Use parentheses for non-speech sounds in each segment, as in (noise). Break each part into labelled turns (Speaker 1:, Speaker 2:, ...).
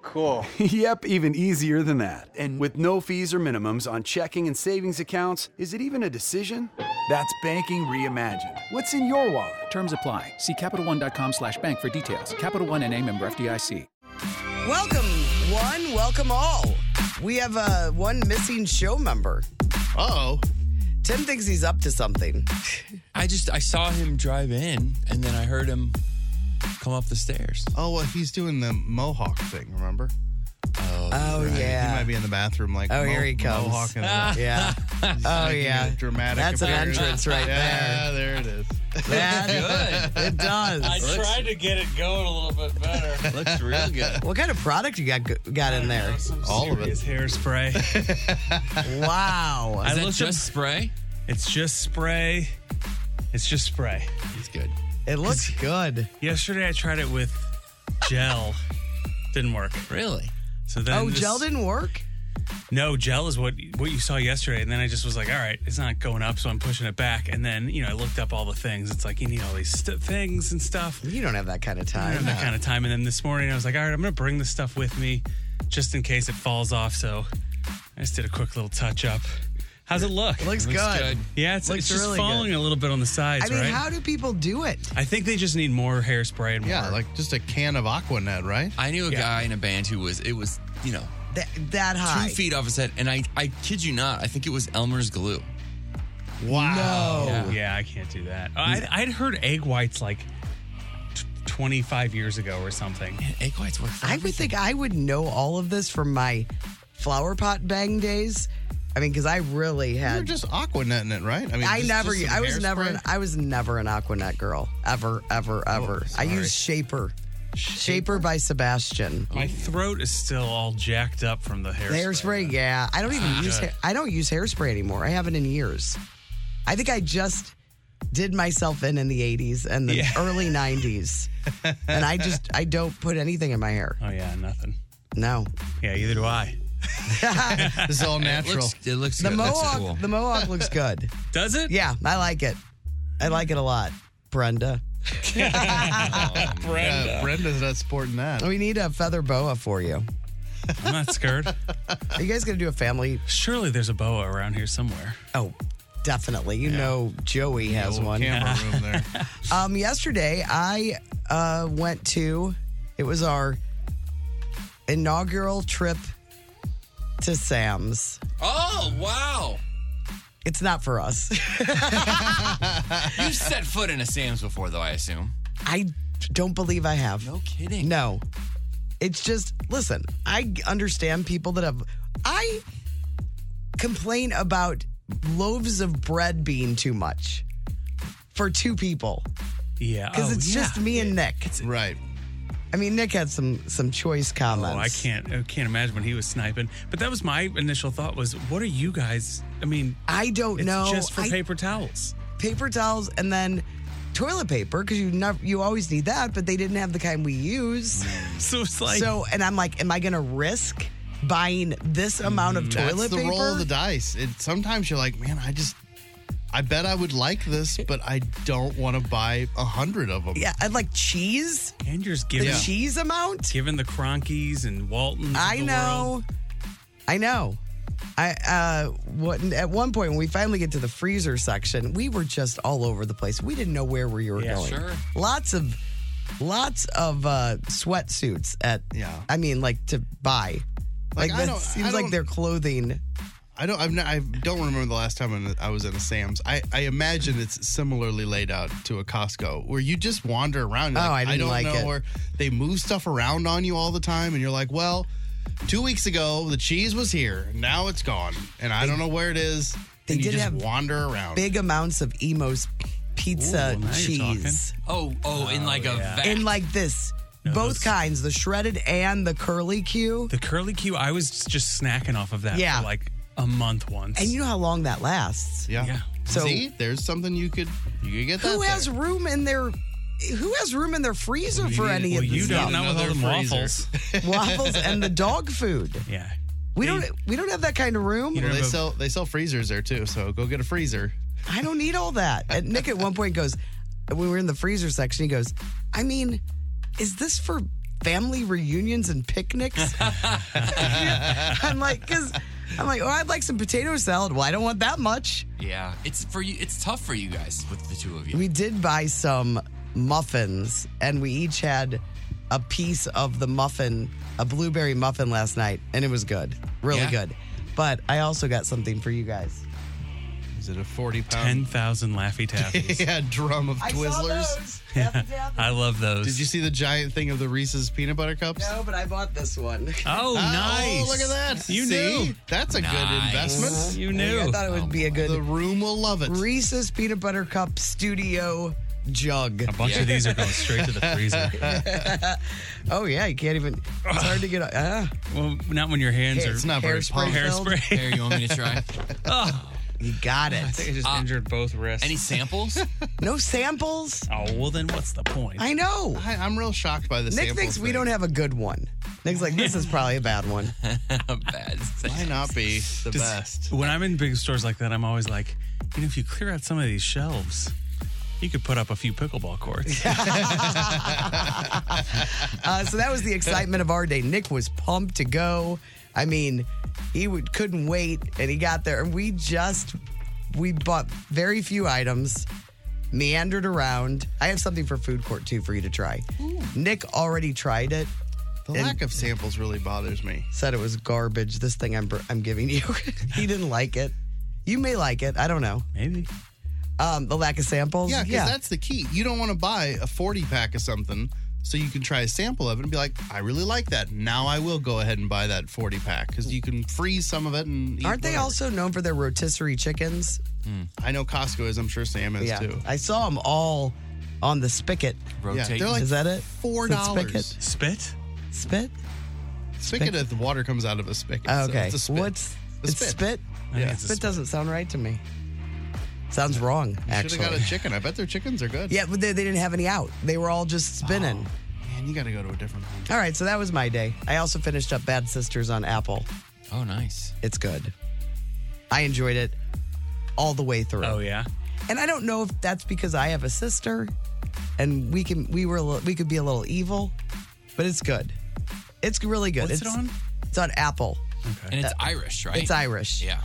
Speaker 1: Cool.
Speaker 2: (laughs) yep, even easier than that. And with no fees or minimums on checking and savings accounts, is it even a decision? That's banking reimagined. What's in your wallet?
Speaker 3: Terms apply. See CapitalOne.com slash bank for details. Capital One and a member FDIC.
Speaker 4: Welcome, one, welcome all. We have uh, one missing show member.
Speaker 5: Uh oh.
Speaker 4: Tim thinks he's up to something.
Speaker 6: I
Speaker 5: (laughs)
Speaker 6: just I saw him drive in, and then I heard him come up the stairs.
Speaker 5: Oh, well, he's doing the mohawk thing, remember?
Speaker 6: Oh,
Speaker 4: Oh,
Speaker 5: Right.
Speaker 4: yeah.
Speaker 5: He might be in the bathroom like,
Speaker 4: Oh,
Speaker 5: mo-
Speaker 4: here he comes. (laughs)
Speaker 5: Mohawk in the (laughs)
Speaker 4: Yeah. Oh, yeah.
Speaker 5: Dramatic.
Speaker 4: That's an
Speaker 5: appearance.
Speaker 4: entrance right
Speaker 5: Yeah, there it is.
Speaker 7: (laughs)
Speaker 5: (laughs)
Speaker 4: That, It does.
Speaker 7: I tried to get it going a little bit better.
Speaker 6: Looks real good.
Speaker 4: what kind of product you got got in there?
Speaker 7: Some
Speaker 5: All of it.
Speaker 7: serious
Speaker 4: (laughs)
Speaker 7: hairspray.
Speaker 4: Wow.
Speaker 7: Oh, I
Speaker 6: Is that
Speaker 7: looked
Speaker 6: just spray?
Speaker 7: up- it's just spray. It's just spray.
Speaker 6: It's good.
Speaker 4: It looks good.
Speaker 7: Yesterday I tried it with gel. Didn't work.
Speaker 6: Really?
Speaker 7: So then
Speaker 4: Oh,
Speaker 7: this-
Speaker 4: gel didn't work?
Speaker 7: No, gel is what what you saw yesterday, and then I just was like, all right, it's not going up, so I'm pushing it back. And then you know I looked up all the things. It's like you need all these st- things and stuff.
Speaker 4: You don't have that kind of
Speaker 7: I
Speaker 4: time.
Speaker 7: have that kind of time. And then this morning I was like, all right, I'm gonna bring this stuff with me, just in case it falls off. So I just did a quick little touch up. How's it look?
Speaker 4: It looks,
Speaker 6: Looks
Speaker 4: good.
Speaker 6: good.
Speaker 7: Yeah, it's,
Speaker 4: Looks
Speaker 7: it's just
Speaker 4: really
Speaker 7: falling a little bit on the sides,
Speaker 4: I mean,
Speaker 7: right?
Speaker 4: how do people do it?
Speaker 7: I think they just need more hairspray and more.
Speaker 5: Yeah, like just a can of Aquanet, right?
Speaker 6: I knew a guy in a band who was it was you know
Speaker 4: That, that high.
Speaker 6: two feet off his head, and I I kid you not, I think it was Elmer's glue.
Speaker 5: Wow.
Speaker 7: yeah. I can't do that. I'd,
Speaker 6: Mm.
Speaker 7: I'd heard egg whites like t- 25 years ago or something.
Speaker 6: Egg whites work. For
Speaker 4: I would think I would know all of this from my flower pot bang days. I mean, because I really
Speaker 5: You're
Speaker 4: had.
Speaker 5: just Aquanetting it, right? I mean,
Speaker 4: I
Speaker 5: just-
Speaker 4: never.
Speaker 5: just some
Speaker 4: I was never. An,
Speaker 5: hairspray?
Speaker 4: I was never an Aquanet
Speaker 5: (laughs)
Speaker 4: girl. Ever. Ever.
Speaker 7: Oh,
Speaker 4: Ever. I used Shaper. Shaper by Sebastian.
Speaker 7: My throat is still all jacked up from the hairspray. Ah,
Speaker 4: Hairspray. Yeah. I don't even use. Hair, I don't use hairspray anymore. I haven't in years. I think I just did myself in in the 80s and the
Speaker 7: Yeah.
Speaker 4: early
Speaker 7: (laughs)
Speaker 4: 90s, and I just I don't put anything in my hair.
Speaker 7: Oh, yeah, nothing. (laughs)
Speaker 4: No.
Speaker 7: Yeah, either do I.
Speaker 5: This is all
Speaker 6: It
Speaker 5: natural.
Speaker 6: looks, it looks
Speaker 4: The
Speaker 6: good.
Speaker 4: mohawk.
Speaker 6: That's cool.
Speaker 4: The mohawk looks good.
Speaker 7: (laughs) Does it?
Speaker 4: Yeah, I like it. I like it a lot, Brenda.
Speaker 7: Brenda.
Speaker 5: Oh, Yeah, Brenda's not
Speaker 4: (laughs)
Speaker 5: sporting that.
Speaker 4: We need a feather boa for you.
Speaker 7: I'm not scared.
Speaker 4: (laughs) Are you guys gonna do a family?
Speaker 7: Surely there's a boa around here somewhere.
Speaker 4: Oh, definitely. You know, Joey has
Speaker 5: Little
Speaker 4: one.
Speaker 5: Camera
Speaker 4: (laughs)
Speaker 5: room there.
Speaker 4: Um, yesterday I uh, went to. It was our inaugural trip to Sam's.
Speaker 6: oh wow!
Speaker 5: (laughs)
Speaker 4: It's not for us. (laughs)
Speaker 6: You've set foot in a Sam's before, though. I assume.
Speaker 4: I don't believe I have.
Speaker 6: No kidding.
Speaker 4: No. It's just, listen, I understand people that have. I complain about loaves of bread being too much for two people (laughs)
Speaker 7: Yeah.
Speaker 4: because
Speaker 7: oh,
Speaker 4: it's
Speaker 7: yeah.
Speaker 4: just me and Nick.
Speaker 5: Right.
Speaker 4: I mean, Nick had some some choice comments.
Speaker 7: Oh, I can't. I can't imagine when he was sniping. But that was my initial thought: was what are you guys? I mean,
Speaker 4: I don't
Speaker 7: it's
Speaker 4: know.
Speaker 7: just for
Speaker 4: I-
Speaker 7: paper towels.
Speaker 4: paper towels and then toilet paper because you never you always need that, but they didn't have the kind we use.
Speaker 7: (laughs) So it's like,
Speaker 4: so, and I'm like, am I going to risk buying this amount of toilet
Speaker 5: Mm, That's the
Speaker 4: paper?
Speaker 5: roll of the dice. It, sometimes you're like, man, I just I bet I would like this, but I don't want to buy a hundred of them.
Speaker 4: Yeah, I'd like cheese.
Speaker 7: Andrew's giving
Speaker 4: The cheese amount?
Speaker 7: Given the Cronkies and Waltons. of
Speaker 4: I
Speaker 7: the world.
Speaker 4: know. I know. I uh what at one point when we finally get to the freezer section, we were just all over the place. We didn't know where we were
Speaker 6: Yeah,
Speaker 4: going.
Speaker 6: sure.
Speaker 4: Lots of lots of uh sweatsuits at
Speaker 5: Yeah.
Speaker 4: I mean like to buy. Like,
Speaker 5: Like, I
Speaker 4: that
Speaker 5: don't- I
Speaker 4: seems like
Speaker 5: don't-
Speaker 4: their clothing.
Speaker 5: I don't. I've not, I don't remember the last time I- I was at a Sam's. I, I imagine it's similarly laid out to a Costco, where you just wander around. You're
Speaker 4: Oh, I
Speaker 5: I
Speaker 4: didn't
Speaker 5: don't
Speaker 4: like
Speaker 5: know.
Speaker 4: it.
Speaker 5: Or they move stuff around on you all the time, and you're like, well, two weeks ago the cheese was here, now it's gone, and I don't know where it is.
Speaker 4: they
Speaker 5: and you
Speaker 4: did
Speaker 5: just
Speaker 4: have
Speaker 5: wander around.
Speaker 4: Big amounts of Emo's pizza
Speaker 7: Ooh, now you're talking.
Speaker 4: cheese.
Speaker 6: Oh, oh, in like a vat.
Speaker 4: And like this. both kinds, the shredded and the curly Q.
Speaker 7: The curly Q, I was just snacking off of that
Speaker 4: Yeah.
Speaker 7: for like a month once.
Speaker 4: And you know how long that lasts.
Speaker 5: yeah.
Speaker 7: Yeah.
Speaker 4: So-
Speaker 5: see, there's something you could you could get that.
Speaker 4: Who has
Speaker 5: there.
Speaker 4: room in their who has room in their freezer for
Speaker 5: need-
Speaker 4: any
Speaker 5: well,
Speaker 4: of this
Speaker 7: you don't
Speaker 4: stuff?
Speaker 7: know with all
Speaker 5: Another
Speaker 7: them
Speaker 5: freezer.
Speaker 4: (laughs)
Speaker 5: (laughs)
Speaker 7: waffles.
Speaker 4: Waffles and the dog food.
Speaker 7: yeah.
Speaker 4: We don't we don't have that kind of room.
Speaker 5: Well, they
Speaker 7: have a-
Speaker 5: sell they sell freezers there too, so go get a freezer.
Speaker 4: I don't need all that. And Nick at one point goes, when we were in the freezer section, he goes, I mean, is this for family reunions and
Speaker 7: (laughs)
Speaker 4: picnics? (laughs) I'm like, because I'm like, oh, I'd like some potato salad. Well, I don't want that much.
Speaker 6: (laughs)
Speaker 5: (laughs)
Speaker 6: yeah, it's for you. It's tough for you guys with the two of you.
Speaker 4: We did buy some muffins, and we each had a piece of the muffin, a blueberry muffin last night, and it was good, really
Speaker 6: Yeah.
Speaker 4: good. But I also got something for you guys.
Speaker 5: Is it a forty pound?
Speaker 7: 10,000 Laffy
Speaker 4: (laughs)
Speaker 7: Taffies.
Speaker 5: yeah, drum of Twizzlers.
Speaker 7: I love those.
Speaker 5: Did you see the giant thing of the Reese's peanut butter cups?
Speaker 4: No, but I bought this one. (laughs)
Speaker 7: Oh,
Speaker 5: Ah,
Speaker 7: nice.
Speaker 5: Oh, look at that.
Speaker 7: You
Speaker 5: See?
Speaker 7: knew. Uh-huh.
Speaker 5: That's a good
Speaker 6: Nice.
Speaker 5: investment.
Speaker 7: You
Speaker 4: I
Speaker 7: knew.
Speaker 4: thought it would be a
Speaker 5: The
Speaker 4: good
Speaker 5: room will love it.
Speaker 4: Reese's peanut butter cup studio jug.
Speaker 7: A bunch of these are going straight to the
Speaker 5: (laughs)
Speaker 7: freezer.
Speaker 4: (laughs) Oh yeah, you can't even. It's hard to get. Uh,
Speaker 7: well, not when your hands are
Speaker 5: it's not very
Speaker 4: Hairspray.
Speaker 5: small.
Speaker 4: filled.
Speaker 7: hairspray. Oh.
Speaker 6: There, you want me to
Speaker 7: (laughs)
Speaker 4: (laughs)
Speaker 6: try?
Speaker 4: you got it.
Speaker 7: just injured both
Speaker 5: (laughs)
Speaker 7: wrists.
Speaker 6: Any samples?
Speaker 4: (laughs) No samples.
Speaker 7: oh, well, then what's the point?
Speaker 4: I know.
Speaker 5: I, I'm real shocked by this.
Speaker 4: Nick thinks we don't have a good one. Nick's like, this is probably a bad one.
Speaker 6: Bad.
Speaker 5: Might not be the best.
Speaker 7: when I'm in big stores like that, I'm always like, you know, if you clear out some of these shelves, you could put up a few pickleball courts.
Speaker 4: Uh, so that was the excitement of our day. Nick was pumped to go. I mean, he would, couldn't wait, and he got there. And we just we bought very few items, meandered around. I have something for food court too for you to try. Nick already tried it,
Speaker 5: The lack of samples really bothers me.
Speaker 4: said it was garbage. This thing I'm br- I'm giving you, (laughs) he didn't like it. You may like it. I don't know.
Speaker 7: Maybe.
Speaker 4: Um, the lack of samples.
Speaker 7: oh,
Speaker 5: Yeah, because that's the key. You don't want to buy a 40 pack of something so you can try a sample of it and be like, I really like that. Now I will go ahead and buy that 40 pack because you can freeze some of it and eat
Speaker 4: Aren't they
Speaker 5: whatever.
Speaker 4: also known for their rotisserie chickens?
Speaker 5: I know Costco is. I'm sure Sam is
Speaker 4: yeah,
Speaker 5: too.
Speaker 4: I saw them all on the spicket.
Speaker 5: Yeah,
Speaker 6: Rotate.
Speaker 5: they're like
Speaker 4: Is that it?
Speaker 5: four
Speaker 4: Is it spigot?
Speaker 5: dollars.
Speaker 7: Spit?
Speaker 4: Spit?
Speaker 5: Spigot of the water comes out of a spigot.
Speaker 4: Oh,
Speaker 5: so
Speaker 4: okay.
Speaker 5: it's a spit.
Speaker 4: What's
Speaker 5: A
Speaker 4: it's
Speaker 5: spit.
Speaker 4: spit?
Speaker 7: I think it's a
Speaker 4: Spit
Speaker 7: spit.
Speaker 4: doesn't sound right to me. Sounds wrong,
Speaker 5: Should
Speaker 4: actually.
Speaker 5: have got a chicken. I bet their chickens are good.
Speaker 4: yeah, but they, they didn't have any out. They were all just spinning.
Speaker 5: Man, you got to go to a (laughs) different one.
Speaker 4: All right, so that was my day. I also finished up Bad Sisters on Apple.
Speaker 6: Oh, nice.
Speaker 4: It's good. I enjoyed it all the way through.
Speaker 7: Oh, yeah.
Speaker 4: And I don't know if that's because I have a sister and we can we were a li- we could be a little evil, but it's good. It's really good.
Speaker 7: What's it
Speaker 4: it's
Speaker 7: on?
Speaker 4: It's on Apple.
Speaker 6: And it's
Speaker 5: Uh,
Speaker 6: Irish, right?
Speaker 4: It's Irish.
Speaker 6: Yeah.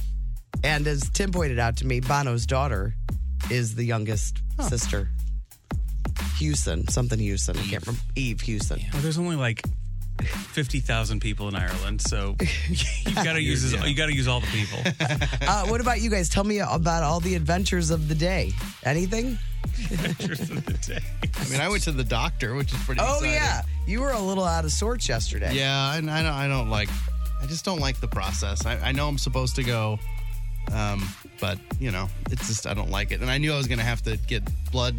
Speaker 4: And as Tim pointed out to me, Bono's daughter is the youngest sister. Houston, something Houston. I can't remember. Eve Houston.
Speaker 7: Well, Oh, there's only like 50,000 people in Ireland, so (laughs) you
Speaker 4: (laughs)
Speaker 7: got to use this, you got to use all the people.
Speaker 4: Uh, what about you guys? Tell me about all the adventures of the day. Anything?
Speaker 5: (laughs) I mean, I went to the doctor, which is pretty.
Speaker 4: Oh
Speaker 5: exciting.
Speaker 4: yeah, you were a little out of sorts yesterday.
Speaker 5: yeah. And I don't, I don't like. I just don't like the process. I, I know I'm supposed to go, um, but you know, it's just I don't like it. And I knew I was going to have to get blood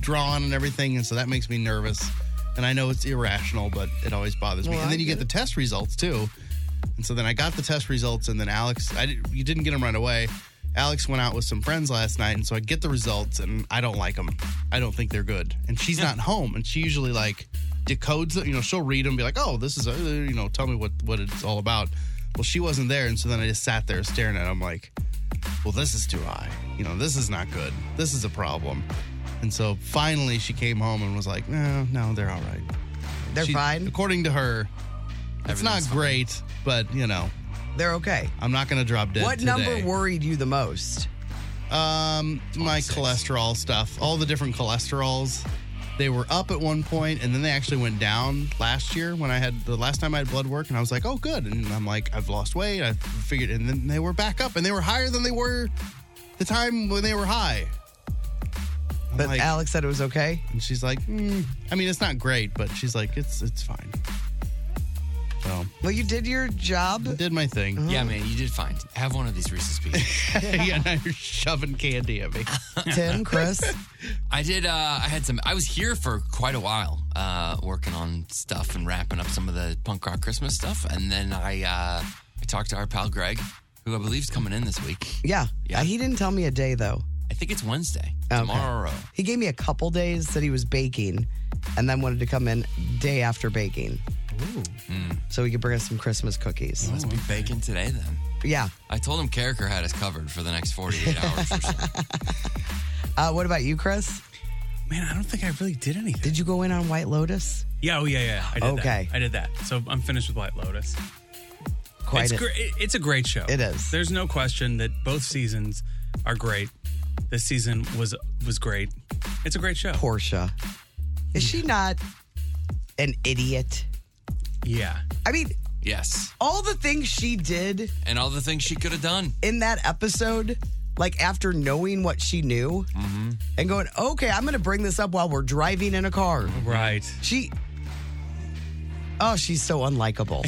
Speaker 5: drawn and everything, and so that makes me nervous. And I know it's irrational, but it always bothers me.
Speaker 4: Well,
Speaker 5: and
Speaker 4: I
Speaker 5: then you
Speaker 4: get
Speaker 5: get the test results too. And so then I got the test results, and then Alex, I did, you didn't get them right away. Alex went out with some friends last night, and so I get the results, and I don't like them. I don't think they're good. And she's not home, and she usually like decodes them. You know, she'll read them, and be like, "Oh, this is, a, you know, tell me what what it's all about." Well, she wasn't there, and so then I just sat there staring at. them like, well, this is too high. You know, this is not good. This is a problem. And so finally she came home and was like, no, no, they're all right.
Speaker 4: They're
Speaker 5: She-
Speaker 4: fine.
Speaker 5: According to her, it's not
Speaker 6: Everything's fine.
Speaker 5: great, but you know,
Speaker 4: They're okay.
Speaker 5: I'm not going to drop dead.
Speaker 4: What number
Speaker 5: today.
Speaker 4: worried you the most?
Speaker 5: Um, my cholesterol stuff, all the different cholesterols. They were up at one point, and then they actually went down last year when I had the last time I had blood work, and I was like, "Oh, good." And I'm like, "I've lost weight." I figured, and then they were back up, and they were higher than they were the time when they were high. I'm
Speaker 4: But
Speaker 5: like-
Speaker 4: Alex said it was okay.
Speaker 5: and she's like, mm, "I mean, it's not great, but she's like, it's it's fine." So
Speaker 4: Well, you did your job. Uh-huh.
Speaker 5: did my thing.
Speaker 6: Yeah, man, you did fine. Have one of these Reese's Pieces.
Speaker 5: (laughs) yeah, now
Speaker 6: (laughs)
Speaker 5: you're shoving candy at me.
Speaker 7: (laughs)
Speaker 4: Tim, Chris.
Speaker 6: I did. Uh, I had some. I was here for quite a while, uh, working on stuff and wrapping up some of the punk rock Christmas stuff, and then I uh, I talked to our pal Greg, who I believe is coming in this week.
Speaker 4: Yeah.
Speaker 6: Yeah.
Speaker 4: Uh, He didn't tell me a day though.
Speaker 6: I think it's Wednesday tomorrow. uh,
Speaker 4: He gave me a couple days that he was baking and then wanted to come in day after baking. Mm. So he could bring us some Christmas cookies.
Speaker 6: Must be baking today then.
Speaker 4: Yeah.
Speaker 6: I told him Carricker had us covered for the next
Speaker 5: (laughs)
Speaker 6: 48 hours or so.
Speaker 4: (laughs) Uh, what about you, Chris?
Speaker 7: Man, I don't think I really did anything.
Speaker 4: Did you go in on White Lotus?
Speaker 7: Yeah, oh yeah, yeah. I did
Speaker 4: Okay.
Speaker 7: That. I did that. So I'm finished with White Lotus.
Speaker 4: Quite
Speaker 7: it's
Speaker 4: a-
Speaker 7: great. It's a great show.
Speaker 4: It is.
Speaker 7: There's no question that both seasons are great. This season was was great. It's a great show.
Speaker 4: Portia. Is she not an idiot?
Speaker 7: Yeah.
Speaker 4: I mean,
Speaker 6: Yes.
Speaker 4: all the things she did
Speaker 6: And all the things she could have done.
Speaker 4: in that episode, like after knowing what she knew and going, okay, I'm going to bring this up while we're driving in a car.
Speaker 7: Right.
Speaker 4: She, oh, she's so unlikable.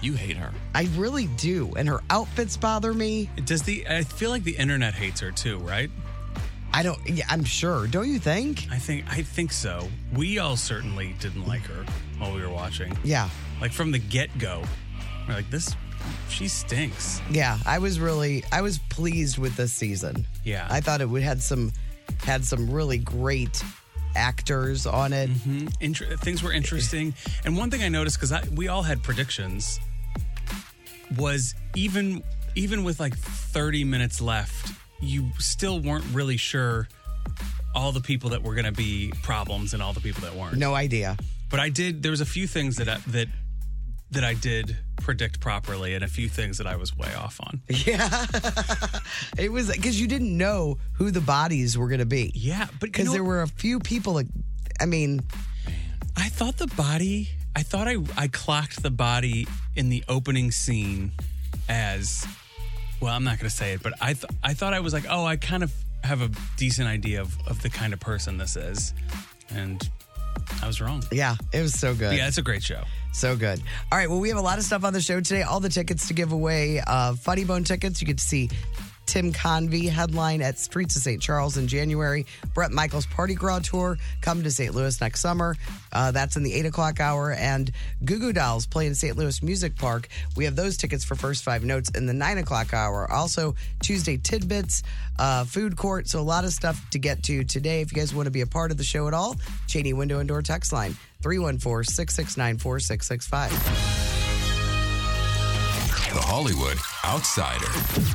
Speaker 6: You hate her.
Speaker 4: I really do. And her outfits bother me.
Speaker 7: Does the I feel like the internet hates her too, right?
Speaker 4: I don't, yeah, I'm sure. Don't you think?
Speaker 7: I think I think so. We all certainly didn't like her while we were watching.
Speaker 4: Yeah.
Speaker 7: Like from the get go. We're like, this she stinks.
Speaker 4: Yeah. I was really, I was pleased with this season.
Speaker 7: Yeah.
Speaker 4: I thought it would had some, had some really great actors on it.
Speaker 7: Inter- things were interesting. And one thing I noticed because we all had predictions was even even with like 30 minutes left, you still weren't really sure all the people that were going to be problems and all the people that weren't.
Speaker 4: No idea.
Speaker 7: But I did. There was a few things that I, that that I did predict properly, and a few things that I was way off on.
Speaker 4: (laughs) Yeah. it was because you didn't know who the bodies were going to be.
Speaker 7: Yeah, but
Speaker 4: Because there were a few people, like, I mean,
Speaker 7: I thought the body. I thought I I clocked the body in the opening scene as well. I'm not going to say it, but I th- I thought I was like, oh, I kind of have a decent idea of of the kind of person this is, and I was wrong.
Speaker 4: yeah, it was so good.
Speaker 7: Yeah, it's a great show.
Speaker 4: So good. All right. Well, we have a lot of stuff on the show today. All the tickets to give away, uh, Funny Bone tickets. You get to see Tim Convey headline at Streets of St. Charles in January. Brett Michaels Party Gras Tour. Come to St. Louis next summer. Uh, that's in the 8 o'clock hour. And Goo Goo Dolls play in St. Louis Music Park. We have those tickets for first five notes in the 9 o'clock hour. Also, Tuesday tidbits, uh, food court. So a lot of stuff to get to today. If you guys want to be a part of the show at all, Cheney Window and Door text line. 314 669 4665.
Speaker 1: The Hollywood Outsider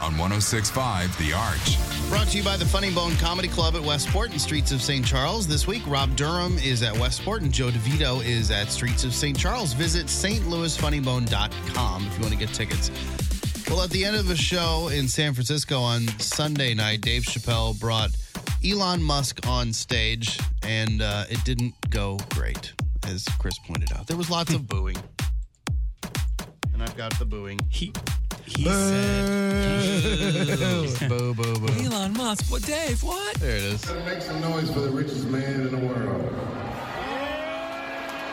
Speaker 1: on 1065 The Arch.
Speaker 5: Brought to you by the Funny Bone Comedy Club at Westport and Streets of St. Charles. This week, Rob Durham is at Westport and Joe DeVito is at Streets of St. Charles. Visit stlouisfunnybone.com if you want to get tickets. Well, at the end of a show in San Francisco on Sunday night, Dave Chappelle brought Elon Musk on stage, and uh, it didn't go great, as Chris pointed out. There was lots
Speaker 7: Hmm.
Speaker 5: of booing. And I've got the booing.
Speaker 7: He he said
Speaker 5: boo, boo, boo.
Speaker 6: Elon Musk. What, Dave? What?
Speaker 5: There it is.
Speaker 8: Make some noise for the richest man in the world.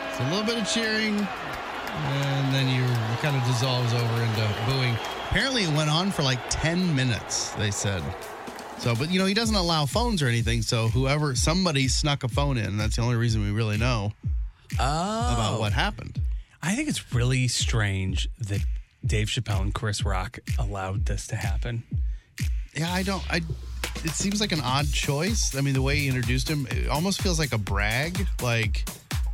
Speaker 5: It's a little bit of cheering, and then you it kind of dissolves over into booing. Apparently, it went on for like 10 minutes, they said. So, but you know, he doesn't allow phones or anything. So, whoever, somebody snuck a phone in. That's the only reason we really know about what happened.
Speaker 7: I think it's really strange that Dave Chappelle and Chris Rock allowed this to happen.
Speaker 5: Yeah, I don't, I, it seems like an odd choice. I mean, the way he introduced him, it almost feels like a brag. Like,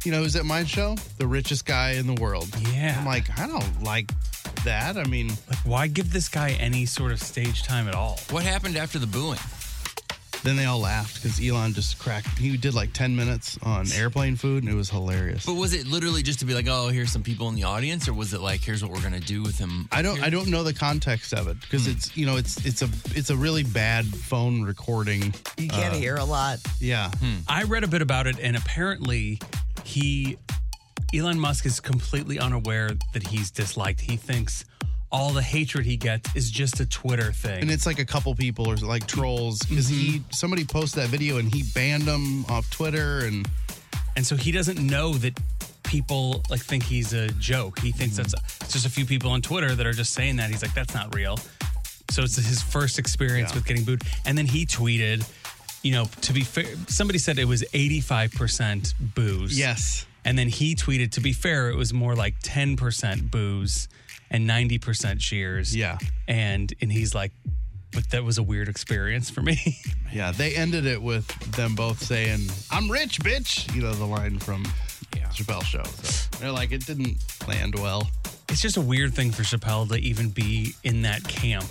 Speaker 5: you know, is at my show? The richest guy in the world.
Speaker 7: Yeah.
Speaker 5: I'm like, I don't like that. I mean,
Speaker 7: like, why give this guy any sort of stage time at all?
Speaker 6: What happened after the booing?
Speaker 5: Then they all laughed because Elon just cracked. He did like 10 minutes on airplane food and it was hilarious.
Speaker 6: But was it literally just to be like, oh, here's some people in the audience, or was it like, here's what we're gonna do with him?
Speaker 5: I don't I don't know the context of it because it's you know it's it's a it's a really bad phone recording.
Speaker 4: You can't
Speaker 5: Uh,
Speaker 4: hear a lot.
Speaker 5: Yeah.
Speaker 7: I read a bit about it, and apparently, he, Elon Musk, is completely unaware that he's disliked. He thinks all the hatred he gets is just a Twitter thing.
Speaker 5: And it's like a couple people or like trolls because he
Speaker 7: Mm-hmm.
Speaker 5: somebody posted that video and he banned them off Twitter and
Speaker 7: and so he doesn't know that people like think he's a joke. He thinks that's it's just a few people on Twitter that are just saying that. He's like, that's not real. So it's his first experience with getting booed. And then he tweeted, you know, to be fair, somebody said it was 85% booze.
Speaker 5: Yes.
Speaker 7: And then he tweeted, to be fair, it was more like 10% booze and 90% cheers.
Speaker 5: Yeah.
Speaker 7: And and he's like, but that was a weird experience for me. (laughs)
Speaker 5: yeah they ended it with them both saying I'm rich bitch you know the line from Chappelle show. So they're like it didn't land well.
Speaker 7: It's just a weird thing for Chappelle to even be in that camp.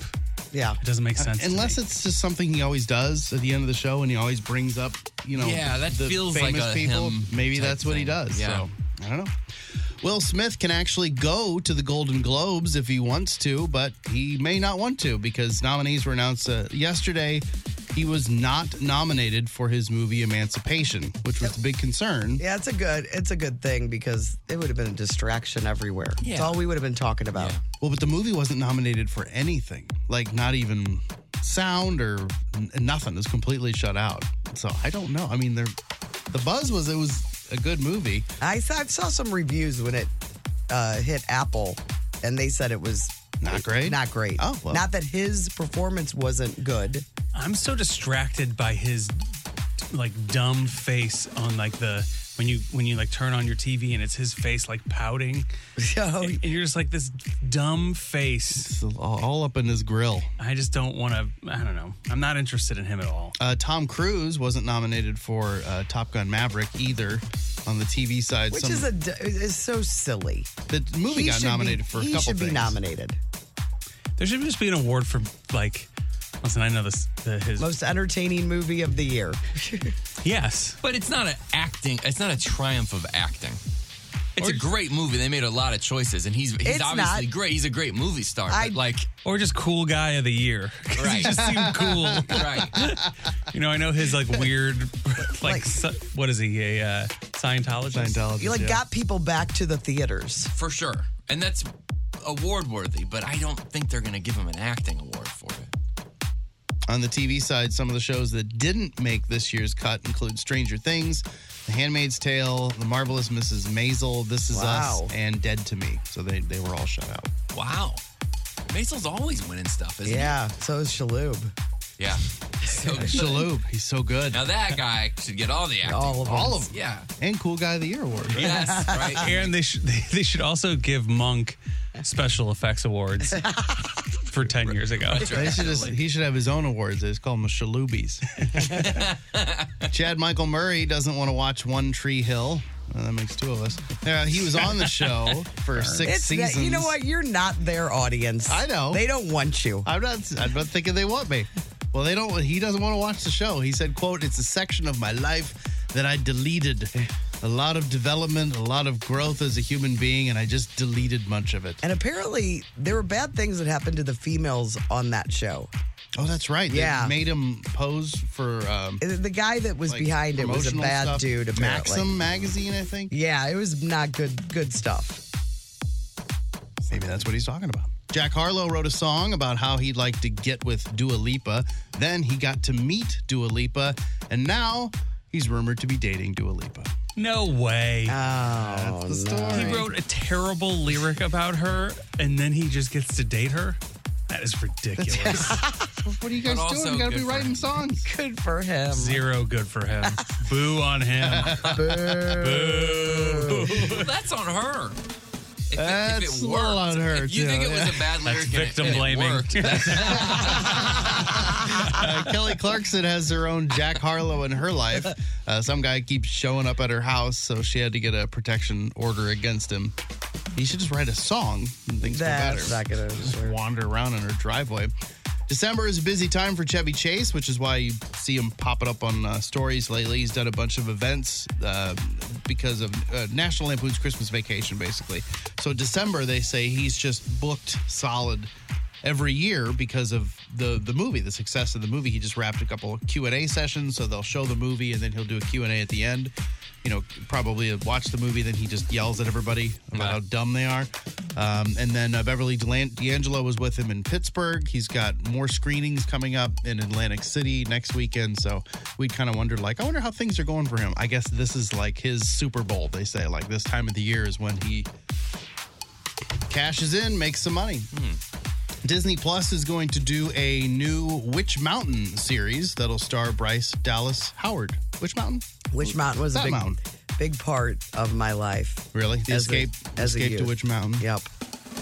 Speaker 4: Yeah.
Speaker 7: It doesn't make sense. to
Speaker 5: Unless it's just something he always does at the end of the show and he always brings up, you know,
Speaker 6: Yeah, that
Speaker 5: the
Speaker 6: feels like
Speaker 5: famous
Speaker 6: a
Speaker 5: people.
Speaker 6: him
Speaker 5: Maybe
Speaker 6: type
Speaker 5: that's what he
Speaker 6: thing.
Speaker 5: does.
Speaker 6: Yeah.
Speaker 5: So I don't know. Will Smith can actually go to the Golden Globes if he wants to, but he may not want to because nominees were announced uh, yesterday. He was not nominated for his movie Emancipation, which was the big concern.
Speaker 4: Yeah, it's a good it's a good thing because it would have been a distraction everywhere. It's
Speaker 5: Yeah.
Speaker 4: all we would have been talking about.
Speaker 5: Well, but the movie wasn't nominated for anything, like not even sound or n- nothing. It's completely shut out. So I don't know. I mean, there, the buzz was it was a good movie.
Speaker 4: I saw, I saw some reviews when it uh, hit Apple, and they said it was
Speaker 5: not great.
Speaker 4: Not great.
Speaker 7: Oh, well.
Speaker 4: not that his performance wasn't good.
Speaker 7: I'm so distracted by his like dumb face on like the when you when you like turn on your TV and it's his face like pouting.
Speaker 4: and,
Speaker 7: and you're just like this dumb face.
Speaker 5: all, up (laughs) in his grill.
Speaker 7: I just don't want to. I don't know. I'm not interested in him at all.
Speaker 5: Uh, Tom Cruise wasn't nominated for uh, Top Gun Maverick either on the TV side.
Speaker 4: Which
Speaker 6: (laughs)
Speaker 5: some-
Speaker 4: is a d- is so silly.
Speaker 5: the movie
Speaker 4: He
Speaker 5: got
Speaker 4: should be-
Speaker 5: nominated for a
Speaker 4: he
Speaker 5: couple
Speaker 4: should be
Speaker 5: things.
Speaker 4: nominated.
Speaker 7: There should just be an award for like. Listen, I know this. The, his
Speaker 4: most entertaining movie of the year.
Speaker 7: yes,
Speaker 6: but it's not an acting. It's not a triumph of acting. It's a great movie. They made a lot of choices, and he's he's
Speaker 7: It's
Speaker 6: obviously
Speaker 7: not.
Speaker 6: great. He's a great movie star. but like,
Speaker 7: or just cool guy of the year. (laughs) 'Cause He
Speaker 6: Right.
Speaker 7: just
Speaker 4: (laughs)
Speaker 7: seemed cool.
Speaker 6: Right.
Speaker 7: You know, I know his like weird, (laughs) like, so- what is he? A uh, Scientologist. Scientologist.
Speaker 4: You like got people back to the theaters.
Speaker 6: (laughs) for sure, and that's award worthy. But I don't think they're going to give him an acting award for it.
Speaker 5: On the TV side, some of the shows that didn't make this year's cut include Stranger Things, The Handmaid's Tale, The Marvelous Mrs. Maisel, This Is
Speaker 6: Wow.
Speaker 5: Us, and Dead to Me. So they, they were all shut out.
Speaker 6: Wow, Maisel's always winning stuff, isn't
Speaker 4: Yeah, so is Shaloub.
Speaker 6: he? Yeah, (laughs) so good.
Speaker 5: Shaloub, he's so good.
Speaker 6: Now that guy should get all the acting.
Speaker 5: All of All them. of them.
Speaker 6: Yeah.
Speaker 5: And Cool Guy of the Year award. right?
Speaker 7: (laughs)
Speaker 6: Yes,
Speaker 5: (laughs)
Speaker 6: right.
Speaker 7: Aaron, they should they, they should also give Monk special effects awards
Speaker 5: (laughs)
Speaker 7: for ten years ago.
Speaker 5: They should just- he should have his own awards. They just call them the Shaloubis. Chad Michael Murray doesn't want to watch One Tree Hill. Well, that makes two of us. Uh, he was on the
Speaker 4: (laughs)
Speaker 5: show for six
Speaker 4: It's that-
Speaker 5: seasons.
Speaker 4: you know what? You're not their audience.
Speaker 5: I know.
Speaker 4: They don't want you.
Speaker 5: I'm not. I'm not thinking they want me. Well, they don't. He doesn't want to watch the show. He said, "quote It's a section of my life that I deleted. A lot of development, a lot of growth as a human being, and I just deleted much of it."
Speaker 4: And apparently, there were bad things that happened to the females on that show.
Speaker 5: Oh, that's right. They
Speaker 4: Yeah.
Speaker 5: made him pose for um,
Speaker 4: the guy that was
Speaker 5: like,
Speaker 4: behind it was a
Speaker 5: promotional
Speaker 4: bad
Speaker 5: stuff.
Speaker 4: dude. Apparently.
Speaker 5: Maxim magazine, I think.
Speaker 4: Yeah, it was not good. Good stuff.
Speaker 5: Maybe that's what he's talking about. Jack Harlow wrote a song about how he'd like to get with Dua Lipa. Then he got to meet Dua Lipa, and now he's rumored to be dating Dua Lipa.
Speaker 7: No way. Oh,
Speaker 5: That's the no. story.
Speaker 7: He wrote a terrible lyric about her, and then he just gets to date her. That is ridiculous.
Speaker 5: What are you guys
Speaker 7: But
Speaker 5: doing?
Speaker 7: also
Speaker 5: You gotta
Speaker 7: good
Speaker 5: be
Speaker 7: for
Speaker 5: writing
Speaker 7: (laughs)
Speaker 5: songs.
Speaker 4: Good for him.
Speaker 7: Zero good for
Speaker 5: (laughs)
Speaker 7: him. Boo on him. Boo.
Speaker 6: Well, that's on her. If it-
Speaker 5: That's
Speaker 6: if it
Speaker 5: a
Speaker 6: worked,
Speaker 5: little on her,
Speaker 6: if you
Speaker 5: too,
Speaker 6: think it was
Speaker 5: yeah.
Speaker 6: a bad
Speaker 5: That's
Speaker 6: lyric? and it-
Speaker 7: victim
Speaker 6: and it
Speaker 7: blaming.
Speaker 6: worked, that's-
Speaker 7: (laughs)
Speaker 5: Uh, Kelly Clarkson has her own Jack Harlow in her
Speaker 7: (laughs)
Speaker 5: life. Uh, some guy keeps showing up at her house, so she had to get a protection order against him. You should just write a song and things
Speaker 4: That's
Speaker 5: go
Speaker 4: not
Speaker 5: better.
Speaker 4: gonna
Speaker 5: just wander around in her driveway. December is a busy time for Chevy Chase, which is why you see him popping up on uh, stories lately. He's done a bunch of events uh, because of uh, National Lampoon's Christmas Vacation, basically. So December, they say he's just booked solid every year because of the the movie, the success of the movie. He just wrapped a couple Q and A sessions, so they'll show the movie and then he'll do a Q and A at the end. You know, probably watch the movie, then he just yells at everybody about how dumb they are. Um, and then uh, Beverly Delan- D'Angelo was with him in Pittsburgh. He's got more screenings coming up in Atlantic City next weekend. So we kind of wondered, like, I wonder how things are going for him. I guess this is like his Super Bowl. They say like this time of the year is when he cashes in, makes some money. Disney Plus is going to do a new Witch Mountain series that'll star Bryce Dallas Howard. Witch Mountain?
Speaker 4: Witch Mountain was a
Speaker 5: That
Speaker 4: big,
Speaker 5: mountain.
Speaker 4: big part of my life.
Speaker 5: Really? The
Speaker 4: As a-
Speaker 5: escape,
Speaker 4: as a
Speaker 5: escape to
Speaker 4: youth.
Speaker 5: Witch Mountain.
Speaker 4: Yep.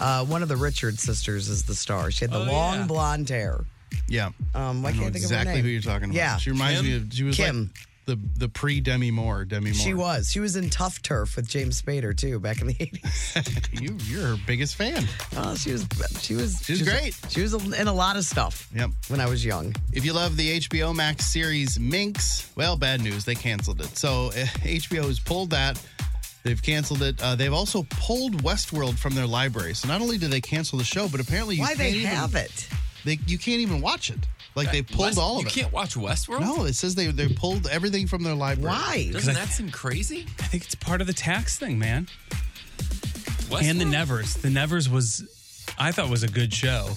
Speaker 4: Uh, one of the Richard sisters is the star. She had the
Speaker 5: Oh,
Speaker 4: long
Speaker 5: yeah.
Speaker 4: blonde hair.
Speaker 5: Yeah.
Speaker 4: Um, why
Speaker 5: I
Speaker 4: can't I think of
Speaker 5: know
Speaker 4: her
Speaker 5: exactly
Speaker 4: name?
Speaker 5: who you're talking about.
Speaker 4: Yeah.
Speaker 5: She reminds me of she was
Speaker 4: Kim.
Speaker 5: like the the pre Demi Moore, Demi Moore.
Speaker 4: She was. She was in Tough Turf with James Spader too back in the
Speaker 5: (laughs)
Speaker 4: eighties.
Speaker 5: you, you're her biggest fan.
Speaker 4: Oh, she was. She was.
Speaker 5: She's great.
Speaker 4: she was in a lot of stuff.
Speaker 5: Yep.
Speaker 4: When I was young.
Speaker 5: If you love the HBO Max series Minx, well, bad news, they canceled it. So eh, HBO has pulled that. They've canceled it. Uh, they've also pulled Westworld from their library. So not only did they cancel the show, but apparently you
Speaker 4: Why
Speaker 5: can't
Speaker 4: they
Speaker 5: even-
Speaker 4: have it?
Speaker 5: They, you can't even watch it. Like they pulled
Speaker 6: West-
Speaker 5: all of
Speaker 6: you
Speaker 5: it.
Speaker 6: can't watch Westworld?
Speaker 5: No, it says they they pulled everything from their library.
Speaker 6: Doesn't that seem crazy?
Speaker 7: I think it's part of the tax thing, man. and the Nevers. The Nevers was, I thought was a good show,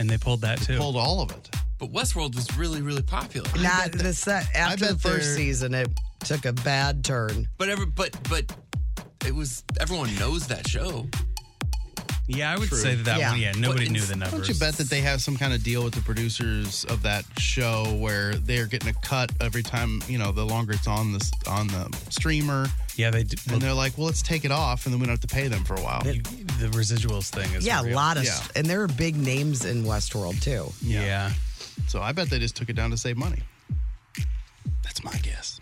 Speaker 7: and they pulled that too.
Speaker 5: pulled all of it.
Speaker 6: But Westworld was really, really popular.
Speaker 4: Not the se- after the
Speaker 6: bet
Speaker 4: first
Speaker 6: they're-
Speaker 4: season, it took a bad turn.
Speaker 6: But every, but but it was everyone knows that show.
Speaker 7: Yeah, I would
Speaker 6: True.
Speaker 7: say that, that
Speaker 6: Yeah.
Speaker 7: one. Yeah,
Speaker 6: But
Speaker 7: nobody
Speaker 6: it's-
Speaker 7: knew the
Speaker 5: Don't
Speaker 7: Nevers. (laughs)
Speaker 5: you bet that they have some kind of deal with the producers of that show where they're getting a cut every time you know the longer it's on the on the streamer?
Speaker 7: Yeah, they do.
Speaker 5: And they're like, well, let's take it off, and then we don't have to pay them for a while.
Speaker 7: the residuals thing is
Speaker 4: yeah, a
Speaker 5: real.
Speaker 4: lot of,
Speaker 5: Yeah.
Speaker 4: st- and there are big names in Westworld too.
Speaker 7: Yeah.
Speaker 5: So I bet they just took it down to save money. That's my guess.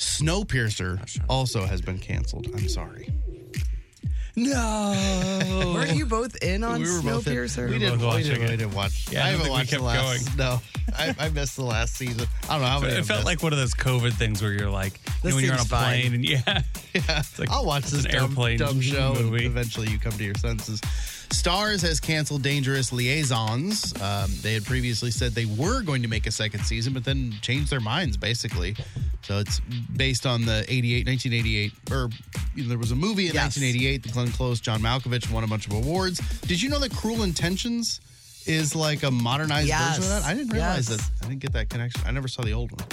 Speaker 5: Snowpiercer also has been canceled. I'm sorry.
Speaker 4: (laughs)
Speaker 7: No,
Speaker 4: were you both in on Snowpiercer?
Speaker 5: we didn't, we didn't, really didn't watch.
Speaker 7: Yeah, I
Speaker 5: I,
Speaker 7: don't
Speaker 5: haven't watched
Speaker 7: think we
Speaker 5: the
Speaker 7: kept
Speaker 5: last.
Speaker 7: going.
Speaker 5: No, I, I missed the last season. I don't know how many.
Speaker 7: It
Speaker 5: I've
Speaker 7: felt
Speaker 5: missed.
Speaker 7: like one of those COVID things where you're like, you
Speaker 5: This
Speaker 7: know, when you're on a
Speaker 5: seems fine.
Speaker 7: plane, and yeah,
Speaker 5: (laughs) yeah,
Speaker 7: like-
Speaker 5: I'll watch
Speaker 7: it's
Speaker 5: this
Speaker 7: an
Speaker 5: dumb,
Speaker 7: airplane
Speaker 5: dumb show,
Speaker 7: movie.
Speaker 5: and eventually you come to your senses. Stars has canceled Dangerous Liaisons. Um, they had previously said they were going to make a second season, but then changed their minds basically. So it's based on the 88, 1988, or you know, there was a movie in 1988 that Glenn Close, John Malkovich won a bunch of awards. Did you know that Cruel Intentions is like a modernized version
Speaker 4: Yes.
Speaker 5: of that? I didn't realize
Speaker 4: Yes.
Speaker 5: that. I didn't get that connection. I never saw the old one.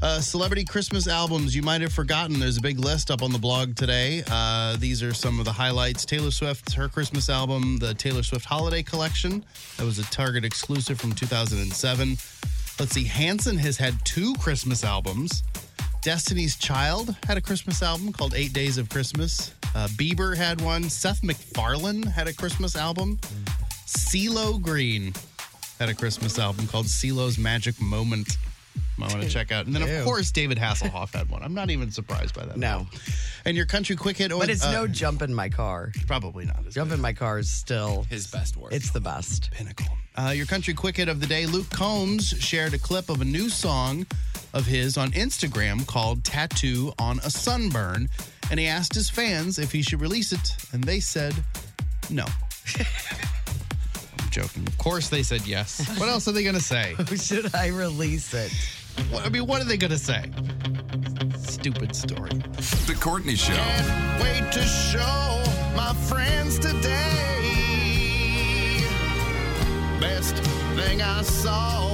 Speaker 5: Uh, celebrity Christmas albums you might have forgotten. There's a big list up on the blog today. Uh, these are some of the highlights Taylor Swift's her Christmas album, the Taylor Swift Holiday Collection. That was a Target exclusive from 2007. Let's see, Hanson has had two Christmas albums. Destiny's Child had a Christmas album called Eight Days of Christmas. Uh, Bieber had one. Seth MacFarlane had a Christmas album. CeeLo Green had a Christmas album called CeeLo's Magic Moment. I want to check out. And then,
Speaker 4: Ew.
Speaker 5: of course, David Hasselhoff had one. I'm not even surprised by that.
Speaker 4: No.
Speaker 5: And your country quick hit.
Speaker 4: But it's
Speaker 5: uh,
Speaker 4: no jump in my (laughs) car.
Speaker 5: Probably not. As
Speaker 4: jump in my car is still
Speaker 6: his best work.
Speaker 4: It's the best.
Speaker 5: Pinnacle. Uh, your country quick hit of the day. Luke Combs shared a clip of a new song of his on Instagram called Tattoo on a Sunburn. And he asked his fans if he should release it. And they said
Speaker 4: (laughs)
Speaker 5: no. I'm joking. Of course, they said
Speaker 4: (laughs)
Speaker 5: yes. What else are they going to say?
Speaker 4: Should I release it?
Speaker 5: What- I mean, what are they going to say? Stupid story.
Speaker 1: The Courtney Show.
Speaker 5: Wait to show my friends today. Best thing I saw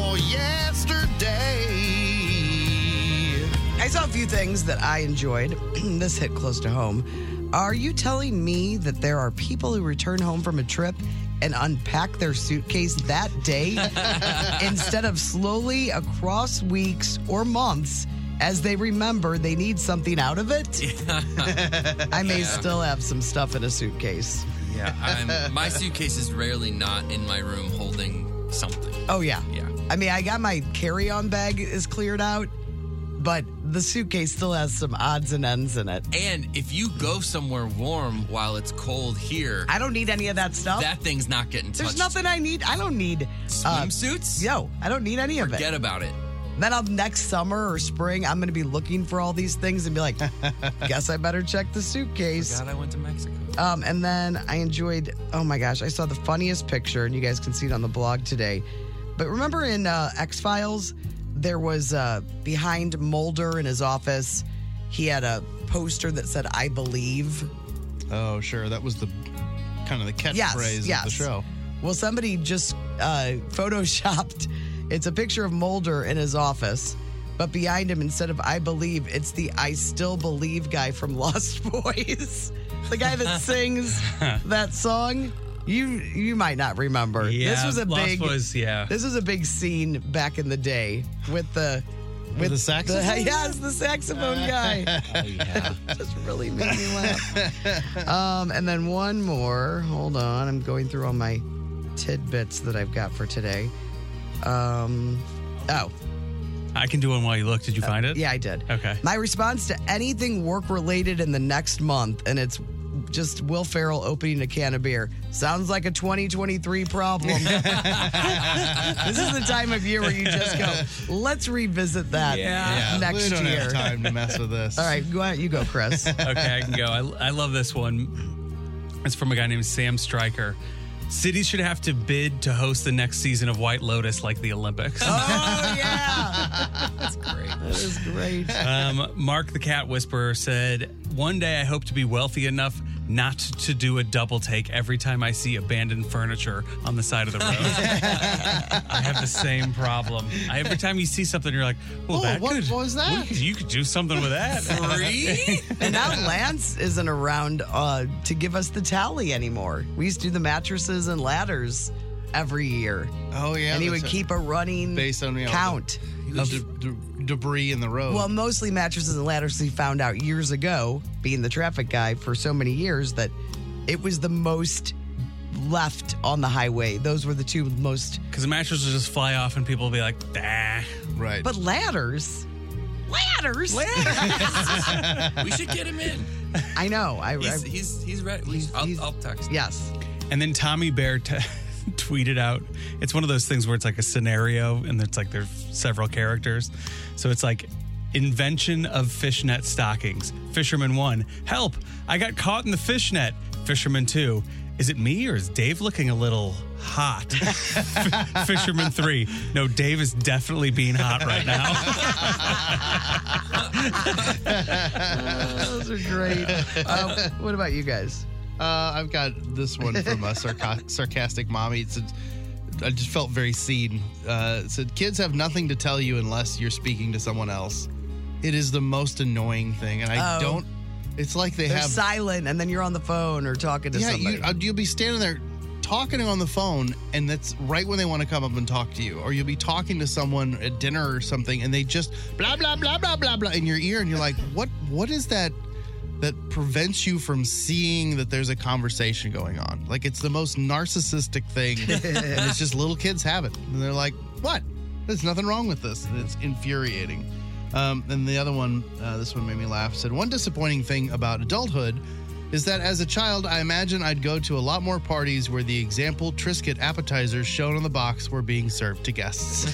Speaker 5: yesterday.
Speaker 4: I saw a few things that I enjoyed. (clears throat) this hit close to home. Are you telling me that there are people who return home from a trip and unpack their suitcase that day instead of slowly across weeks or months as they remember they need something out of it? I may
Speaker 6: Yeah.
Speaker 4: still have some stuff in a suitcase.
Speaker 6: Yeah, I'm, (laughs) my suitcase is rarely not in my room holding something.
Speaker 4: Oh yeah.
Speaker 6: Yeah.
Speaker 4: I mean, I got my carry-on bag is cleared out, but the suitcase still has some odds and ends in it.
Speaker 6: And if you go somewhere warm while it's cold here,
Speaker 4: I don't need any of that stuff.
Speaker 6: That thing's not getting touched.
Speaker 4: There's nothing I need. I don't need uh,
Speaker 6: swimsuits.
Speaker 4: no, I don't need any of it.
Speaker 6: Forget about it.
Speaker 4: Then up next summer or spring, I'm going to be looking for all these things and be
Speaker 5: (laughs)
Speaker 4: like, guess I better check the suitcase.
Speaker 6: God, I went to Mexico.
Speaker 4: Um, and then I enjoyed, oh my gosh, I saw the funniest picture, and you guys can see it on the blog today. But remember in uh, X Files, there was uh, behind Mulder in his office, he had a poster that said, I believe.
Speaker 5: Oh, sure. That was the kind of the catchphrase
Speaker 4: Yes, yes.
Speaker 5: of the show.
Speaker 4: Well, somebody just uh, (laughs) photoshopped. It's a picture of Mulder in his office, but behind him, instead of "I believe," it's the "I still believe" guy from (laughs) Lost Boys, the guy that sings that song. You you might not remember. this
Speaker 7: Yeah,
Speaker 4: was a
Speaker 7: Lost
Speaker 4: big
Speaker 7: Boys, yeah.
Speaker 4: This was a big scene back in the day with the with,
Speaker 5: the saxophone Oh, guy?
Speaker 4: yes, the (laughs) saxophone
Speaker 5: (laughs)
Speaker 4: guy. (laughs) Just really made me laugh. (laughs) Um, and then one more. Hold on, I'm going through all my tidbits that I've got for today. Um, oh,
Speaker 7: I can do one while you look. Did you find it?
Speaker 4: Uh, yeah, I did.
Speaker 7: Okay.
Speaker 4: My response to anything work related in the next month, and it's just Will Farrell opening a can of beer. Sounds like a 2023
Speaker 5: (laughs)
Speaker 4: problem. this is the time of year where you just go, let's revisit that Uh, next
Speaker 5: we don't
Speaker 4: year.
Speaker 5: have time to
Speaker 4: (laughs)
Speaker 5: mess with this.
Speaker 4: All right, go ahead, you go, Chris.
Speaker 7: (laughs) okay, I can go. I, I love this one. It's from a guy named Sam Stryker. Cities should have to bid to host the next season of White Lotus like the Olympics.
Speaker 4: Oh yeah,
Speaker 6: that's great.
Speaker 4: That is great.
Speaker 7: (laughs) um, Mark the Cat Whisperer said, One day I hope to be wealthy enough not to do a double take every time I see abandoned furniture on the side
Speaker 4: (laughs)
Speaker 7: of the road. I have the same problem. I, every time you see something, you're like, well,
Speaker 4: Oh,
Speaker 7: that
Speaker 4: what
Speaker 7: could,
Speaker 4: was that?"
Speaker 7: we could- you could do something with
Speaker 4: (laughs)
Speaker 7: that. (laughs)
Speaker 6: Free?
Speaker 4: And now Lance isn't around uh, to give us the tally anymore. We used to do the mattresses and ladders every year,
Speaker 5: Oh yeah.
Speaker 4: and he
Speaker 5: that's
Speaker 4: would
Speaker 5: it.
Speaker 4: keep a running
Speaker 5: based on you know,
Speaker 4: count.
Speaker 5: the- the de- de- debris in the road.
Speaker 4: Well, mostly mattresses and ladders. He found out years ago, being the traffic guy for so many years, that it was the most left on the highway. Those were the two most.
Speaker 7: Because the mattresses will just fly off and people will be like, ah.
Speaker 5: right.
Speaker 4: But ladders,
Speaker 6: (laughs)
Speaker 4: ladders.
Speaker 6: we should get him in.
Speaker 4: I know.
Speaker 5: (laughs)
Speaker 4: I, I
Speaker 6: He's he's he's ready. I'll, I'll text.
Speaker 4: yes.
Speaker 7: And then Tommy Bear t- (laughs) tweeted out, it's one of those things where it's like a scenario and it's like there's several characters. So it's like invention of fishnet stockings. Fisherman one, help, I got caught in the fishnet. Fisherman two, is it me or is Dave looking a little hot? (laughs) F- Fisherman three, no, Dave is definitely being hot right (laughs) now.
Speaker 4: Those are great. Um, what about you guys?
Speaker 5: Uh, I've got this one from a sarca- sarcastic mommy. It's a, I just felt very seen. Uh, it said, "Kids have nothing to tell you unless you're speaking to someone else. It is the most annoying thing, and I
Speaker 4: Oh.
Speaker 5: don't. It's like they
Speaker 4: They're
Speaker 5: have.
Speaker 4: silent,
Speaker 5: (laughs)
Speaker 4: and (laughs) then you're on the phone or talking to
Speaker 5: yeah,
Speaker 4: somebody.
Speaker 5: you, uh, you'll be standing there talking on the phone, and that's right when they want to come up and talk to you, or you'll be talking to someone at dinner or something, and they just blah blah blah blah blah blah in your ear, and you're like, what What is that? That prevents you from seeing that there's a conversation going on. Like it's the most narcissistic thing, and it's just little kids have it, and they're like, "What? There's nothing wrong with this." And it's infuriating. Um, and the other one, uh, this one made me laugh. Said one disappointing thing about adulthood is that as a child, I imagine I'd go to a lot more parties where the example Triscuit appetizers shown on the box were being served to guests.
Speaker 7: (laughs)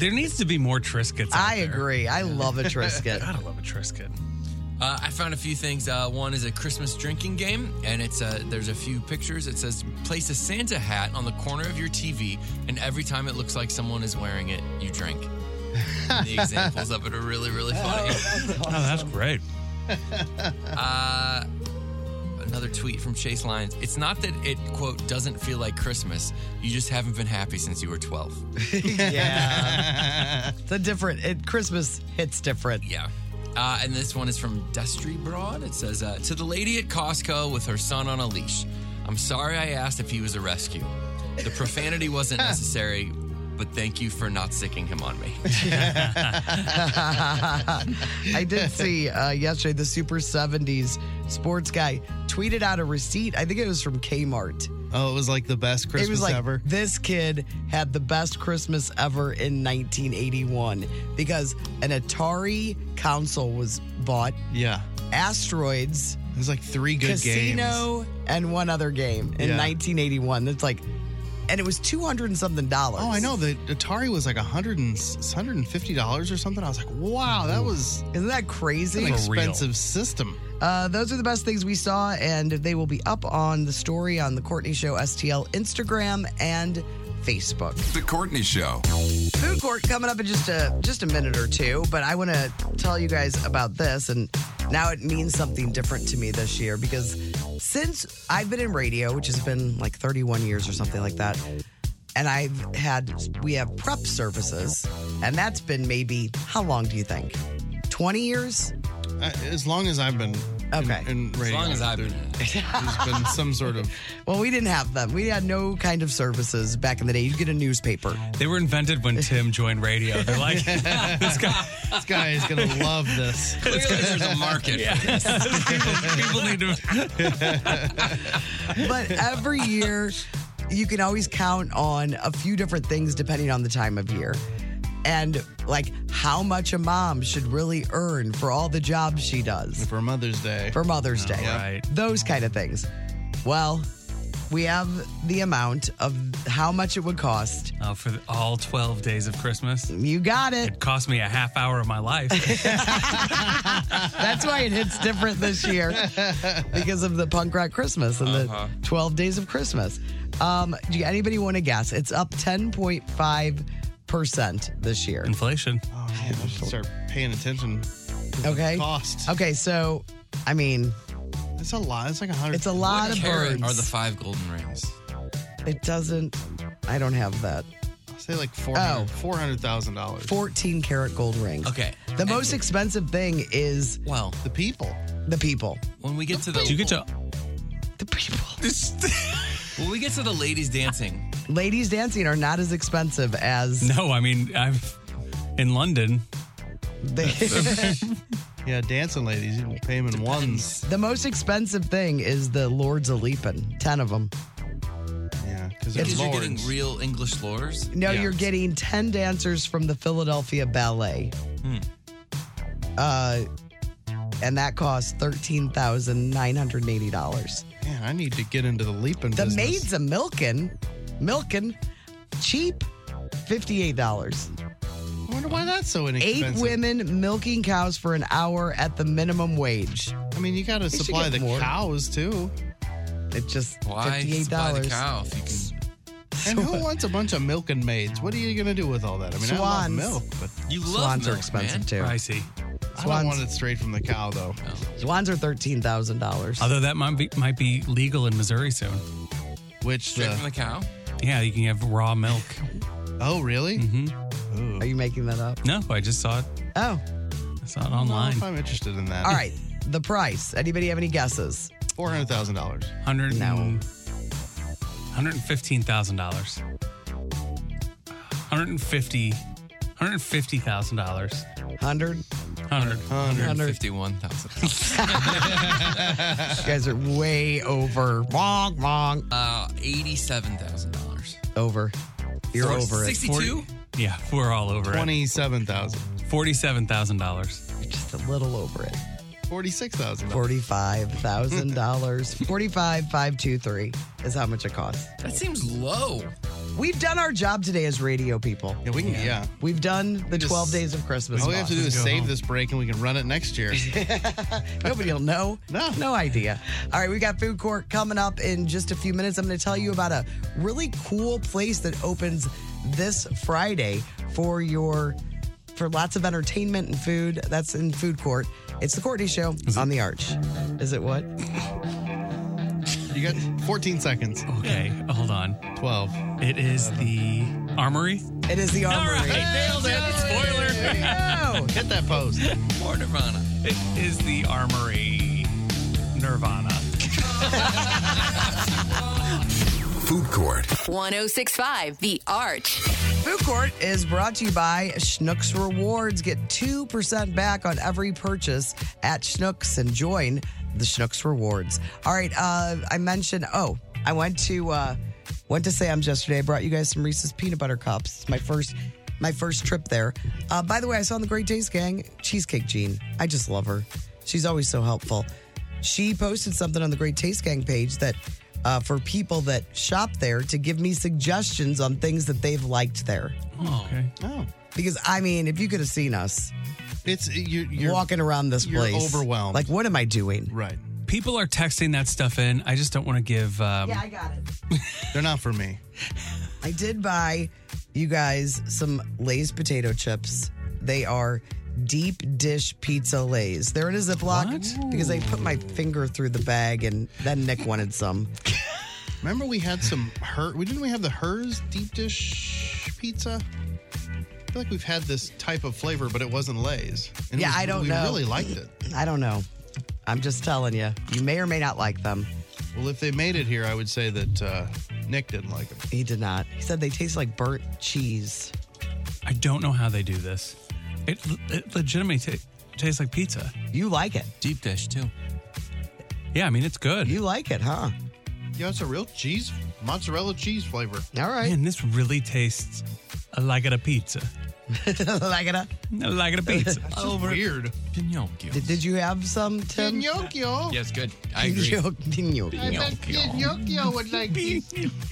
Speaker 7: there needs to be more Triscuits. out
Speaker 4: I
Speaker 7: there.
Speaker 4: agree. I
Speaker 7: (laughs)
Speaker 4: love a Trisket.
Speaker 7: Gotta love a Triscuit.
Speaker 6: Uh, I found a few things. Uh, one is a Christmas drinking game, and it's uh, there's a few pictures. It says place a Santa hat on the corner of your TV, and every time it looks like someone is wearing it, you drink. And
Speaker 7: (laughs)
Speaker 6: the examples of it are really really funny.
Speaker 7: Oh, that's great.
Speaker 6: Uh, another tweet from Chase Lyons. It's not that it quote doesn't feel like Christmas. You just haven't been happy since you were twelve.
Speaker 7: Ah.
Speaker 4: yeah. (laughs) It's a different. It, Christmas hits different.
Speaker 6: Yeah. Uh, and this one is from Destry Broad. It says, uh, To the lady at Costco with her son on a leash. I'm sorry I asked if he was a rescue. The profanity (laughs) wasn't necessary, but thank you for not sicking him on (laughs) me.
Speaker 4: (laughs) I did see uh, yesterday the Super 70s sports guy tweeted out a receipt. I think it was from Kmart.
Speaker 5: Oh, it was like the best Christmas
Speaker 4: it was like
Speaker 5: ever.
Speaker 4: this kid had the best Christmas ever in 1981 because an Atari console was bought.
Speaker 5: Yeah.
Speaker 4: Asteroids.
Speaker 5: It was like three good
Speaker 4: Casino and one other game in
Speaker 5: Yeah.
Speaker 4: 1981. That's like, and it was 200 and something dollars.
Speaker 5: Oh, I know. The Atari was like a hundred and s- $150 or something. I was like, wow, that was
Speaker 4: Isn't that crazy?
Speaker 5: an
Speaker 6: (laughs)
Speaker 5: expensive system.
Speaker 4: Uh, those are the best things we saw, and they will be up on the story on the Courtney Show STL Instagram and Facebook.
Speaker 1: The Courtney Show.
Speaker 4: Food court coming up in just a just a minute or two, but I want to tell you guys about this, and now it means something different to me this year because since I've been in radio, which has been like 31 years or something like that, and I've had we have prep services, and that's been maybe how long do you think? 20 years?
Speaker 5: Uh, as long as I've been
Speaker 4: okay
Speaker 5: in, in radio.
Speaker 6: long as I've been in
Speaker 5: There's been some sort of
Speaker 4: (laughs) Well, we didn't have them. We had no kind of services back in the day. You'd get a newspaper.
Speaker 7: They were invented when Tim joined radio.
Speaker 5: (laughs)
Speaker 7: They're like, (laughs) this guy,
Speaker 5: this guy is gonna love this.
Speaker 6: Clearly, there's
Speaker 5: (laughs)
Speaker 6: a market. (laughs) for this.
Speaker 7: people
Speaker 9: (laughs)
Speaker 7: need to.
Speaker 4: but every year you can always count on a few different things depending on the time of year and like how much a mom should really earn for all the jobs she does
Speaker 5: for Mother's Day.
Speaker 4: for Mother's Day.
Speaker 7: Right.
Speaker 4: Those kind of things. Well, we have the amount of how much it would cost.
Speaker 7: Oh, for the, all 12 days of Christmas.
Speaker 4: You got it.
Speaker 7: It cost me a half hour of
Speaker 4: (laughs)
Speaker 7: my life.
Speaker 4: That's why it hits different this year because of the punk rock Christmas and the 12 days of Christmas. Um, do anybody want to guess? It's up 10.5% this year.
Speaker 7: Inflation.
Speaker 5: Oh man, I should start paying attention. to the
Speaker 4: Okay.
Speaker 5: Cost.
Speaker 4: Okay, so I mean,
Speaker 5: It's a lot. It's like a hundred.
Speaker 4: it's a lot of
Speaker 6: Carrot
Speaker 4: birds.
Speaker 6: are the five golden rings.
Speaker 4: it doesn't, I don't have that.
Speaker 5: Say like four hundred. Four hundred thousand dollars.
Speaker 4: 14 karat gold rings.
Speaker 6: Okay.
Speaker 4: The most expensive thing is
Speaker 6: Well,
Speaker 5: The people.
Speaker 4: the people.
Speaker 6: when we get to the
Speaker 7: Do you get to?
Speaker 6: (laughs)
Speaker 4: The people.
Speaker 6: when we get to the ladies (laughs) dancing,
Speaker 4: Ladies dancing are not as expensive as
Speaker 7: No, I mean, I'm in London. (laughs)
Speaker 4: they. (laughs)
Speaker 5: Yeah, dancing ladies. You can pay them in ones.
Speaker 4: The most expensive thing is the Lords of Leaping, 10 of them.
Speaker 5: Yeah, because they're
Speaker 6: because you're getting
Speaker 5: lords.
Speaker 6: real English lords.
Speaker 4: No,
Speaker 5: Yeah.
Speaker 4: you're getting 10 dancers from the Philadelphia Ballet. Uh, and that costs $13,980.
Speaker 5: Man, I need to get into the leaping.
Speaker 4: The
Speaker 5: business.
Speaker 4: maids a milking, milking, cheap, $58.
Speaker 5: I wonder why that's so
Speaker 4: Eight
Speaker 5: inexpensive.
Speaker 4: women milking cows for an hour at the minimum wage.
Speaker 5: I mean, you got to
Speaker 4: should
Speaker 5: supply
Speaker 4: get
Speaker 5: the
Speaker 4: more.
Speaker 5: cows too.
Speaker 4: It's just
Speaker 6: Why
Speaker 4: $58.
Speaker 6: supply the cow if you can?
Speaker 5: And who wants a bunch of milking maids? What are you gonna do with all that? I mean,
Speaker 4: Swans.
Speaker 5: I love milk, but
Speaker 6: You love
Speaker 4: Swans
Speaker 6: milk,
Speaker 4: are expensive
Speaker 6: man.
Speaker 4: too.
Speaker 5: I
Speaker 7: Pricey.
Speaker 5: don't
Speaker 4: Swans.
Speaker 5: want it straight from the cow though.
Speaker 4: Swans are $13,000.
Speaker 7: Although that might be, might be legal in Missouri soon.
Speaker 5: Which uh,
Speaker 6: Straight from
Speaker 5: the
Speaker 6: the cow.
Speaker 7: Yeah, you can have raw milk. Mm-hmm.
Speaker 5: oh really?
Speaker 4: Are you making that up?
Speaker 7: No, I just saw it.
Speaker 4: Oh.
Speaker 7: I saw it
Speaker 5: I don't know
Speaker 7: online.
Speaker 5: if I'm interested in that.
Speaker 4: All right, the price. Anybody have any guesses?
Speaker 5: four hundred thousand dollars.
Speaker 7: Hundred
Speaker 4: No.
Speaker 7: and- $115,000. $150,000. $150,000.
Speaker 4: Hundred.
Speaker 7: 100.
Speaker 4: Hundred.
Speaker 6: Fifty-one thousand.
Speaker 4: (laughs)
Speaker 6: Hmm.
Speaker 4: You guys are way over. Wrong, wrong.
Speaker 6: Uh, eighty-seven thousand dollars.
Speaker 4: (laughs) Over. You're over it.
Speaker 6: Sixty-two.
Speaker 7: Yeah, we're all over it.
Speaker 5: Twenty-seven thousand.
Speaker 7: Forty-seven thousand dollars.
Speaker 4: You're just a little over it.
Speaker 5: Forty-six thousand.
Speaker 4: Forty-five thousand dollars. Forty-five five two three is how much it costs.
Speaker 6: That seems low.
Speaker 4: We've done our job today as radio people.
Speaker 5: Yeah, we can. Yeah.
Speaker 4: We've done the
Speaker 5: just-
Speaker 4: twelve days of Christmas.
Speaker 5: All we have to do
Speaker 4: boss.
Speaker 5: is save this break, and we can run it next year.
Speaker 4: (laughs) Nobody will know.
Speaker 5: No.
Speaker 4: No idea. All right, we got food court coming up in just a few minutes. I'm going to tell you about a really cool place that opens this Friday for your for lots of entertainment and food. That's in food court. It's the Courtney Show on the Arch. Is it what?
Speaker 5: you got fourteen seconds.
Speaker 7: Okay, hold on.
Speaker 5: Twelve.
Speaker 7: It is the Armory.
Speaker 4: It is the Armory.
Speaker 7: nailed it. Spoiler.
Speaker 4: No.
Speaker 5: Hit that post.
Speaker 6: More Nirvana.
Speaker 7: It is the Armory. Nirvana.
Speaker 1: Food Court.
Speaker 10: 1065 The Arch.
Speaker 4: Food Court is brought to you by Schnucks Rewards. Get 2% back on every purchase at Schnucks and join the Schnucks Rewards. All right, uh, I mentioned, oh, I went to uh, went to Sam's yesterday. I brought you guys some Reese's peanut butter cups. It's my first my first trip there. Uh, by the way, I saw in the Great Days Gang Cheesecake Jean. I just love her. She's always so helpful. She posted something on the Great Taste Gang page that uh, for people that shop there to give me suggestions on things that they've liked there.
Speaker 7: Oh, okay.
Speaker 5: Oh.
Speaker 4: Because I mean, if you could have seen us,
Speaker 5: it's you're, you're
Speaker 4: walking around this
Speaker 5: you're
Speaker 4: place,
Speaker 5: overwhelmed.
Speaker 4: Like, what am I doing?
Speaker 5: Right.
Speaker 7: People are texting that stuff in. I just don't want to give. Um,
Speaker 4: Yeah, I got it.
Speaker 5: They're not for me.
Speaker 4: I did buy you guys some Lay's potato chips. They are deep dish pizza Lay's. They're in a Ziploc because I put my finger through the bag and then Nick wanted some.
Speaker 5: Remember we had some her we didn't we have the hers deep dish pizza? I feel like we've had this type of flavor, but it wasn't Lay's. it
Speaker 4: yeah,
Speaker 5: was-
Speaker 4: I don't
Speaker 5: we
Speaker 4: know.
Speaker 5: really liked it.
Speaker 4: I don't know. I'm just telling you. You may or may not like them.
Speaker 5: Well, if they made it here, I would say that uh, Nick didn't like them.
Speaker 4: He did not. He said they taste like burnt cheese.
Speaker 7: I don't know how they do this. It, it legitimately ta- tastes like pizza.
Speaker 4: You like it?
Speaker 6: Deep dish too.
Speaker 7: Yeah, I mean it's good.
Speaker 4: You like it, huh?
Speaker 5: Yeah, it's a real cheese, mozzarella cheese flavor.
Speaker 4: All right.
Speaker 7: Man, this really tastes like it a pizza.
Speaker 4: (laughs) like it? uh, huh?
Speaker 7: Like it
Speaker 4: (laughs)
Speaker 7: a pizza.
Speaker 5: That's just weird.
Speaker 6: Pinocchio.
Speaker 4: Did, did you have some, Tim?
Speaker 5: Pinocchio.
Speaker 6: Yeah, it's good.
Speaker 4: (laughs)
Speaker 6: I agree.
Speaker 4: Pinocchio.
Speaker 5: I bet Pinocchio would like these.
Speaker 6: (laughs)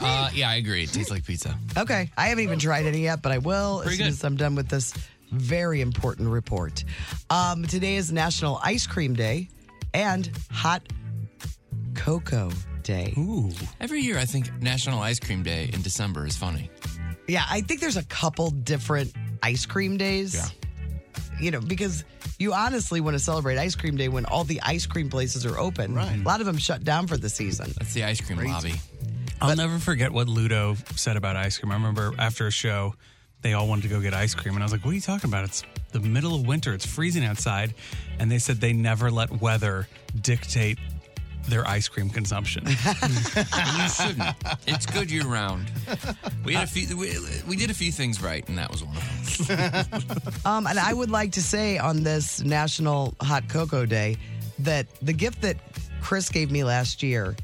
Speaker 6: Uh, yeah, I agree. It tastes like pizza.
Speaker 4: Okay. I haven't even tried any yet, but I will as
Speaker 6: Pretty
Speaker 4: soon
Speaker 6: good.
Speaker 4: as I'm done with this very important report. Um, today is National Ice Cream Day and Hot Cocoa Day.
Speaker 7: Ooh.
Speaker 6: Every year, I think National Ice Cream Day in December is funny.
Speaker 4: Yeah, I think there's a couple different ice cream days.
Speaker 6: Yeah.
Speaker 4: You know, because you honestly want to celebrate ice cream day when all the ice cream places are open.
Speaker 5: Right.
Speaker 4: A lot of them shut down for the season.
Speaker 6: That's the ice cream lobby.
Speaker 7: I'll never forget what Ludo said about ice cream. I remember after a show, they all wanted to go get ice cream. And I was like, what are you talking about? It's the middle of winter, it's freezing outside. And they said they never let weather dictate their ice cream
Speaker 6: (laughs)
Speaker 7: consumption.
Speaker 6: You shouldn't. It's good year round. We had a few. We, we did a few things right, and that was one of them.
Speaker 4: (laughs) Um, and I would like to say on this National Hot Cocoa Day that the gift that Chris gave me last year,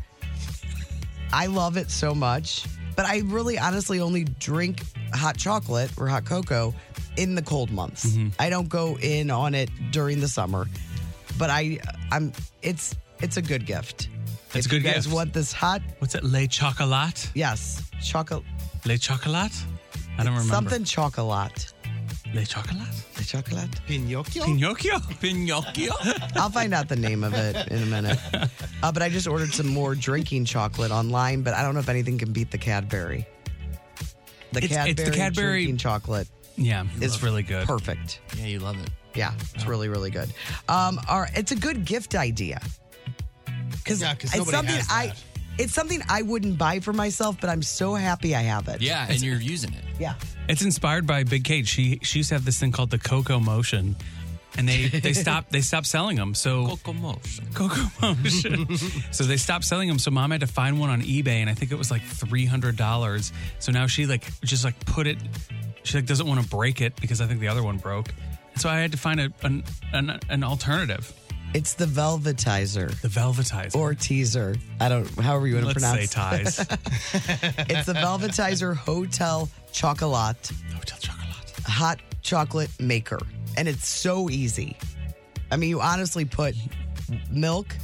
Speaker 4: I love it so much, but I really honestly only drink hot chocolate or hot cocoa in the cold months.
Speaker 7: Mm-hmm.
Speaker 4: I don't go in on it during the summer, but I, I'm, it's, it's a good gift. if
Speaker 7: It's a good
Speaker 4: you guys
Speaker 7: gift.
Speaker 4: want this hot,
Speaker 7: What's it? Le chocolat?
Speaker 4: yes, chocolate,
Speaker 7: Le chocolat? I don't remember.
Speaker 4: something chocolate,
Speaker 7: Le chocolat?
Speaker 4: the chocolate.
Speaker 5: Pinocchio?
Speaker 7: Pinocchio?
Speaker 6: (laughs) Pinocchio.
Speaker 4: (laughs) I'll find out the name of it in a minute. Uh, but I just ordered some more drinking chocolate online, but I don't know if anything can beat the Cadbury. The,
Speaker 7: It's-
Speaker 4: Cadbury,
Speaker 7: it's the Cadbury-
Speaker 4: drinking chocolate
Speaker 7: Yeah, it's
Speaker 4: is
Speaker 7: really good. Oh.
Speaker 4: Perfect.
Speaker 6: Yeah, you love it.
Speaker 4: Yeah, it's really really good. Um, all right, it's a good gift idea because
Speaker 5: Yeah, 'cause
Speaker 4: it's
Speaker 5: nobody
Speaker 4: something
Speaker 5: has
Speaker 4: I.
Speaker 5: that.
Speaker 4: It's something I wouldn't buy for myself, but I'm so happy I have it.
Speaker 6: Yeah, and you're using it.
Speaker 4: Yeah.
Speaker 7: It's inspired by Big Kate. She she used to have this thing called the Coco Motion, and they
Speaker 6: (laughs)
Speaker 7: they stopped they stopped selling them. So
Speaker 6: Coco motion.
Speaker 7: Coco
Speaker 11: (laughs)
Speaker 7: Motion. so they stopped selling them. So mom had to find one on eBay, and I think it was like three hundred dollars. So now she like just like put it. She like doesn't want to break it because I think the other one broke. So I had to find a, an, an an alternative.
Speaker 4: It's the velvetizer
Speaker 7: The Velvetizer.
Speaker 4: or teaser. I don't, however you want to
Speaker 7: Let's
Speaker 4: pronounce
Speaker 7: say ties.
Speaker 4: (laughs) It's the velvetizer hotel chocolate.
Speaker 7: Hotel chocolate.
Speaker 4: hot chocolate maker. And it's so easy. I mean, you honestly put milk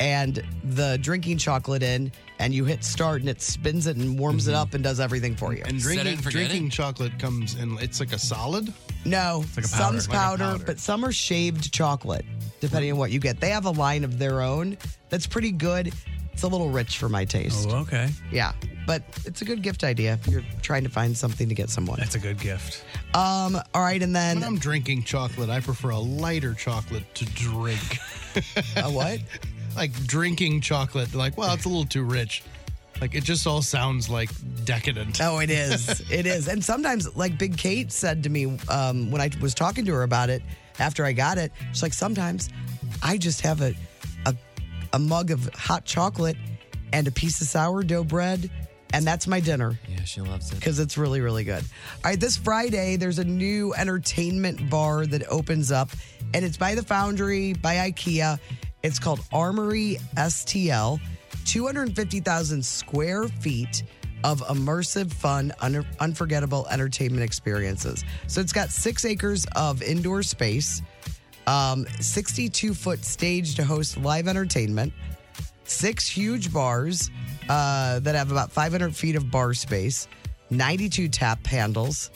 Speaker 4: and the drinking chocolate in, and you hit start, and it spins it and warms
Speaker 7: Mm-hmm.
Speaker 4: it up and does everything for you.
Speaker 5: And
Speaker 6: Set it
Speaker 5: drinking,
Speaker 6: and forget it?
Speaker 5: drinking chocolate comes in, it's like a solid.
Speaker 4: no,
Speaker 7: like a powder.
Speaker 4: some's
Speaker 7: Like a
Speaker 4: powder,
Speaker 5: powder.
Speaker 4: but some are shaved chocolate, depending on what you get. They have a line of their own that's pretty good. It's a little rich for my taste.
Speaker 7: Oh, okay.
Speaker 4: Yeah, but it's a good gift idea if you're trying to find something to get someone.
Speaker 7: That's a good gift.
Speaker 4: Um, all right, and then
Speaker 5: When I'm drinking chocolate, I prefer a lighter chocolate to drink.
Speaker 4: (laughs) a what?
Speaker 5: (laughs) like drinking chocolate, like, well, it's a little too rich. Like, it just all sounds like decadent.
Speaker 4: Oh, it is.
Speaker 7: (laughs)
Speaker 4: it is. And sometimes, like Big Kate said to me um, when I was talking to her about it after I got it, she's like, sometimes I just have a, a, a mug of hot chocolate and a piece of sourdough bread, and that's my dinner
Speaker 6: Yeah, she loves it.
Speaker 4: because it's really, really good. All right, this Friday, there's a new entertainment bar that opens up, and it's by the Foundry, by IKEA. It's called Armory STL, 250,000 square feet of immersive, fun, un- unforgettable entertainment experiences. So it's got six acres of indoor space, um, 62 foot stage to host live entertainment, six huge bars uh, that have about 500 feet of bar space, 92 tap handles,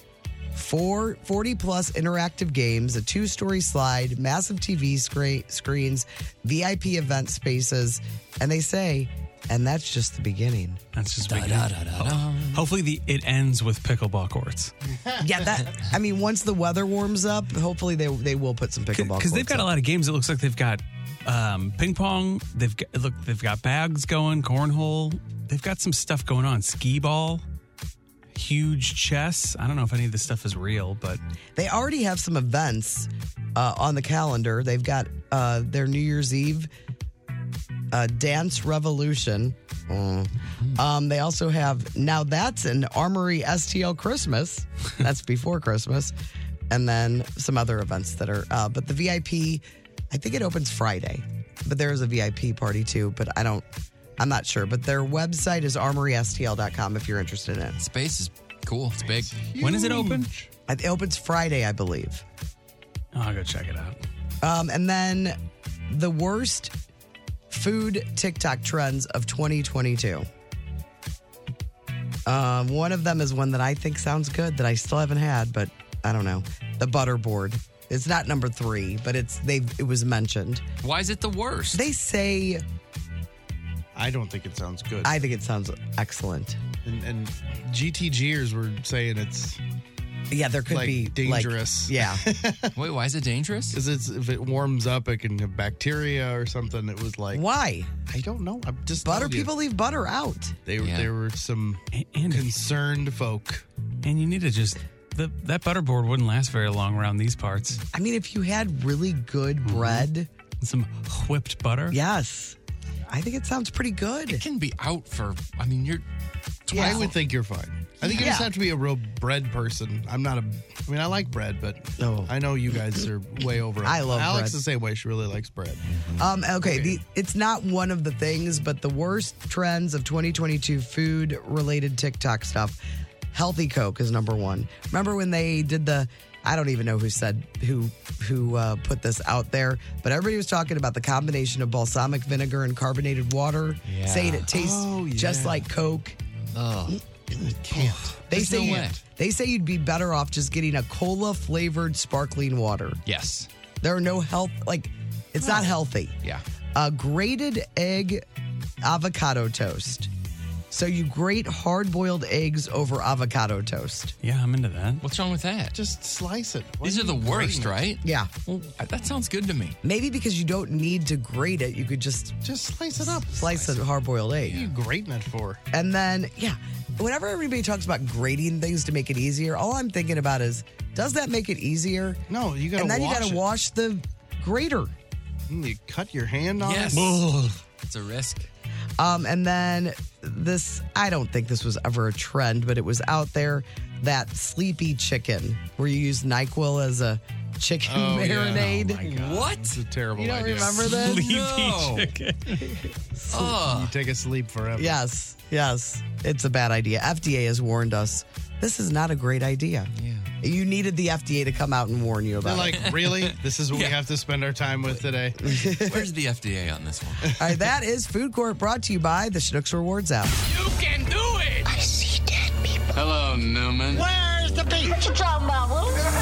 Speaker 4: four 40 plus interactive games, a two story slide, massive TV screen, screens, VIP event spaces, and they say, and that's just the beginning.
Speaker 7: That's just beginning. Hopefully, the it ends with pickleball courts
Speaker 4: yeah, that. I mean, once the weather warms up, hopefully they they will put some pickleball
Speaker 7: because they've
Speaker 4: courts
Speaker 7: got
Speaker 4: up.
Speaker 7: a lot of games. It looks like they've got um, ping pong. They've got, look, they've got bags going, cornhole. They've got some stuff going on. Skee ball, huge chess. I don't know if any of this stuff is real, but
Speaker 4: They already have some events uh, on the calendar. They've got uh, their New Year's Eve uh, dance revolution. Mm. Um, they also have now that's an Armory
Speaker 6: (laughs)
Speaker 4: STL Christmas. That's before Christmas, and then some other events that are. Uh, but the VIP, I think it opens Friday. But there is a VIP party too. But I don't. I'm not sure. But their website is armorystl.com if you're interested in it.
Speaker 6: Space is cool. It's big.
Speaker 4: When is it open? It opens Friday, I believe.
Speaker 7: I'll go check it out.
Speaker 4: Um, and then the worst food TikTok trends of 2022. Um, one of them is one that I think sounds good that I still haven't had, but I don't know. The butterboard. It's not number three, but it's they. It was mentioned.
Speaker 6: Why is it the worst?
Speaker 4: They say
Speaker 5: I don't think it sounds good.
Speaker 4: I think it sounds excellent.
Speaker 5: And, and GTGers were saying it's
Speaker 4: yeah, there
Speaker 6: could be, like,
Speaker 5: dangerous. (laughs)
Speaker 4: yeah.
Speaker 6: Wait, why is it dangerous?
Speaker 5: Because it's if it warms up, it can have bacteria or something. It was like
Speaker 4: why?
Speaker 5: I don't know. I'm just
Speaker 4: butter.
Speaker 5: telling you.
Speaker 4: People leave butter out.
Speaker 5: They were
Speaker 7: Yeah.
Speaker 5: there were some concerned folk.
Speaker 7: And you need to just the, that butterboard wouldn't last very long around these parts.
Speaker 4: I mean, if you had really good bread,
Speaker 7: some whipped butter.
Speaker 4: Yes, I think it sounds pretty good. It
Speaker 6: can be out for. I mean, you're.
Speaker 5: I would think you're fine. I think you just
Speaker 4: Yeah.
Speaker 5: have to be a real bread person. I'm not a. I mean, I like bread, but I know you guys are
Speaker 4: (laughs)
Speaker 5: way over. it.
Speaker 4: Oh. I love
Speaker 5: Alex
Speaker 4: bread.
Speaker 5: the same way. She really likes bread.
Speaker 4: Um, okay, The, it's not one of the things, but the worst trends of 2022 food related TikTok stuff. Healthy Coke is number one. Remember when they did the? I don't even know who said who who uh, put this out there, but everybody was talking about the combination of balsamic vinegar and carbonated water,
Speaker 6: Yeah.
Speaker 4: saying it tastes just like Coke. (clears throat)
Speaker 6: Oh, can't.
Speaker 4: They
Speaker 6: There's
Speaker 4: say
Speaker 6: no
Speaker 4: you-
Speaker 6: way.
Speaker 4: they say you'd be better off just getting a cola flavored sparkling water.
Speaker 6: Yes.
Speaker 4: There are no health like it's not healthy.
Speaker 6: Yeah.
Speaker 4: A grated egg avocado toast. So you grate hard boiled eggs over avocado toast.
Speaker 7: Yeah, I'm into that.
Speaker 6: What's wrong with that?
Speaker 5: Just slice it.
Speaker 6: These are the worst, right?
Speaker 4: Yeah.
Speaker 6: that sounds good to me.
Speaker 4: Maybe because you don't need to grate it, you could just
Speaker 5: just slice it up.
Speaker 4: Slice, a hard boiled egg.
Speaker 5: What are you grating it for?
Speaker 4: And then, yeah, whenever everybody talks about grading things to make it easier, all I'm thinking about is, does that make it easier?
Speaker 5: No, you gotta
Speaker 4: And then you
Speaker 5: wash
Speaker 4: gotta
Speaker 5: it.
Speaker 4: wash the grater.
Speaker 5: Mm, You cut your hand on
Speaker 6: Yes.
Speaker 5: it.
Speaker 6: It's a risk.
Speaker 4: Um, and then this, I don't think this was ever a trend, but it was out there that sleepy chicken where you use NyQuil as a chicken
Speaker 5: Oh, yeah.
Speaker 4: (laughs) marinade.
Speaker 5: Oh, my God.
Speaker 6: What?
Speaker 5: It's a terrible
Speaker 4: You don't
Speaker 5: idea.
Speaker 4: remember this? Sleepy
Speaker 5: No.
Speaker 4: chicken. (laughs)
Speaker 5: You take a sleep forever.
Speaker 4: Yes, yes. It's a bad idea. FDA has warned us this is not a great idea. Yeah. You needed the FDA to come out and warn you
Speaker 5: They're
Speaker 4: about it.
Speaker 5: like, really?
Speaker 6: (laughs)
Speaker 5: This is what we have to spend our time
Speaker 4: (laughs)
Speaker 5: with today.
Speaker 6: Where's the FDA on this one?
Speaker 4: All right, that is Food Court brought to you by the Schnucks Rewards app.
Speaker 11: You can do it! I see dead people.
Speaker 1: Hello, Newman.
Speaker 11: Where's the beach? What you talking about,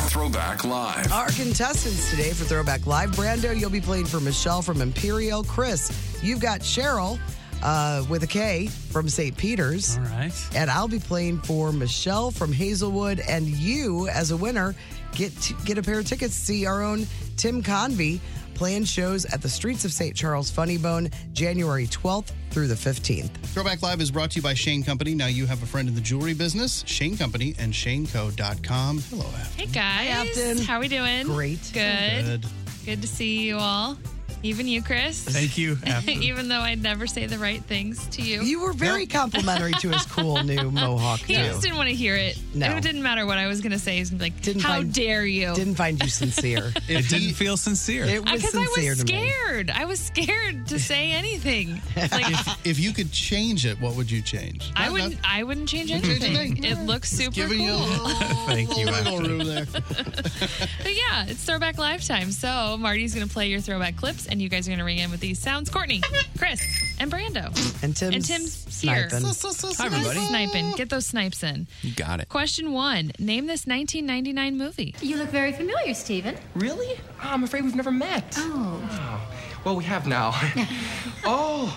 Speaker 1: Throwback Live.
Speaker 4: Our contestants today for Throwback Live, Brando, you'll be playing for Michelle from Imperial. Chris, you've got Cheryl uh, with a K from St. Peter's. All
Speaker 7: right.
Speaker 4: And I'll be playing for Michelle from Hazelwood. And you, as a winner, get t- get a pair of tickets to see our own Tim Convey playing shows at the Streets of St. Charles Funny Bone, January 12th through the 15th.
Speaker 5: Throwback Live is brought to you by Shane Company. Now you have a friend in the jewelry business, Shane Company and ShaneCo.com. Hello, Al.
Speaker 12: Hey guys. How are we doing?
Speaker 4: Great.
Speaker 12: Good.
Speaker 5: Good.
Speaker 12: Good to see you all. Even you, Chris.
Speaker 7: Thank you.
Speaker 12: (laughs) Even though I'd never say the right things to you.
Speaker 4: You were very complimentary to his cool
Speaker 12: (laughs)
Speaker 4: new mohawk.
Speaker 12: He
Speaker 4: too.
Speaker 12: just didn't want to hear it.
Speaker 4: No.
Speaker 12: It didn't matter what I was going to say. He's gonna be like,
Speaker 4: Didn't
Speaker 12: how
Speaker 4: find-
Speaker 12: dare you?
Speaker 4: Didn't find you sincere.
Speaker 7: it didn't feel sincere.
Speaker 4: It was
Speaker 12: Because I
Speaker 4: sincere
Speaker 12: was
Speaker 4: to me.
Speaker 12: scared. I was scared to
Speaker 4: (laughs)
Speaker 12: say anything.
Speaker 5: (laughs) if, if you could change it, what would you change?
Speaker 12: I wouldn't. I wouldn't change anything. It looks super cool.
Speaker 5: giving you a
Speaker 4: (laughs)
Speaker 7: Thank you.
Speaker 5: Wiggle
Speaker 7: Ashley.
Speaker 5: room there.
Speaker 12: But yeah, it's throwback live time. So Marty's gonna play your throwback clips, and you guys are gonna ring in with these sounds. Courtney, Chris, and Brando,
Speaker 4: and Tim's
Speaker 12: and Tim's here.
Speaker 4: sniping.
Speaker 6: Hi, everybody.
Speaker 12: Sniping. Get those snipes in.
Speaker 6: You got it.
Speaker 12: Question one: Name this 1999 movie. You look very familiar, Steven.
Speaker 13: Really? Oh,
Speaker 5: Ah,
Speaker 13: I'm afraid we've never met.
Speaker 12: Oh.
Speaker 13: Oh, well, we have now. (laughs) oh,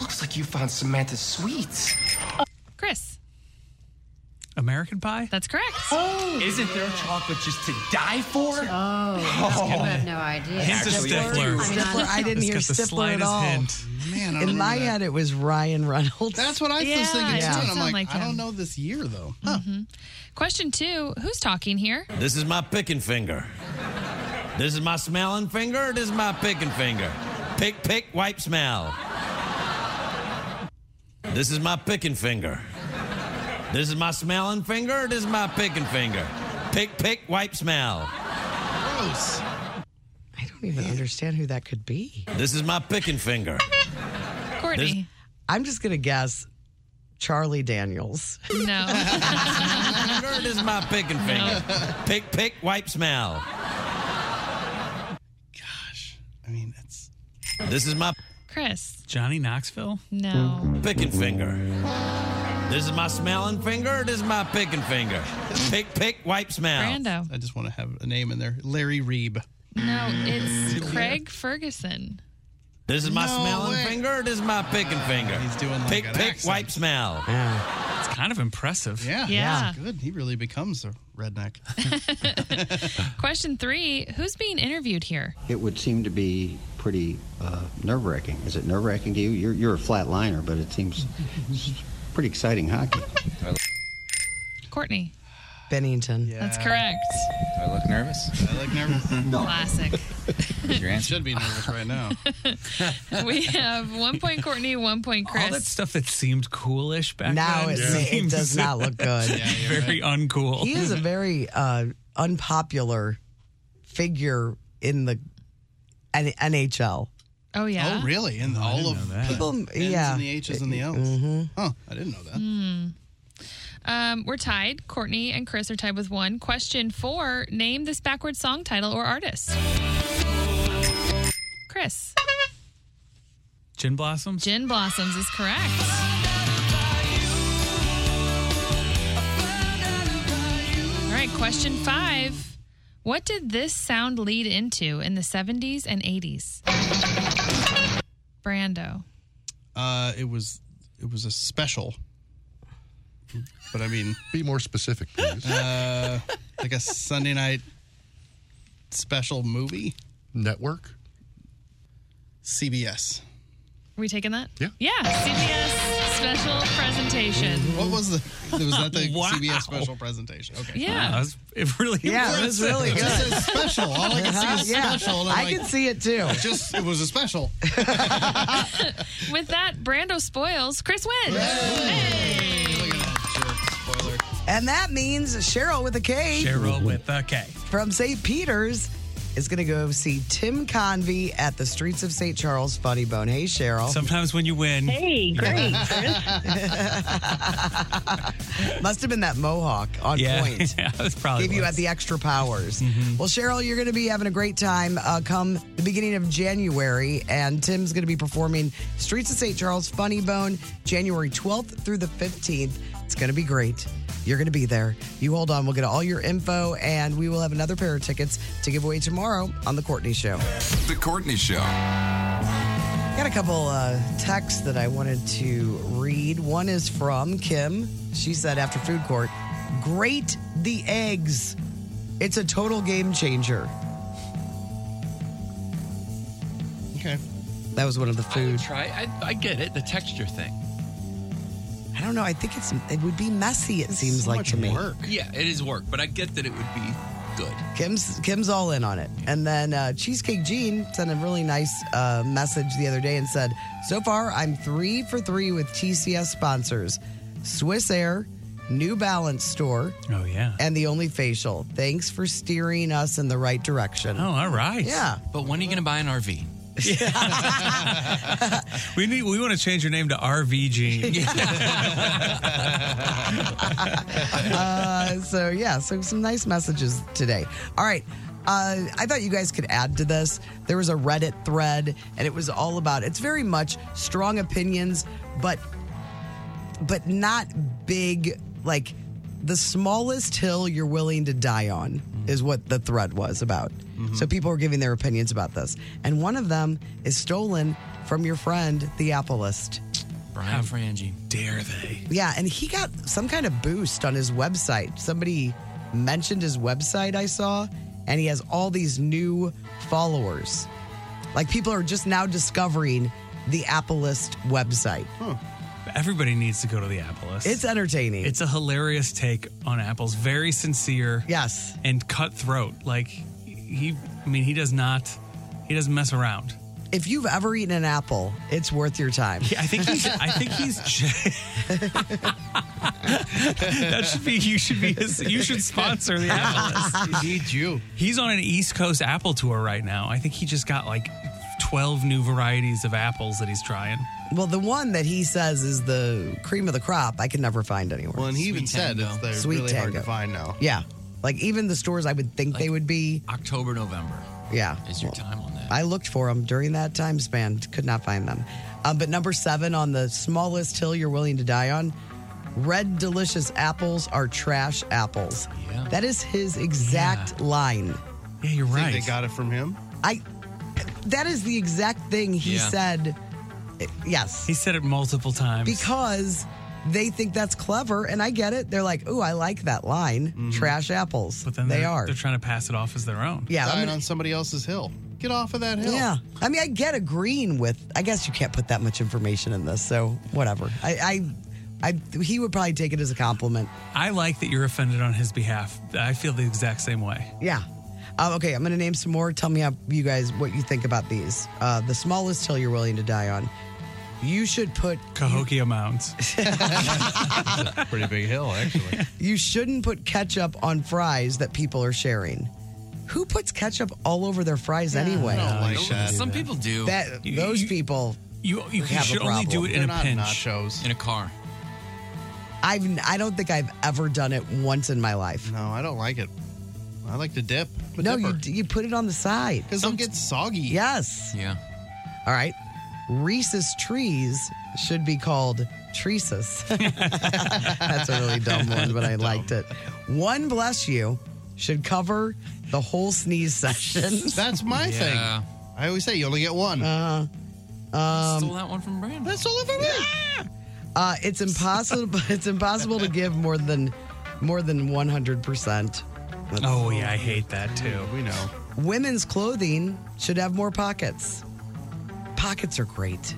Speaker 13: looks like you found Samantha's sweets.
Speaker 12: Chris,
Speaker 7: American Pie?
Speaker 12: that's correct.
Speaker 13: Isn't there chocolate just to die for? Oh,
Speaker 14: I have no idea.
Speaker 13: He's a
Speaker 14: Actually,
Speaker 13: stiffler.
Speaker 14: I mean,
Speaker 13: Stiffler.
Speaker 14: honestly-
Speaker 4: I didn't
Speaker 13: It's
Speaker 4: hear
Speaker 13: got the
Speaker 4: Stifler at
Speaker 13: slightest
Speaker 4: all.
Speaker 13: hint.
Speaker 5: Man, I
Speaker 4: in
Speaker 5: don't
Speaker 4: my
Speaker 5: know
Speaker 4: head, it was Ryan Reynolds.
Speaker 5: That's what I
Speaker 12: Yeah,
Speaker 5: was thinking
Speaker 12: it
Speaker 5: too.
Speaker 12: does
Speaker 5: And I'm
Speaker 12: sound
Speaker 5: like,
Speaker 12: like
Speaker 5: I don't
Speaker 12: him.
Speaker 5: know this year though.
Speaker 12: Mhm. Question two: Who's talking
Speaker 5: (laughs)
Speaker 12: here?
Speaker 9: This is my picking finger. This is my smelling finger. This is my picking finger. Pick, pick, wipe, smell. This is my picking finger. This is my smelling finger. This is my picking finger. Pick, pick, wipe, smell.
Speaker 5: Gross.
Speaker 4: I don't even understand who that could be.
Speaker 9: This is my picking finger. Courtney. There's-
Speaker 4: I'm just gonna guess Charlie (laughs) Daniels.
Speaker 12: No.
Speaker 5: (laughs)
Speaker 9: Finger, This is my picking finger. Pick, pick, wipe, smell.
Speaker 5: I mean, it's
Speaker 9: This is my
Speaker 12: Chris.
Speaker 7: Johnny Knoxville?
Speaker 12: No.
Speaker 9: picking finger. This is my smelling finger. This is my picking finger. Pick, pick, wipe, smell.
Speaker 12: Brando.
Speaker 5: I just want to have a name in there. Larry Reeb.
Speaker 12: No, it's Craig Ferguson.
Speaker 9: This is my
Speaker 12: No
Speaker 9: smelling
Speaker 12: way.
Speaker 9: finger. This is my picking finger. He's doing
Speaker 5: like
Speaker 9: pick,
Speaker 5: an
Speaker 9: pick,
Speaker 5: accent.
Speaker 9: wipe, smell.
Speaker 7: It's kind of impressive.
Speaker 5: Yeah.
Speaker 12: Yeah.
Speaker 5: that's Good. He really becomes a redneck.
Speaker 12: Question three: Who's being interviewed here?
Speaker 15: It would seem to be pretty uh, nerve wracking. Is it nerve wracking to you? You're, you're a flatliner, but it seems it's pretty exciting hockey.
Speaker 12: Courtney.
Speaker 4: Bennington.
Speaker 12: That's
Speaker 5: Uh,
Speaker 12: correct.
Speaker 16: Do I look nervous?
Speaker 5: I look
Speaker 16: (laughs)
Speaker 5: nervous.
Speaker 12: Classic. (laughs)
Speaker 16: Is your answer?
Speaker 5: Should be nervous right now.
Speaker 12: we have one point Courtney, one point Chris.
Speaker 7: All that stuff that seemed coolish back
Speaker 4: Now
Speaker 7: then.
Speaker 4: it- it
Speaker 7: (laughs) seems
Speaker 4: does not
Speaker 7: (laughs)
Speaker 4: look good. Yeah, you're
Speaker 7: very uncool.
Speaker 4: He is a very uh, unpopular figure in the N- NHL.
Speaker 12: oh yeah.
Speaker 5: Oh, really? And all of the
Speaker 4: People-
Speaker 5: N's
Speaker 4: yeah. Mm-hmm.
Speaker 5: and the H's and the L's. Huh. I didn't know that.
Speaker 12: Hmm. Um, we're tied. Courtney and Chris are tied with one. Question four: Name this backward song title or artist. Chris.
Speaker 7: Gin Blossoms?
Speaker 12: Gin Blossoms is correct. All right, question five. What did this sound lead into in the 70s and 80s? Brando.
Speaker 5: Uh, it was it was a special. But I mean, be more specific, please. Uh, like a Sunday night special movie network. CBS.
Speaker 12: Are we taking that?
Speaker 5: Yeah.
Speaker 12: Yeah, CBS special presentation.
Speaker 5: What was the? Was
Speaker 4: (laughs)
Speaker 5: that the
Speaker 12: Wow.
Speaker 5: CBS special presentation? Okay.
Speaker 12: Yeah. Wow, that was-
Speaker 7: Uh, it really
Speaker 4: Yeah, it was really good.
Speaker 5: It just says special. All I can see is
Speaker 4: (laughs) Yeah,
Speaker 5: special. and I'm
Speaker 4: I
Speaker 5: like,
Speaker 4: can see it too.
Speaker 5: Just it was a special.
Speaker 12: With that, Brando spoils. Chris wins.
Speaker 4: And that means Cheryl with a K.
Speaker 7: Cheryl with a K.
Speaker 4: from St. Peter's is going to go see Tim Convey at the Streets of St. Charles Funny Bone. Hey, Cheryl.
Speaker 7: Sometimes when you win.
Speaker 4: Hey, (laughs)
Speaker 7: great,
Speaker 4: Must have been that mohawk on
Speaker 7: yeah,
Speaker 4: point.
Speaker 7: (laughs) yeah, that's probably
Speaker 4: Gave you at the extra powers. Well, Cheryl, you're going to be having a great time uh, come the beginning of January, and Tim's going to be performing Streets of St. Charles Funny Bone January 12th through the 15th. It's going to be great. You're going to be there. You hold on. We'll get all your info, and we will have another pair of tickets to give away tomorrow on The Courtney Show.
Speaker 1: The Courtney Show.
Speaker 4: Got a couple uh, texts that I wanted to read. One is from Kim. She said after food court, grate the eggs. It's a total game changer.
Speaker 5: Okay.
Speaker 4: That was one of the
Speaker 6: I
Speaker 4: food.
Speaker 6: try. I, I get it. The texture thing.
Speaker 4: I don't know. I think it's it would be messy. It seems like to me.
Speaker 6: Yeah, it is work, but I get that it would be good.
Speaker 4: Kim's Kim's all in on it. And then uh, Cheesecake Gene sent a really nice uh, message the other day and said, "So far, I'm three for three with TCS sponsors: Swiss Air, New Balance Store,
Speaker 7: Oh, yeah.
Speaker 4: and the Only Facial. Thanks for steering us in the right direction."
Speaker 7: Oh, all right.
Speaker 4: Yeah.
Speaker 6: But when are you going to buy an RV?
Speaker 7: We need. We want to change your name to
Speaker 4: (laughs)
Speaker 7: RV Gene.
Speaker 4: uh, so yeah, so some nice messages today. All right. Uh, I thought you guys could add to this. There was a Reddit thread, and it was all about. It's very much strong opinions, but but not big. Like the smallest hill you're willing to die on is what the thread was about. So people were giving their opinions about this, and one of them is stolen from your friend, the Apple List.
Speaker 6: Brian Frangie.
Speaker 7: Dare they?
Speaker 4: Yeah, and he got some kind of boost on his website. Somebody mentioned his website, I saw, and he has all these new followers. Like people are just now discovering the Appleist website.
Speaker 7: (laughs) Everybody needs to go to the Appleist.
Speaker 4: It's entertaining.
Speaker 7: It's a hilarious take on apples. Very sincere.
Speaker 4: Yes.
Speaker 7: And cutthroat. Like he. I mean, he does not. He doesn't mess around.
Speaker 4: If you've ever eaten an apple, it's worth your time.
Speaker 7: I think he's.
Speaker 4: (laughs)
Speaker 7: I think he's. j- (laughs) that should be. You should be. His, you should sponsor
Speaker 4: (laughs)
Speaker 7: the Appleist.
Speaker 5: Need you.
Speaker 7: He's on an East Coast apple tour right now. I think he just got like twelve new varieties of apples that he's trying.
Speaker 4: Well, the one that he says is the cream of the crop, I could never find anywhere.
Speaker 5: Well, and he even said it's, they're
Speaker 4: Sweet
Speaker 5: really hard to
Speaker 4: Tango.
Speaker 5: find now.
Speaker 4: Yeah. Like even the stores I would think they would be.
Speaker 6: October, November.
Speaker 4: Yeah.
Speaker 6: Is your time on that?
Speaker 4: I looked for them during that time span, could not find them. Um, but number seven on the smallest hill you're willing to die on red delicious apples are trash apples. That is his exact line.
Speaker 7: Yeah, you're
Speaker 5: Think they got it from him.
Speaker 4: I. That is the exact thing he
Speaker 7: Yeah.
Speaker 4: said. Yes.
Speaker 7: He said it multiple times.
Speaker 4: because they think that's clever, and I get it. They're like, "Ooh, I like that line,
Speaker 6: Mm-hmm.
Speaker 4: trash apples." But then they
Speaker 7: they're-
Speaker 4: are.
Speaker 7: They're trying to pass it off as their own.
Speaker 4: Yeah, I'm
Speaker 5: Dying
Speaker 4: gonna-
Speaker 5: on somebody else's hill. Get off of that hill. (laughs)
Speaker 4: Yeah. I mean, I get agreeing with, I guess you can't put that much information in this, so whatever. I, I, I he would probably take it as a compliment.
Speaker 7: I like that you're offended on his behalf. I feel the exact same way.
Speaker 4: Yeah. Uh, okay, I'm going to name some more. Tell me how you guys, what you think about these. Uh, the smallest hill you're willing to die on. You should put,
Speaker 7: Cahokia Mounds.
Speaker 5: Pretty big hill, actually.
Speaker 4: (laughs) you shouldn't put ketchup on fries that people are sharing. Who puts ketchup all over their fries anyway?
Speaker 6: Some people do.
Speaker 4: That, those people.
Speaker 7: You, you
Speaker 4: have
Speaker 7: should
Speaker 4: a
Speaker 7: only do
Speaker 4: problem.
Speaker 7: it in a pinch.
Speaker 6: In a car.
Speaker 4: I've I don't think I've ever done it once in my life.
Speaker 5: No, I don't like it. I like to dip.
Speaker 4: no, you d- you put it on the side
Speaker 5: because it'll get soggy.
Speaker 4: Yes.
Speaker 6: Yeah.
Speaker 4: All right. Reese's trees should be called treeses. (laughs) That's a really
Speaker 5: (laughs)
Speaker 4: dumb one, but I liked it. One bless you should cover the whole sneeze session.
Speaker 5: That's my
Speaker 6: Yeah.
Speaker 5: thing. I always say you only get one.
Speaker 4: Uh, um,
Speaker 6: Stole that one from Brandon.
Speaker 5: That's all over me.
Speaker 4: Uh, it's impossible. (laughs) it's impossible to give more than more than one hundred percent.
Speaker 7: Oh, yeah, I hate that too.
Speaker 5: We know.
Speaker 4: Women's clothing should have more pockets. Pockets are great.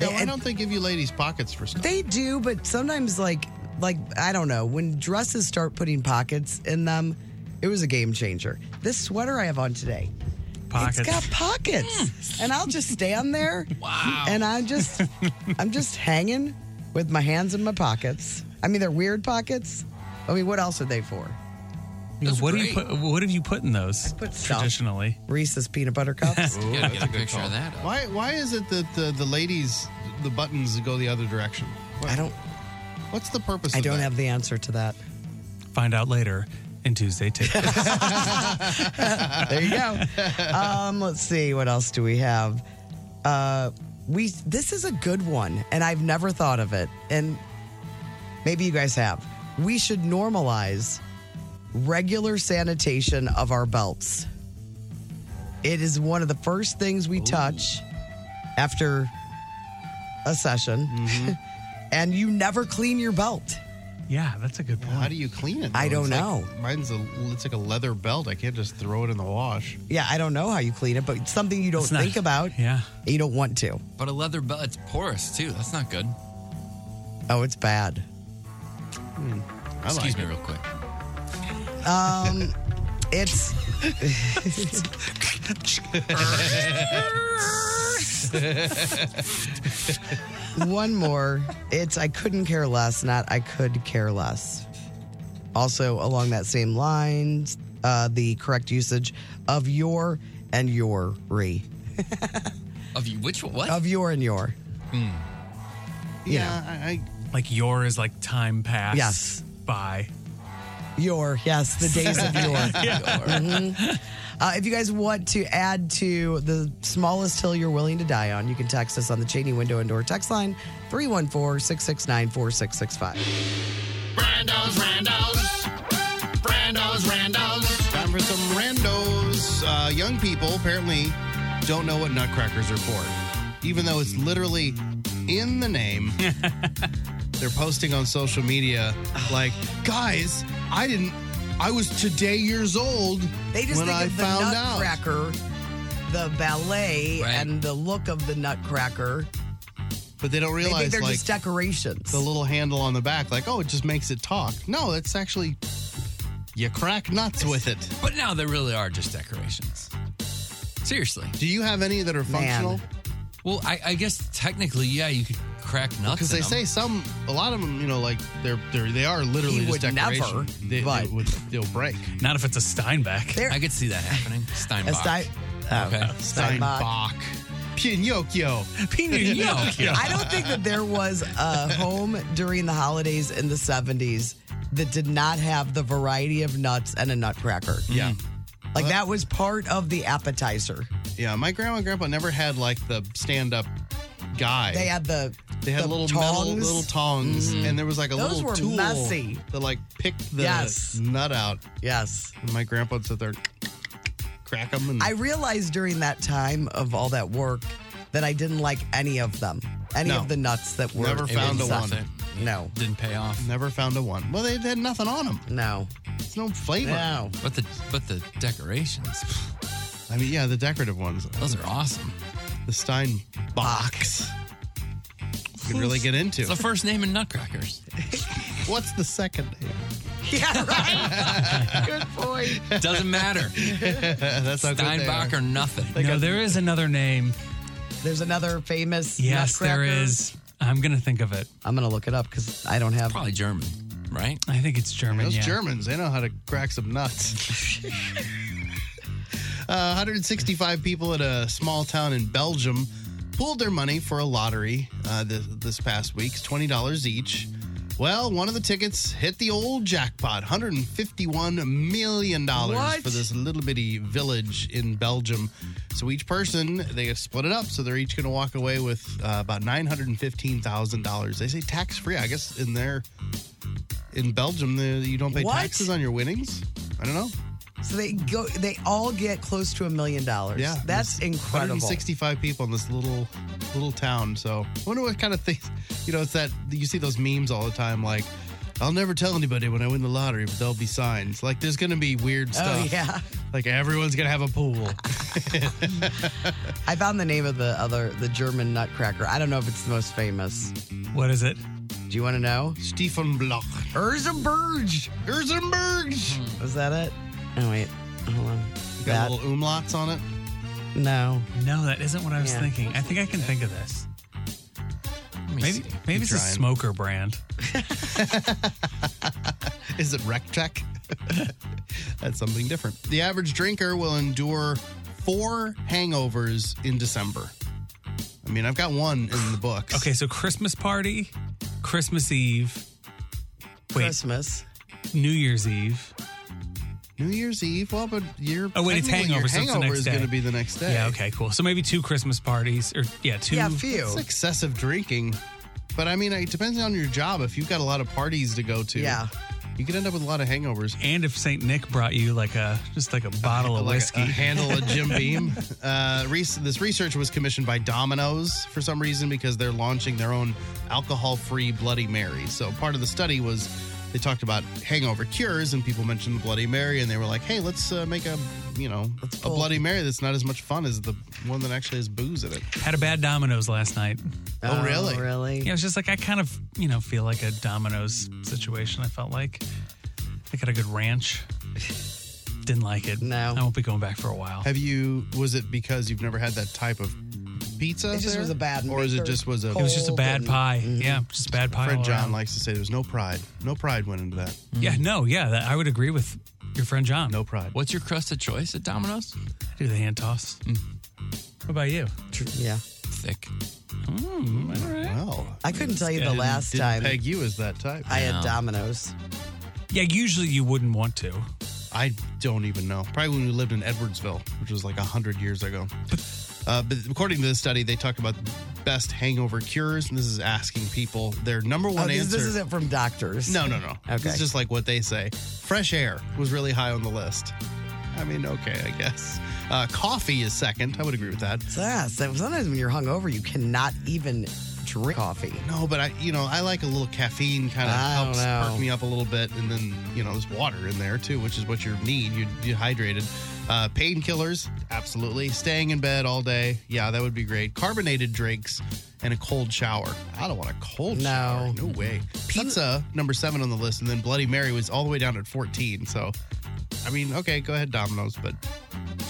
Speaker 5: No, why don't they give you ladies pockets for stuff?
Speaker 4: They do, but sometimes like like I don't know when dresses start putting pockets in them. It was a game changer. This sweater I have on today.
Speaker 7: Pockets.
Speaker 4: It's got pockets, and I'll just stand there.
Speaker 6: Wow.
Speaker 4: And I'm just, I'm just hanging with my hands in my pockets. I mean, they're weird pockets. I mean, what else are they for?
Speaker 7: what do you put? What have you put in those?
Speaker 4: put stuff.
Speaker 7: traditionally.
Speaker 4: Reese's peanut butter cups.
Speaker 6: (laughs) You gotta get a picture of that. up.
Speaker 5: Why why is it that the, the ladies the buttons go the other direction?
Speaker 4: I don't.
Speaker 5: What's the purpose
Speaker 4: I
Speaker 5: of
Speaker 4: don't
Speaker 5: that?
Speaker 4: have the answer to that.
Speaker 7: Find out later in Tuesday Tips.
Speaker 4: (laughs) There you go. Um, let's see. What else do we have? Uh, we. This is a good one, and I've never thought of it. And maybe you guys have. We should normalize regular sanitation of our belts. It is one of the first things we touch after a session,
Speaker 7: Mm-hmm.
Speaker 4: (laughs) and you never clean your belt.
Speaker 7: yeah, that's a good point.
Speaker 5: How do you clean it?
Speaker 4: I
Speaker 5: though?
Speaker 4: don't
Speaker 5: It's like-
Speaker 4: know.
Speaker 5: mine's a it's like a leather belt. I can't just throw it in the wash.
Speaker 4: Yeah, I don't know how you clean it, but it's something you don't
Speaker 7: not-
Speaker 4: think about.
Speaker 7: Yeah.
Speaker 4: and You don't want to.
Speaker 6: But a leather belt, it's porous too. That's not good.
Speaker 4: Oh, it's bad.
Speaker 5: I
Speaker 6: Excuse
Speaker 5: Hmm. like
Speaker 6: me,
Speaker 5: it. (laughs)
Speaker 6: real quick.
Speaker 4: Um, It's. One more. It's I couldn't care less, not I could care less. Also, along that same line, uh, the correct usage of your and your re.
Speaker 6: Of you, which one? What?
Speaker 4: Of your and your.
Speaker 7: yeah, I, like your is like time pass.
Speaker 4: Yes.
Speaker 7: by.
Speaker 4: Your, yes, the days
Speaker 6: (laughs)
Speaker 4: of
Speaker 5: (laughs)
Speaker 4: your.
Speaker 7: Yeah.
Speaker 4: Mhm. Uh, if you guys want to add to the smallest hill you're willing to die on, you can text us on the Cheney Window and Door text line, 314 669 4665.
Speaker 5: Brandos, Randos. Brandos, Randos. Time for some randos. Uh, young people apparently don't know what nutcrackers are for, even though it's literally in
Speaker 4: (laughs)
Speaker 5: the name. They're posting on social media like, guys, I didn't. I was today years old
Speaker 4: They just
Speaker 5: when
Speaker 4: think
Speaker 5: I
Speaker 4: of the
Speaker 5: found out.
Speaker 4: Nutcracker, the ballet, and the look of the Nutcracker.
Speaker 5: But they don't
Speaker 4: They think
Speaker 5: realize
Speaker 4: they're
Speaker 5: like
Speaker 4: just decorations.
Speaker 5: the little handle on the back, like oh, it just makes it talk. No, it's actually you crack nuts with it.
Speaker 6: But now they really are just decorations. Seriously.
Speaker 5: Do you have any that are functional?
Speaker 6: Well, I, I guess technically, yeah, you could crack nuts.
Speaker 5: Because they
Speaker 6: in 'em.
Speaker 5: say some, a lot of them, you know, like they're, they're they are literally
Speaker 6: He
Speaker 5: just
Speaker 6: would
Speaker 5: decoration.
Speaker 6: never,
Speaker 5: they,
Speaker 6: but-
Speaker 5: they would, they'll break.
Speaker 7: Not if it's a Steinbeck.
Speaker 6: I could see that happening. Steinbach.
Speaker 4: Stein- Oh,
Speaker 6: okay.
Speaker 5: Steinbach. Pinocchio.
Speaker 6: Pinocchio.
Speaker 4: I don't think that there was a home during the holidays in the 70s that did not have the variety of nuts and a nutcracker.
Speaker 5: Yeah.
Speaker 4: Like that was part of the appetizer.
Speaker 5: Yeah, my grandma and grandpa never had like the stand up guy.
Speaker 4: They had the
Speaker 5: They had
Speaker 4: the
Speaker 5: little
Speaker 4: tongs.
Speaker 5: metal little tongs,
Speaker 6: Mm-hmm.
Speaker 5: and there was like a
Speaker 4: Those
Speaker 5: little
Speaker 4: were
Speaker 5: tool
Speaker 4: messy.
Speaker 5: that like picked the
Speaker 4: Yes.
Speaker 5: nut out.
Speaker 4: Yes.
Speaker 5: And my grandpa would sit there, crack them, and
Speaker 4: I realized during that time of all that work that I didn't like any of them. Any
Speaker 5: No.
Speaker 4: of the nuts that were
Speaker 5: Never found a
Speaker 4: inside.
Speaker 5: one.
Speaker 4: No.
Speaker 6: Didn't pay off.
Speaker 5: never found a one. Well, they had nothing on them.
Speaker 4: No.
Speaker 5: It's no flavor.
Speaker 6: But the but the decorations,
Speaker 5: I mean, yeah, the decorative ones.
Speaker 6: those are awesome.
Speaker 5: The Steinbachs. You can really get into.
Speaker 6: It's the first name in Nutcrackers.
Speaker 5: What's the second name?
Speaker 4: Yeah, right. Good point.
Speaker 6: (laughs) Doesn't matter.
Speaker 5: (laughs) That's how good they
Speaker 6: Steinbach
Speaker 5: are.
Speaker 6: or nothing.
Speaker 7: no, there is another name.
Speaker 4: There's another famous
Speaker 7: Yes, there
Speaker 4: nutcracker.
Speaker 7: is. I'm gonna think of it.
Speaker 4: I'm gonna look it up because I don't have.
Speaker 6: Probably German, right?
Speaker 7: I think it's German.
Speaker 5: Those
Speaker 7: yeah.
Speaker 5: Germans, they know how to crack some nuts. uh, 165 people at a small town in Belgium pooled their money for a lottery uh, this, this past week, It's $20 each. Well, one of the tickets hit the old jackpot, $151 million
Speaker 4: What?
Speaker 5: for this little bitty village in Belgium. So each person, they have split it up. So they're each going to walk away with uh, about $915,000. They say tax free. I guess in their in Belgium, the, you don't pay
Speaker 4: What?
Speaker 5: taxes on your winnings. I don't know.
Speaker 4: So they go. They all get close to a million dollars.
Speaker 5: Yeah,
Speaker 4: that's incredible.
Speaker 5: 165 people in this little little town. So I wonder what kind of things. You know, it's that you see those memes all the time, like. I'll never tell anybody when I win the lottery, but there'll be signs. Like there's gonna be weird stuff.
Speaker 4: Oh yeah.
Speaker 5: Like everyone's gonna have
Speaker 4: (laughs)
Speaker 5: a pool.
Speaker 4: I found the name of the other the German nutcracker. I don't know if it's the most famous.
Speaker 7: What is it?
Speaker 4: Do you want to know?
Speaker 5: Stefan Bloch.
Speaker 4: Erzenberg.
Speaker 5: Erzenberg.
Speaker 4: Was that it? Oh wait. Hold on.
Speaker 5: Got
Speaker 4: That-
Speaker 5: little umlauts on it.
Speaker 4: no.
Speaker 7: No, that isn't what I was
Speaker 4: Yeah.
Speaker 7: thinking. I think I can think of this. Maybe maybe it's a
Speaker 5: trying.
Speaker 7: smoker brand.
Speaker 5: (laughs) Is it rec check? (laughs) That's something different. The average drinker will endure four hangovers in December. I mean, I've got one in the books.
Speaker 7: (sighs) Okay, so Christmas party, Christmas Eve, Wait.
Speaker 4: Christmas.
Speaker 7: New Year's Eve.
Speaker 5: New Year's Eve. Well, but your
Speaker 7: Oh wait, it's
Speaker 5: technically
Speaker 7: hangover.
Speaker 5: Your
Speaker 7: so it's the
Speaker 5: hangover
Speaker 7: next
Speaker 5: is
Speaker 7: day.
Speaker 5: going to be the next day.
Speaker 7: Yeah. Okay. Cool. So maybe two Christmas parties, or yeah, two.
Speaker 4: Yeah, a few.
Speaker 5: It's excessive drinking, but I mean, it depends on your job. If you've got a lot of parties to go to,
Speaker 4: Yeah.
Speaker 5: you could end up with a lot of hangovers.
Speaker 7: And if Saint Nick brought you like a just like a bottle of
Speaker 5: Like a-
Speaker 7: whiskey,
Speaker 5: a (laughs) handle of Jim Beam. Uh, re- this research was commissioned by Domino's for some reason because they're launching their own alcohol-free Bloody Mary. So part of the study was they talked about hangover cures, and people mentioned the Bloody Mary, and they were like, "Hey, let's uh, make a you know a
Speaker 4: pull-
Speaker 5: Bloody Mary that's not as much fun as the one that actually has booze in it."
Speaker 7: had a bad Domino's last night.
Speaker 5: Oh, really?
Speaker 4: Really?
Speaker 7: Yeah, it was just like I kind of you know feel like a Domino's situation. I felt like I got a good ranch. Didn't like it. No. I won't be going back for a while.
Speaker 5: Have you? Was it because you've never had that type of pizza?
Speaker 7: It just
Speaker 5: there?
Speaker 7: was a bad
Speaker 5: or is it
Speaker 7: maker,
Speaker 5: just was a?
Speaker 7: It was just a bad cold and- pie. Yeah, just bad pie
Speaker 5: Friend
Speaker 7: all
Speaker 5: John
Speaker 7: around. Mm-hmm.
Speaker 5: likes to say there was no pride. No pride went into that.
Speaker 7: Yeah, no, yeah, that, I would agree with your friend John.
Speaker 5: No pride.
Speaker 6: What's your crust of choice at Domino's?
Speaker 7: I do the hand toss. What about you? Hmm,
Speaker 4: Yeah.
Speaker 6: Thick.
Speaker 4: I couldn't tell you the last time
Speaker 5: Peg you as that type.
Speaker 4: I had Domino's.
Speaker 7: Yeah, usually you wouldn't want to.
Speaker 5: I don't even know. Probably when we lived in Edwardsville, which was like 100 years ago. Uh, but according to this study, they talk about best hangover cures. And this is asking people their number
Speaker 4: Oh,
Speaker 5: one
Speaker 4: this,
Speaker 5: answer.
Speaker 4: this isn't from doctors.
Speaker 5: No, no,
Speaker 4: (laughs)
Speaker 5: no.
Speaker 4: Okay.
Speaker 5: It's just like what they say. Fresh air was really high on the list. I mean, okay, I guess. Uh, coffee is second. I would agree with that.
Speaker 4: Yeah, so sometimes when you're hungover, you cannot even drink coffee.
Speaker 5: No, but I, you know, I like a little caffeine kind of
Speaker 4: I don't
Speaker 5: helps
Speaker 4: know.
Speaker 5: perk me up a little bit, and then you know, there's water in there too, which is what you need. You're dehydrated. Uh, Painkillers, absolutely. Staying in bed all day, yeah, that would be great. Carbonated drinks and a cold shower. I don't want a cold shower. No way. Pizza number seven on the list, and then Bloody Mary was all the way down at 14. So, I mean, okay, go ahead, Domino's, but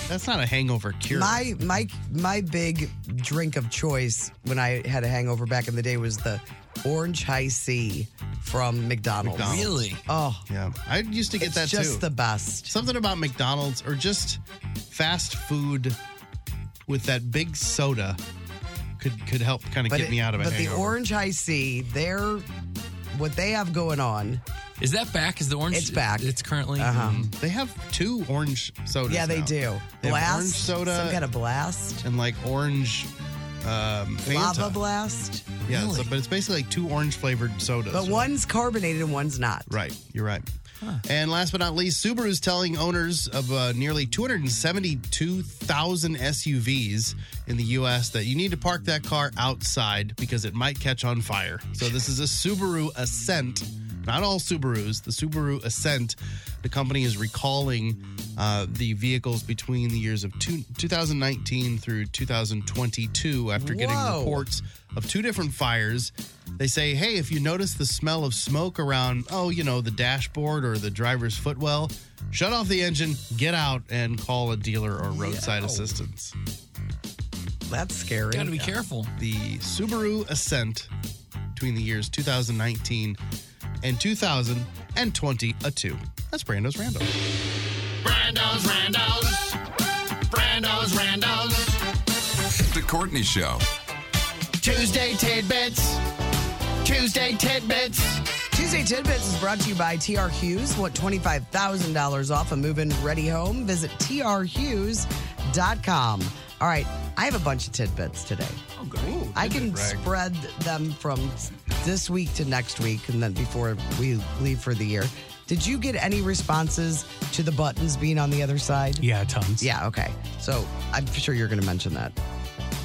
Speaker 5: that's not a hangover cure.
Speaker 4: My my my big drink of choice when I had a hangover back in the day was the orange high C from McDonald's.
Speaker 5: McDonald's. Really?
Speaker 4: Oh.
Speaker 5: Yeah. I used to get
Speaker 4: It's
Speaker 5: that too.
Speaker 4: just the best.
Speaker 5: Something about McDonald's or just fast food with that big soda could could help kind of
Speaker 4: But
Speaker 5: get
Speaker 4: it-
Speaker 5: me out of it.
Speaker 4: But the orange high C, they're what they have going on.
Speaker 6: Is that back? Is the orange?
Speaker 4: It's back.
Speaker 6: It's currently.
Speaker 4: Uh-huh.
Speaker 5: They have two orange sodas.
Speaker 4: Yeah, they
Speaker 5: now.
Speaker 4: do.
Speaker 5: They have
Speaker 4: Blast,
Speaker 5: orange soda.
Speaker 4: some kind of blast.
Speaker 5: And like orange um, Fanta.
Speaker 4: Lava blast.
Speaker 5: Yeah, so-
Speaker 4: Really?
Speaker 5: but it's basically like two orange flavored sodas.
Speaker 4: But one's carbonated and one's not.
Speaker 5: Right, you're right. And last but not least, Subaru's telling owners of uh, nearly 272,000 SUVs in the U.S. that you need to park that car outside because it might catch on fire. So this is a Subaru Ascent. Not all Subarus, the Subaru Ascent. The company is recalling uh, the vehicles between the years of two, 2019 through 2022 after getting
Speaker 4: Whoa.
Speaker 5: reports reports of two different fires. They say, hey, if you notice the smell of smoke around, oh, you know, the dashboard or the driver's footwell, shut off the engine, get out, and call a dealer or roadside assistance.
Speaker 4: That's scary.
Speaker 6: Gotta be careful.
Speaker 5: The Subaru Ascent between the years 2019 and 2022. That's Brando's Random.
Speaker 11: Brando's, Randos. Brando's, Randos.
Speaker 1: The Courtney Show.
Speaker 4: Tuesday tidbits. Tuesday tidbits. Tuesday tidbits is brought to you by TR Hughes. Want twenty-five thousand dollars off a move-in ready home? Visit trhughes.com. All right, I have a bunch of tidbits today.
Speaker 7: Oh,
Speaker 4: I can spread them from this week to next week, and then before we leave for the year. Did you get any responses to the buttons being on the other side?
Speaker 7: Yeah, tons.
Speaker 4: Yeah, okay. So I'm sure you're going to mention that.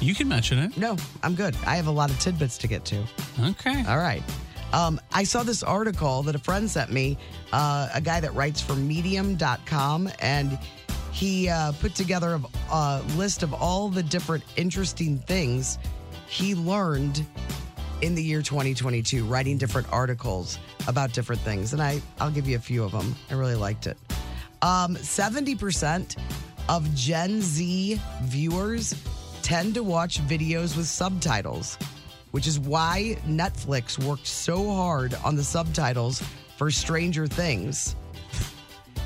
Speaker 7: You can mention it.
Speaker 4: No, I'm good. I have a lot of tidbits to get to.
Speaker 7: Okay.
Speaker 4: All right. Um, I saw this article that a friend sent me, uh, a guy that writes for medium.com, and he uh, put together a, a list of all the different interesting things he learned in the year 2022, writing different articles about different things. And I, I'll give you a few of them. I really liked it. Um, 70% of Gen Z viewers tend to watch videos with subtitles, which is why Netflix worked so hard on the subtitles for Stranger Things.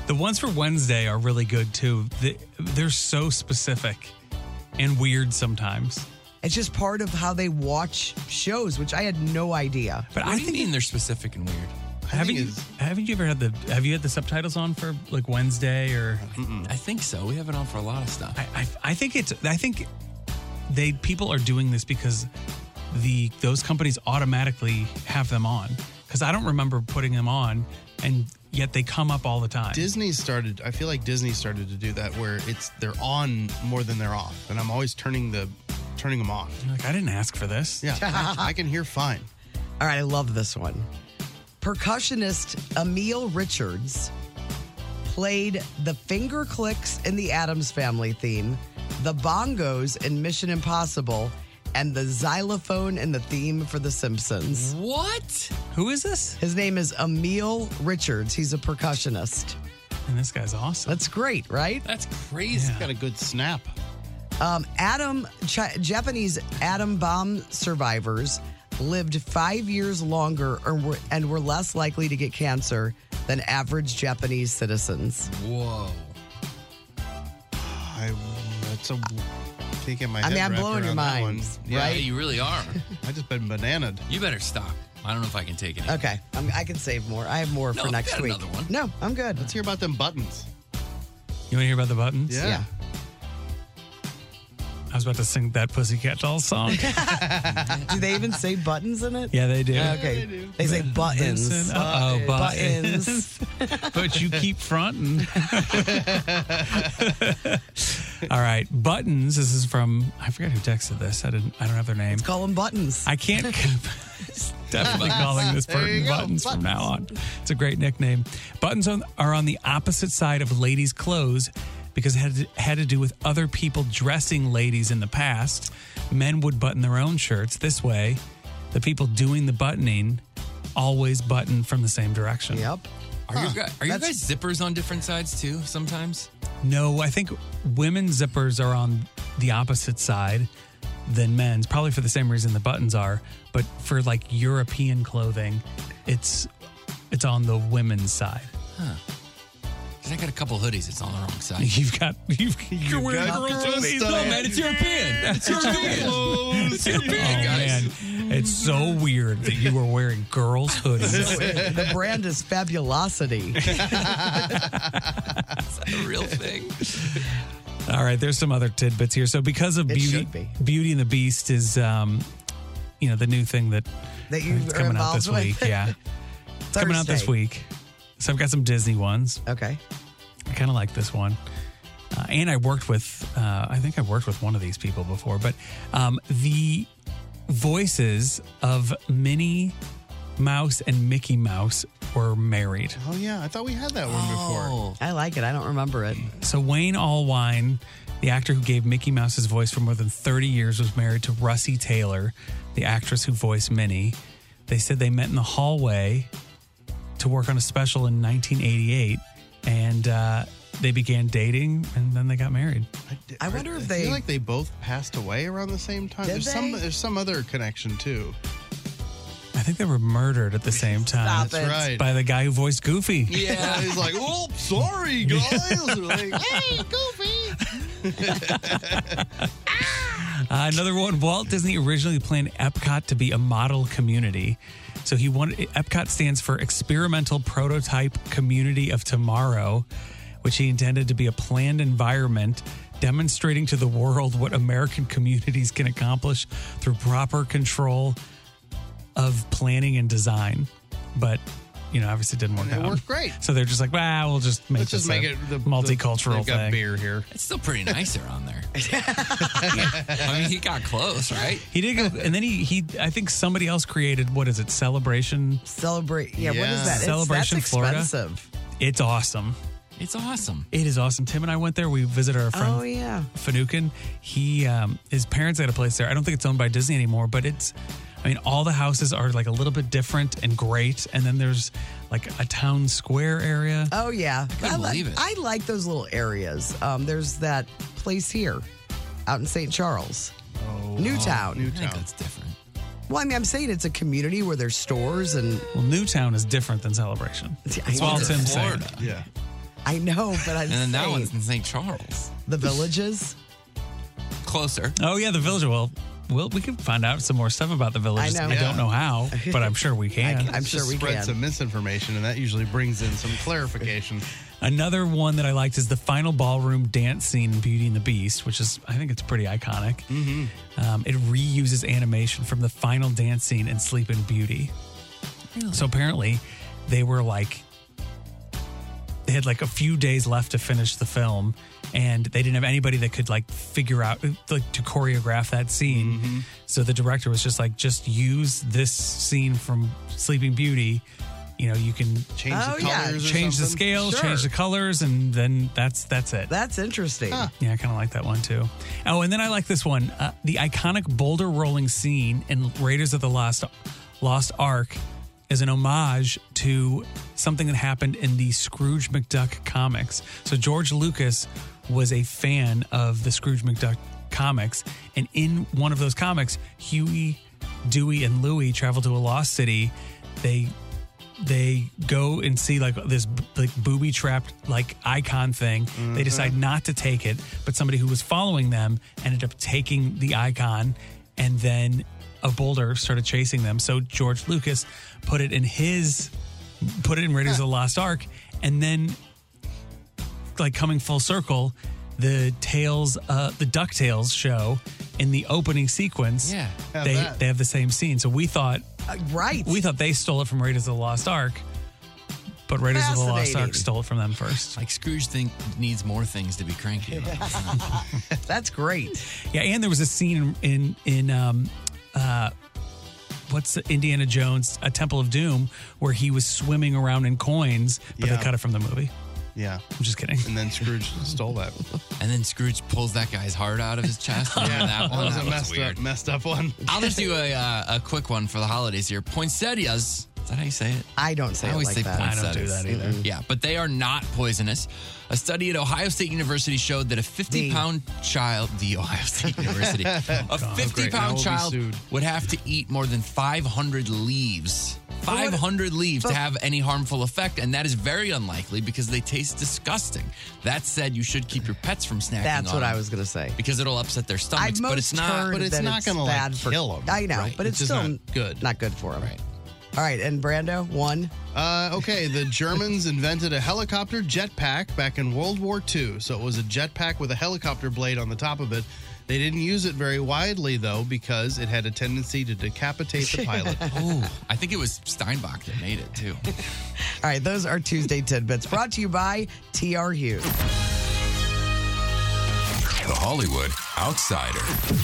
Speaker 7: The ones for Wednesday are really good too. The- They're so specific and weird sometimes.
Speaker 4: It's just part of how they watch shows, which I had no idea. (laughs)
Speaker 7: But I think mean
Speaker 6: they're specific and weird.
Speaker 7: Haven't you, haven't you ever had the Have you had the subtitles on for like Wednesday or?
Speaker 6: I think so. We have it on for a lot of stuff.
Speaker 7: I, I, I think it's I think they people are doing this because the those companies automatically have them on because I don't remember putting them on and yet they come up all the time.
Speaker 5: Disney started. I feel like Disney started to do that, where it's they're on more than they're off, and I'm always turning the turning them off.
Speaker 7: Like I didn't ask for this.
Speaker 5: Yeah,
Speaker 7: (laughs)
Speaker 5: I, I can hear fine.
Speaker 4: All right, I love this one. Percussionist Emil Richards played the finger clicks in the Adams Family theme, the bongos in Mission Impossible, and the xylophone in the theme for The Simpsons.
Speaker 6: What?
Speaker 7: Who is this?
Speaker 4: His name is Emil Richards. He's a percussionist.
Speaker 7: And this guy's awesome.
Speaker 4: That's great, right?
Speaker 7: That's crazy.
Speaker 5: Got a good snap.
Speaker 4: Um, Adam, Chi Japanese atom bomb survivors lived five years longer or were, and were less likely to get cancer than average Japanese citizens.
Speaker 5: Whoa. I, that's a. Can't get my
Speaker 4: I mean,
Speaker 5: head
Speaker 4: I'm
Speaker 5: wrapped
Speaker 4: blowing your
Speaker 5: around that one.
Speaker 4: minds,
Speaker 6: Yeah, you really are.
Speaker 5: (laughs) I just Uh, been bananaed.
Speaker 6: You better stop. I don't know if I can take it.
Speaker 4: Okay, I'm, I can save more. I have more
Speaker 6: No,
Speaker 4: for next
Speaker 6: got
Speaker 4: week.
Speaker 6: another one.
Speaker 4: No, I'm good.
Speaker 5: Let's hear about them buttons.
Speaker 7: You want to hear about the buttons?
Speaker 5: Yeah. Yeah.
Speaker 7: I was about to sing that Pussycat Doll song.
Speaker 4: (laughs) do they even say buttons in it?
Speaker 7: Yeah, they do.
Speaker 4: Okay,
Speaker 7: Yeah,
Speaker 4: they, say buttons. Uh,
Speaker 7: Listen, Oh, uh-oh,
Speaker 4: buttons.
Speaker 7: (laughs) but you keep fronting. All right, buttons. This is from I forget who texted this. I didn't. I don't have their name.
Speaker 4: Let's call them buttons. (laughs)
Speaker 7: I can't. definitely
Speaker 4: Buttons.
Speaker 7: calling this
Speaker 4: There
Speaker 7: person
Speaker 4: you go,
Speaker 7: buttons, from now on. It's a great nickname. Buttons on, are on the opposite side of ladies' clothes because it had to, had to do with other people dressing ladies in the past. Men would button their own shirts this way. The people doing the buttoning always button from the same direction.
Speaker 4: Yep.
Speaker 6: Are you guys, are you guys zippers on different sides too? Sometimes.
Speaker 7: No, I think women's zippers are on the opposite side than men's, probably for the same reason the buttons are. But for like European clothing, it's it's on the women's side.
Speaker 6: Huh. 'Cause I got a couple hoodies. It's on the wrong side.
Speaker 7: You've got you've, you're wearing
Speaker 6: got
Speaker 7: girls'
Speaker 6: girls'
Speaker 7: hoodies.
Speaker 6: stuff.
Speaker 7: No, man, it's European. It's (laughs) European. (laughs) It's European,
Speaker 6: guys.
Speaker 7: Oh, man, it's so weird that you were wearing girls'
Speaker 4: (laughs)
Speaker 7: hoodies. (laughs)
Speaker 4: the brand is Fabulosity.
Speaker 6: a real thing.
Speaker 7: All right, there's some other tidbits here. So because of
Speaker 4: It
Speaker 7: Beauty
Speaker 4: should be.
Speaker 7: Beauty and the Beast is um you know the new thing that
Speaker 4: That you
Speaker 7: that's
Speaker 4: are
Speaker 7: coming out
Speaker 4: involved
Speaker 7: this
Speaker 4: with.
Speaker 7: week.
Speaker 4: (laughs)
Speaker 7: Yeah. It's coming out this
Speaker 4: Thursday.
Speaker 7: week. So I've got some Disney ones.
Speaker 4: Okay.
Speaker 7: I kind of like this one. Uh, and I worked with uh, I think I worked with one of these people before, but um the voices of Minnie Mouse and Mickey Mouse were married.
Speaker 5: Oh yeah, I thought we had that one
Speaker 7: Oh,
Speaker 5: before.
Speaker 4: I like it. I don't remember it.
Speaker 7: So Wayne Allwine, the actor who gave Mickey Mouse's voice for more than 30 years, was married to Russie Taylor, the actress who voiced Minnie. They said they met in the hallway to work on a special in 1988, and uh, they began dating, and then they got married.
Speaker 4: I wonder if
Speaker 5: I
Speaker 4: they
Speaker 5: feel like they both passed away around the same time.
Speaker 4: Did
Speaker 5: there's some
Speaker 4: they?
Speaker 5: there's some other connection too.
Speaker 7: I think they were murdered at the same time.
Speaker 5: Stop That's it. right.
Speaker 7: By the guy who voiced Goofy.
Speaker 5: Yeah, (laughs) he's like, "Oh,
Speaker 7: (laughs)
Speaker 5: sorry, guys." like, hey,
Speaker 7: (laughs) Uh, another one. Walt Disney originally planned Epcot to be a model community. So he wanted Epcot stands for Experimental Prototype Community of Tomorrow, which he intended to be a planned environment demonstrating to the world what American communities can accomplish through proper control of planning and design. But you know, obviously, it didn't work
Speaker 5: It
Speaker 7: out.
Speaker 5: worked great.
Speaker 7: So they're just like, wow, we'll just make
Speaker 5: Let's just
Speaker 7: this
Speaker 5: make
Speaker 7: a
Speaker 5: it the- the-
Speaker 7: multicultural
Speaker 5: they've got
Speaker 7: thing.
Speaker 5: beer here.
Speaker 6: It's still pretty nice around there. I mean, he got close, right?
Speaker 7: He did go, and then he he. I think somebody else created what is it? Celebration.
Speaker 4: celebrate. Yeah, what
Speaker 7: Yeah.
Speaker 4: is that? It's-
Speaker 7: Celebration
Speaker 4: that's
Speaker 7: Florida?
Speaker 4: Expensive.
Speaker 7: It's awesome.
Speaker 6: It's awesome.
Speaker 7: It is awesome. Tim and I went there. We visited our friend.
Speaker 4: Oh, yeah.
Speaker 7: Finucane. He um, his parents had a place there. I don't think it's owned by Disney anymore, but it's. I mean, all the houses are like a little bit different and great, and then there's like a town square area.
Speaker 4: Oh yeah, I,
Speaker 7: couldn't
Speaker 4: like,
Speaker 7: believe it.
Speaker 4: I like those little areas. Um, there's that place here, out in St. Charles,
Speaker 6: Oh,
Speaker 4: Newtown.
Speaker 6: I think that's different.
Speaker 4: Well, I mean, I'm saying it's a community where there's stores and
Speaker 7: Well, Newtown is different than Celebration. That's
Speaker 4: I
Speaker 7: all
Speaker 4: know.
Speaker 7: Tim's saying.
Speaker 6: Florida.
Speaker 5: Yeah.
Speaker 4: I know, but
Speaker 6: And
Speaker 4: I'm
Speaker 6: then that
Speaker 4: saying
Speaker 6: one's in St. Charles.
Speaker 4: the
Speaker 6: (laughs)
Speaker 4: villages.
Speaker 6: Closer.
Speaker 7: Oh yeah, the village. Well, well, we can find out some more stuff about the village.
Speaker 4: know.
Speaker 7: I, don't know how, but I'm (laughs) sure we can.
Speaker 5: Let's just spread some misinformation, and that usually brings in some clarification.
Speaker 7: Another one that I liked is the final ballroom dance scene in Beauty and the Beast, which is, I think it's pretty iconic. Um, it reuses animation from the final dance scene in Sleeping Beauty. So apparently, they were like, they had like a few days left to finish the film, and they didn't have anybody that could like figure out, like to choreograph that scene. So the director was just like, just use this scene from Sleeping Beauty. You know, you can
Speaker 5: Change the Oh, yeah. colors or
Speaker 7: change the
Speaker 5: something?
Speaker 7: scale,
Speaker 5: Sure.
Speaker 7: change the colors, and then that's that's it.
Speaker 4: That's interesting.
Speaker 7: Yeah, I kind of like that one too. Oh, and then I like this one: uh, the iconic boulder rolling scene in Raiders of the Lost Lost Ark is an homage to something that happened in the Scrooge McDuck comics. So George Lucas was a fan of the Scrooge McDuck comics, and in one of those comics, Huey, Dewey, and Louie travel to a lost city. They they go and see like this like booby trapped like icon thing. They decide not to take it, but somebody who was following them ended up taking the icon, and then a boulder started chasing them. So George Lucas put it in his put it in Raiders of the Lost Ark, and then like coming full circle, the tales, uh, the Ducktales show in the opening sequence.
Speaker 4: Yeah, have
Speaker 7: they
Speaker 4: that. Uh,
Speaker 7: they have the same scene. So we thought,
Speaker 4: right?
Speaker 7: We thought they stole it from Raiders of the Lost Ark, but Raiders of the Lost
Speaker 4: Fascinating.
Speaker 7: Ark stole it from them first.
Speaker 6: Like Scrooge think needs more things to be cranky about.
Speaker 4: That's great.
Speaker 7: Yeah, and there was a scene in in, in um, uh, what's the- Indiana Jones, A Temple of Doom, where he was swimming around in coins, but
Speaker 6: Yeah.
Speaker 7: they cut it from the movie.
Speaker 5: Yeah.
Speaker 7: I'm just kidding.
Speaker 5: And then Scrooge stole that.
Speaker 6: And then Scrooge pulls that guy's heart out of his chest. Remember
Speaker 5: (laughs) Yeah,
Speaker 6: that
Speaker 5: that
Speaker 6: one?
Speaker 5: was a
Speaker 6: That
Speaker 5: messed up- messed up one.
Speaker 6: (laughs) I'll just do a, uh, a quick one for the holidays here. Poinsettias. Is that how you say it?
Speaker 4: I don't say
Speaker 6: I
Speaker 4: it
Speaker 6: always
Speaker 4: like
Speaker 6: say
Speaker 4: that. I don't do
Speaker 6: poinsettias.
Speaker 4: that either.
Speaker 6: Yeah, but they are not poisonous. A study at Ohio State University showed that a 50 pound child, the Ohio
Speaker 4: (laughs)
Speaker 6: State University,
Speaker 11: Oh,
Speaker 6: a
Speaker 11: God.
Speaker 6: 50
Speaker 11: Great. Now
Speaker 6: pound
Speaker 11: we'll be
Speaker 6: child
Speaker 11: sued.
Speaker 6: would have to eat more than 500 leaves. 500 leaves to have any harmful effect, and that is very unlikely because they taste disgusting. That said, you should keep your pets from snacking.
Speaker 4: That's
Speaker 6: on
Speaker 4: what
Speaker 6: them
Speaker 4: I was gonna say
Speaker 6: because it'll upset their stomachs.
Speaker 4: I've
Speaker 6: But
Speaker 4: most
Speaker 6: it's not.
Speaker 4: heard that bad for, I know, but it's, still
Speaker 5: good.
Speaker 4: Not good for him. All right, and Brando one.
Speaker 5: Uh, okay, the Germans invented a helicopter jetpack back in World War II. So it was a jetpack with a helicopter blade on the top of it. They didn't use it very widely though because it had a tendency to decapitate
Speaker 6: (laughs)
Speaker 5: the pilot.
Speaker 6: oh, I think it was (laughs) Steinbach that made it too.
Speaker 4: All right, those are Tuesday tidbits brought to you by TR Hughes.
Speaker 1: The Hollywood Outsider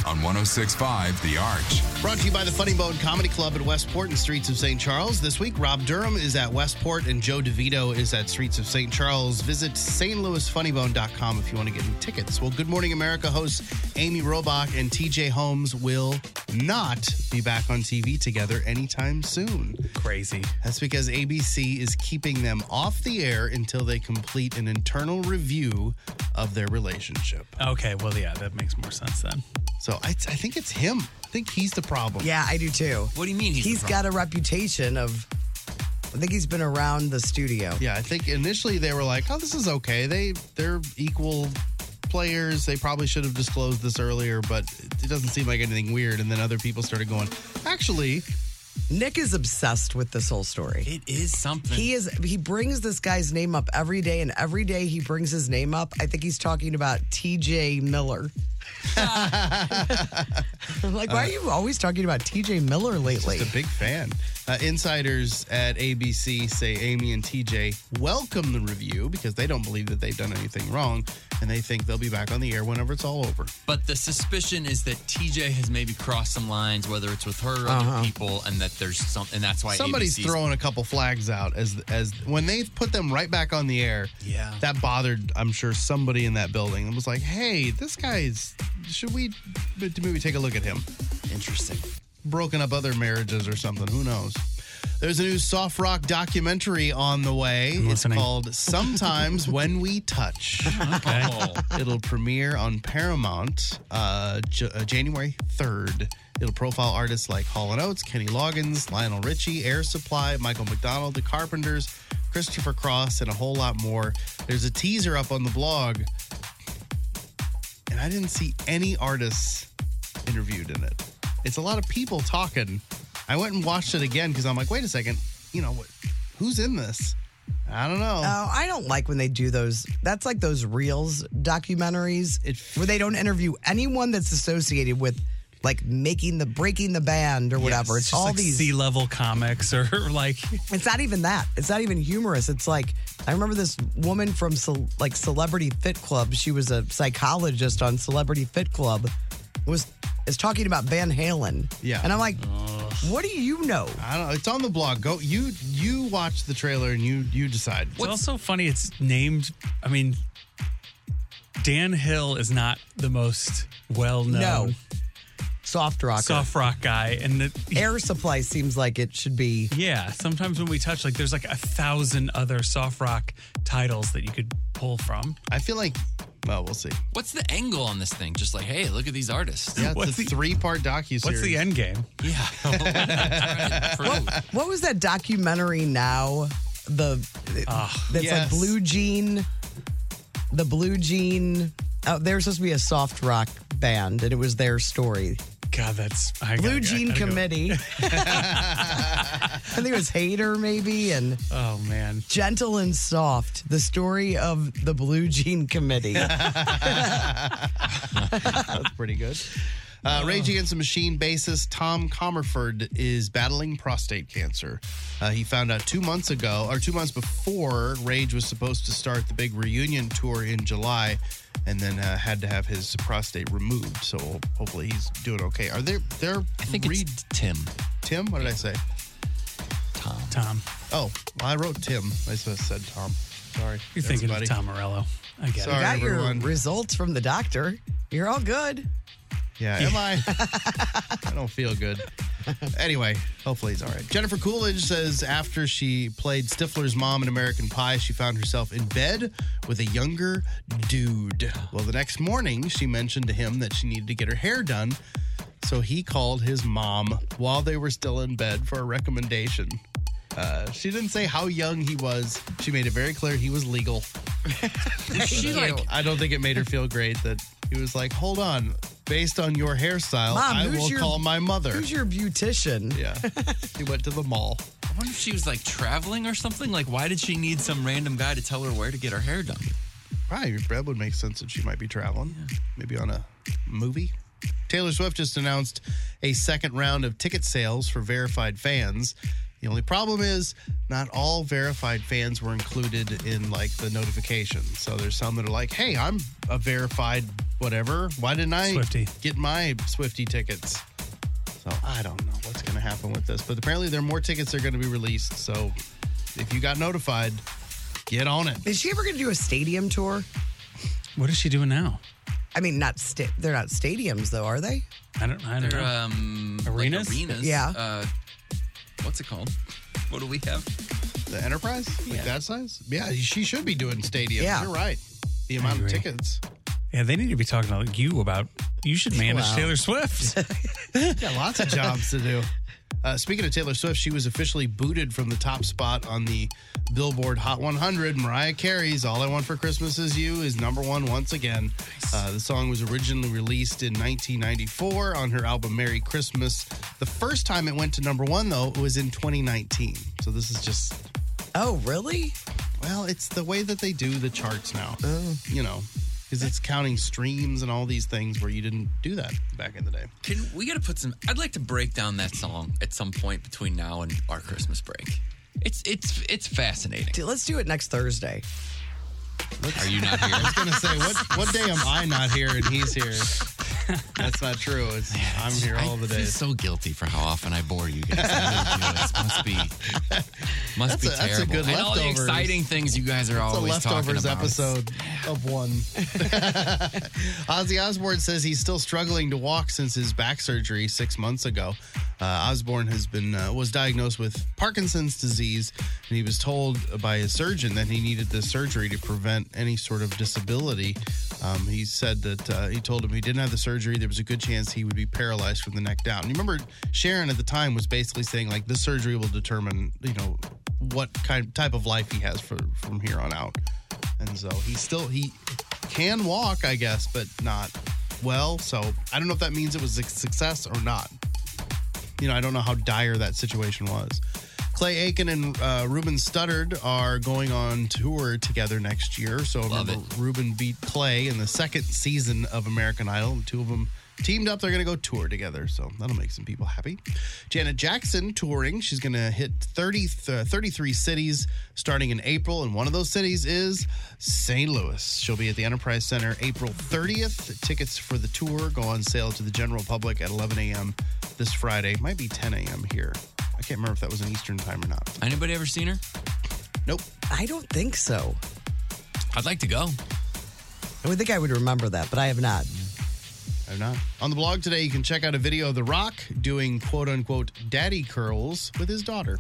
Speaker 1: on 1065 The Arch.
Speaker 5: Brought to you by the Funny Bone Comedy Club at Westport and Streets of St. Charles. This week, Rob Durham is at Westport and Joe DeVito is at Streets of St. Charles. Visit stlouisfunnybone.com if you want to get any tickets. Well, Good Morning America hosts Amy Robach and TJ Holmes will not be back on TV together anytime soon.
Speaker 7: Crazy.
Speaker 5: That's because ABC is keeping them off the air until they complete an internal review of their relationship.
Speaker 7: Okay, well, yeah, that makes more sense then.
Speaker 5: So I, I think it's him. I think he's the problem.
Speaker 4: Yeah, I do too.
Speaker 6: What do you mean?
Speaker 5: he's
Speaker 4: he's
Speaker 5: the
Speaker 4: got a reputation of. I think he's been around the studio.
Speaker 5: Yeah, I think initially they were like, "Oh, this is okay. They they're equal players. They probably should have disclosed this earlier, but it doesn't seem like anything weird." And then other people started going, "Actually,
Speaker 4: Nick is obsessed with this whole story.
Speaker 6: It is something.
Speaker 4: He is. He brings this guy's name up every day, and every day he brings his name up. I think he's talking about
Speaker 6: (laughs)
Speaker 4: T.J. Miller. (laughs) I'm like,
Speaker 6: Uh,
Speaker 4: why are you always talking about T.J. Miller lately?
Speaker 5: just a big fan." Uh, insiders at ABC say Amy and TJ welcome the review because they don't believe that they've done anything wrong, and they think they'll be back on the air whenever it's all over.
Speaker 6: But the suspicion is that TJ has maybe crossed some lines, whether it's with her or
Speaker 5: Uh-huh.
Speaker 6: other people, and that there's something, and that's why
Speaker 5: Somebody's
Speaker 6: ABC's
Speaker 5: throwing a couple flags out as as when they put them right back on the air.
Speaker 6: Yeah.
Speaker 5: that bothered. I'm sure somebody in that building and was like, "Hey, this guy's. Should we b- maybe take a look at him?"
Speaker 6: Interesting.
Speaker 5: Broken up other marriages or something. Who knows? There's a new soft rock documentary on the way. it's called Sometimes When We Touch.
Speaker 7: Okay.
Speaker 5: (laughs) It'll premiere on Paramount uh, J- uh, January 3rd. It'll profile artists like Hall & Oates, Kenny Loggins, Lionel Richie, Air Supply, Michael McDonald, The Carpenters, Christopher Cross, and a whole lot more. There's a teaser up on the blog, and I didn't see any artists interviewed in it. It's a lot of people talking. I went and watched it again because I'm like, wait a second, you know, what, who's in this? I don't know.
Speaker 4: Oh, I don't like when they do those. That's like those reels documentaries where they don't interview anyone that's associated with like making the breaking the band or whatever. it's all these.
Speaker 7: sea level comics or (laughs)
Speaker 5: (laughs)
Speaker 7: like
Speaker 4: it's not even that. It's not even humorous. It's like I remember this woman from ce- like Celebrity Fit Club. She was a psychologist on Celebrity Fit Club. Was is talking about Van Halen.
Speaker 5: Yeah.
Speaker 4: and I'm like, what do you know?
Speaker 5: I don't know. It's on the blog. Go you you watch the trailer and you you decide.
Speaker 7: It's also funny. It's named. I mean, Dan Hill is not the most well known.
Speaker 4: No. soft rock,
Speaker 7: Soft rock guy, and the
Speaker 4: air supply seems like it should be.
Speaker 7: Yeah, sometimes when we touch, like there's like a thousand other soft rock titles that you could pull from.
Speaker 5: I feel like, well, we'll see.
Speaker 6: What's the angle on this thing? Just like, hey, look at these artists.
Speaker 5: Yeah, it's a three-part docu.
Speaker 7: What's the end game?
Speaker 6: Yeah.
Speaker 5: (laughs)
Speaker 4: What, what was that documentary? Now the
Speaker 7: Ah,
Speaker 4: that's
Speaker 5: yes.
Speaker 4: like blue jean, the blue jean. Oh, they were supposed to be a soft rock band, and it was their story.
Speaker 7: God, that's I gotta-
Speaker 4: blue
Speaker 7: I
Speaker 4: jean
Speaker 7: gotta go.
Speaker 4: committee.
Speaker 7: (laughs)
Speaker 4: I think it was Hater maybe, and
Speaker 7: oh man,
Speaker 4: gentle and soft. The story of the blue jean
Speaker 5: (laughs)
Speaker 4: committee. (laughs)
Speaker 5: That's pretty good. Uh, Rage Against the Machine bassist Tom Comerford is battling prostate cancer. Uh, he found out two months ago, or two months before Rage was supposed to start the big reunion tour in July, and then uh, had to have his prostate removed. So hopefully he's doing okay. Are there? There? I
Speaker 6: think it's Tim.
Speaker 5: Tim? What did I say?
Speaker 6: Tom.
Speaker 7: Tom.
Speaker 5: Oh, well, I wrote Tim. I supposed to said Tom. Sorry.
Speaker 7: You're thinking of Tom Morello. I get it.
Speaker 5: Sorry,
Speaker 4: you got
Speaker 5: everyone.
Speaker 4: your results from the doctor. You're all good.
Speaker 5: Yeah, am
Speaker 4: (laughs)
Speaker 5: I? I don't feel good. (laughs) Anyway, hopefully he's all right. Jennifer Coolidge says after she played Stifler's mom in American Pie, she found herself in bed with a younger dude. Well, the next morning, she mentioned to him that she needed to get her hair done. So he called his mom while they were still in bed for a recommendation. Uh, she didn't say how young he was. She made it very clear he
Speaker 4: (laughs)
Speaker 5: was legal.
Speaker 6: she
Speaker 5: But
Speaker 6: like-
Speaker 5: I don't think it made her feel great that he was like, "Hold on, based on your hairstyle,
Speaker 4: Mom,
Speaker 5: I
Speaker 4: who's
Speaker 5: will
Speaker 4: your-
Speaker 5: call my mother."
Speaker 4: Who's your beautician?
Speaker 5: yeah, (laughs) he went to the mall.
Speaker 6: I wonder if she was like traveling or something. Like, why did she need some random guy to tell her where to get her hair done?
Speaker 5: Probably that would make sense that she might be traveling, maybe on a movie. Taylor Swift just announced a second round of ticket sales for verified fans. The only problem is not all verified fans were included in like the notification. So there's some that are like, "Hey, I'm a verified whatever. Why didn't I
Speaker 7: Swiftie.
Speaker 5: get my Swifty tickets?" So I don't know what's going to happen with this, but apparently there are more tickets that are going to be released. So if you got notified, get on it.
Speaker 4: Is she ever going to do a stadium tour?
Speaker 7: What is she doing now?
Speaker 4: I mean, not sta- they're not stadiums though, are they?
Speaker 7: I don't. I don't
Speaker 6: They're,
Speaker 7: know.
Speaker 6: um, like,
Speaker 7: Arenas?
Speaker 6: arenas.
Speaker 4: Yeah.
Speaker 6: Uh, what's it called? What do we have?
Speaker 5: The Enterprise? Like that size? Yeah, she should be doing stadiums.
Speaker 6: Yeah.
Speaker 5: You're right. The amount of
Speaker 7: agree.
Speaker 5: tickets.
Speaker 7: Yeah, they need to be talking to you about. You should manage
Speaker 5: Wow.
Speaker 7: Taylor Swift.
Speaker 5: (laughs) Yeah, lots of jobs to do. Uh, speaking of Taylor Swift, she was officially booted from the top spot on the Billboard Hot 100. Mariah Carey's All I Want for Christmas Is You is number one once again. Uh, the song was originally released in 1994 on her album Merry Christmas. The first time it went to number one, though, was in 2019. So this is just.
Speaker 4: Oh, really?
Speaker 5: Well, it's the way that they do the charts now. Oh. You know, because it's counting streams and all these things where you didn't do that back in the day.
Speaker 6: Can we got to put some? I'd like to break down that song at some point between now and our Christmas break. It's it's it's fascinating.
Speaker 4: Dude, let's do it next Thursday.
Speaker 6: Are you not here?
Speaker 5: (laughs) I was gonna say, what what day am I not here and he's here? That's not true. It's, I'm here all the
Speaker 6: I feel
Speaker 5: days.
Speaker 6: so guilty for how often I bore you guys. I really do. It must be must
Speaker 5: That's
Speaker 6: be
Speaker 5: a- that's a
Speaker 6: terrible.
Speaker 5: good
Speaker 6: and all the
Speaker 5: leftovers.
Speaker 6: exciting things you guys are
Speaker 5: It's a
Speaker 6: always talking
Speaker 5: leftovers
Speaker 6: about.
Speaker 5: episode of one. Ozzy Osbourne says he's still struggling to walk since his back surgery six months ago. Uh, Osbourne has been uh, was diagnosed with Parkinson's disease, and he was told by his surgeon that he needed this surgery to prevent any sort of disability. Um, he said that uh, he told him he didn't have the surgery. There was a good chance he would be paralyzed from the neck down. And you remember Sharon at the time was basically saying like this surgery will determine you know what kind type of life he has for, from here on out. And so he still he can walk, I guess, but not well. So I don't know if that means it was a success or not. You know, I don't know how dire that situation was. Clay Aiken and uh, Ruben Studdard are going on tour together next year. So remember, Ruben beat Clay in the second season of American Idol. The two of them teamed up. They're going to go tour together. So that'll make some people happy. Janet Jackson touring. She's going to hit 30, uh, 33 cities starting in April. And one of those cities is St. Louis. She'll be at the Enterprise Center April 30th. Tickets for the tour go on sale to the general public at 11 a.m. this Friday. Might be 10 a.m. here. I can't remember if that was an Eastern time or not.
Speaker 6: Anybody ever seen her?
Speaker 5: Nope.
Speaker 4: I don't think so.
Speaker 6: I'd like to go.
Speaker 4: I would think I would remember that, but I have not.
Speaker 5: I've not. On the blog today, you can check out a video of The Rock doing quote unquote daddy curls with his daughter.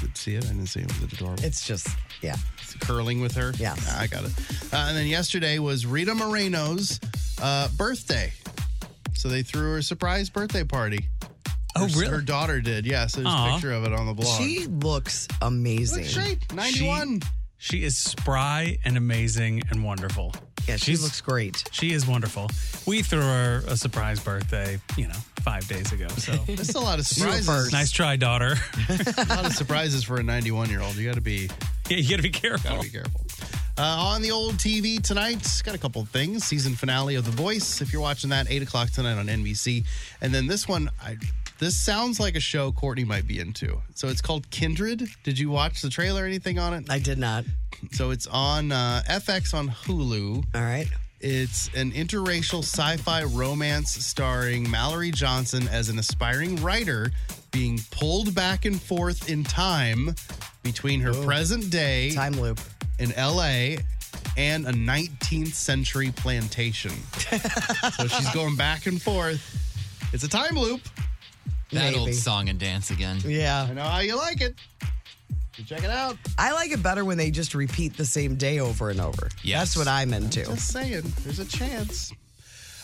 Speaker 5: Did see it? I didn't see it. Was it adorable?
Speaker 4: It's just, yeah.
Speaker 5: curling with her? Yeah. I got it. Uh, and then yesterday was Rita Moreno's uh, birthday. So they threw her a surprise birthday party.
Speaker 4: Oh,
Speaker 5: her,
Speaker 4: really?
Speaker 5: Her daughter did. Yeah. So there's
Speaker 4: Aw.
Speaker 5: a picture of it on the blog.
Speaker 4: She looks (laughs) amazing.
Speaker 5: Looks great. 91.
Speaker 7: She, she is spry and amazing and wonderful.
Speaker 4: Yeah, she looks great.
Speaker 7: She is wonderful. We threw her a surprise birthday, you know, five days ago.
Speaker 4: (laughs)
Speaker 7: So
Speaker 5: That's a lot of
Speaker 7: You were
Speaker 5: surprises.
Speaker 7: first. Nice try, daughter. (laughs)
Speaker 5: a lot of surprises for a 91 year old. You got to be.
Speaker 7: Yeah, you got to be careful.
Speaker 5: Got to be careful. Uh, on the old TV tonight, got a couple of things. Season finale of The Voice. If you're watching that, eight o'clock tonight on NBC. And then this one, I, this sounds like a show Courtney might be into. So it's called Kindred. Did you watch the trailer or anything on it?
Speaker 4: I did not.
Speaker 5: So it's on uh, FX on Hulu.
Speaker 4: All right.
Speaker 5: It's an interracial sci fi romance starring Mallory Johnson as an aspiring writer being pulled back and forth in time between her present day time
Speaker 4: loop
Speaker 5: in LA and a 19th century
Speaker 4: (laughs)
Speaker 5: plantation. so she's going back and forth. It's a time loop.
Speaker 6: That old song and dance again.
Speaker 4: Yeah.
Speaker 5: I know how you like it. You check it out.
Speaker 4: I like it better when they just repeat the same day over and over.
Speaker 5: Yes.
Speaker 4: That's what I'm into.
Speaker 5: Just saying, there's a chance.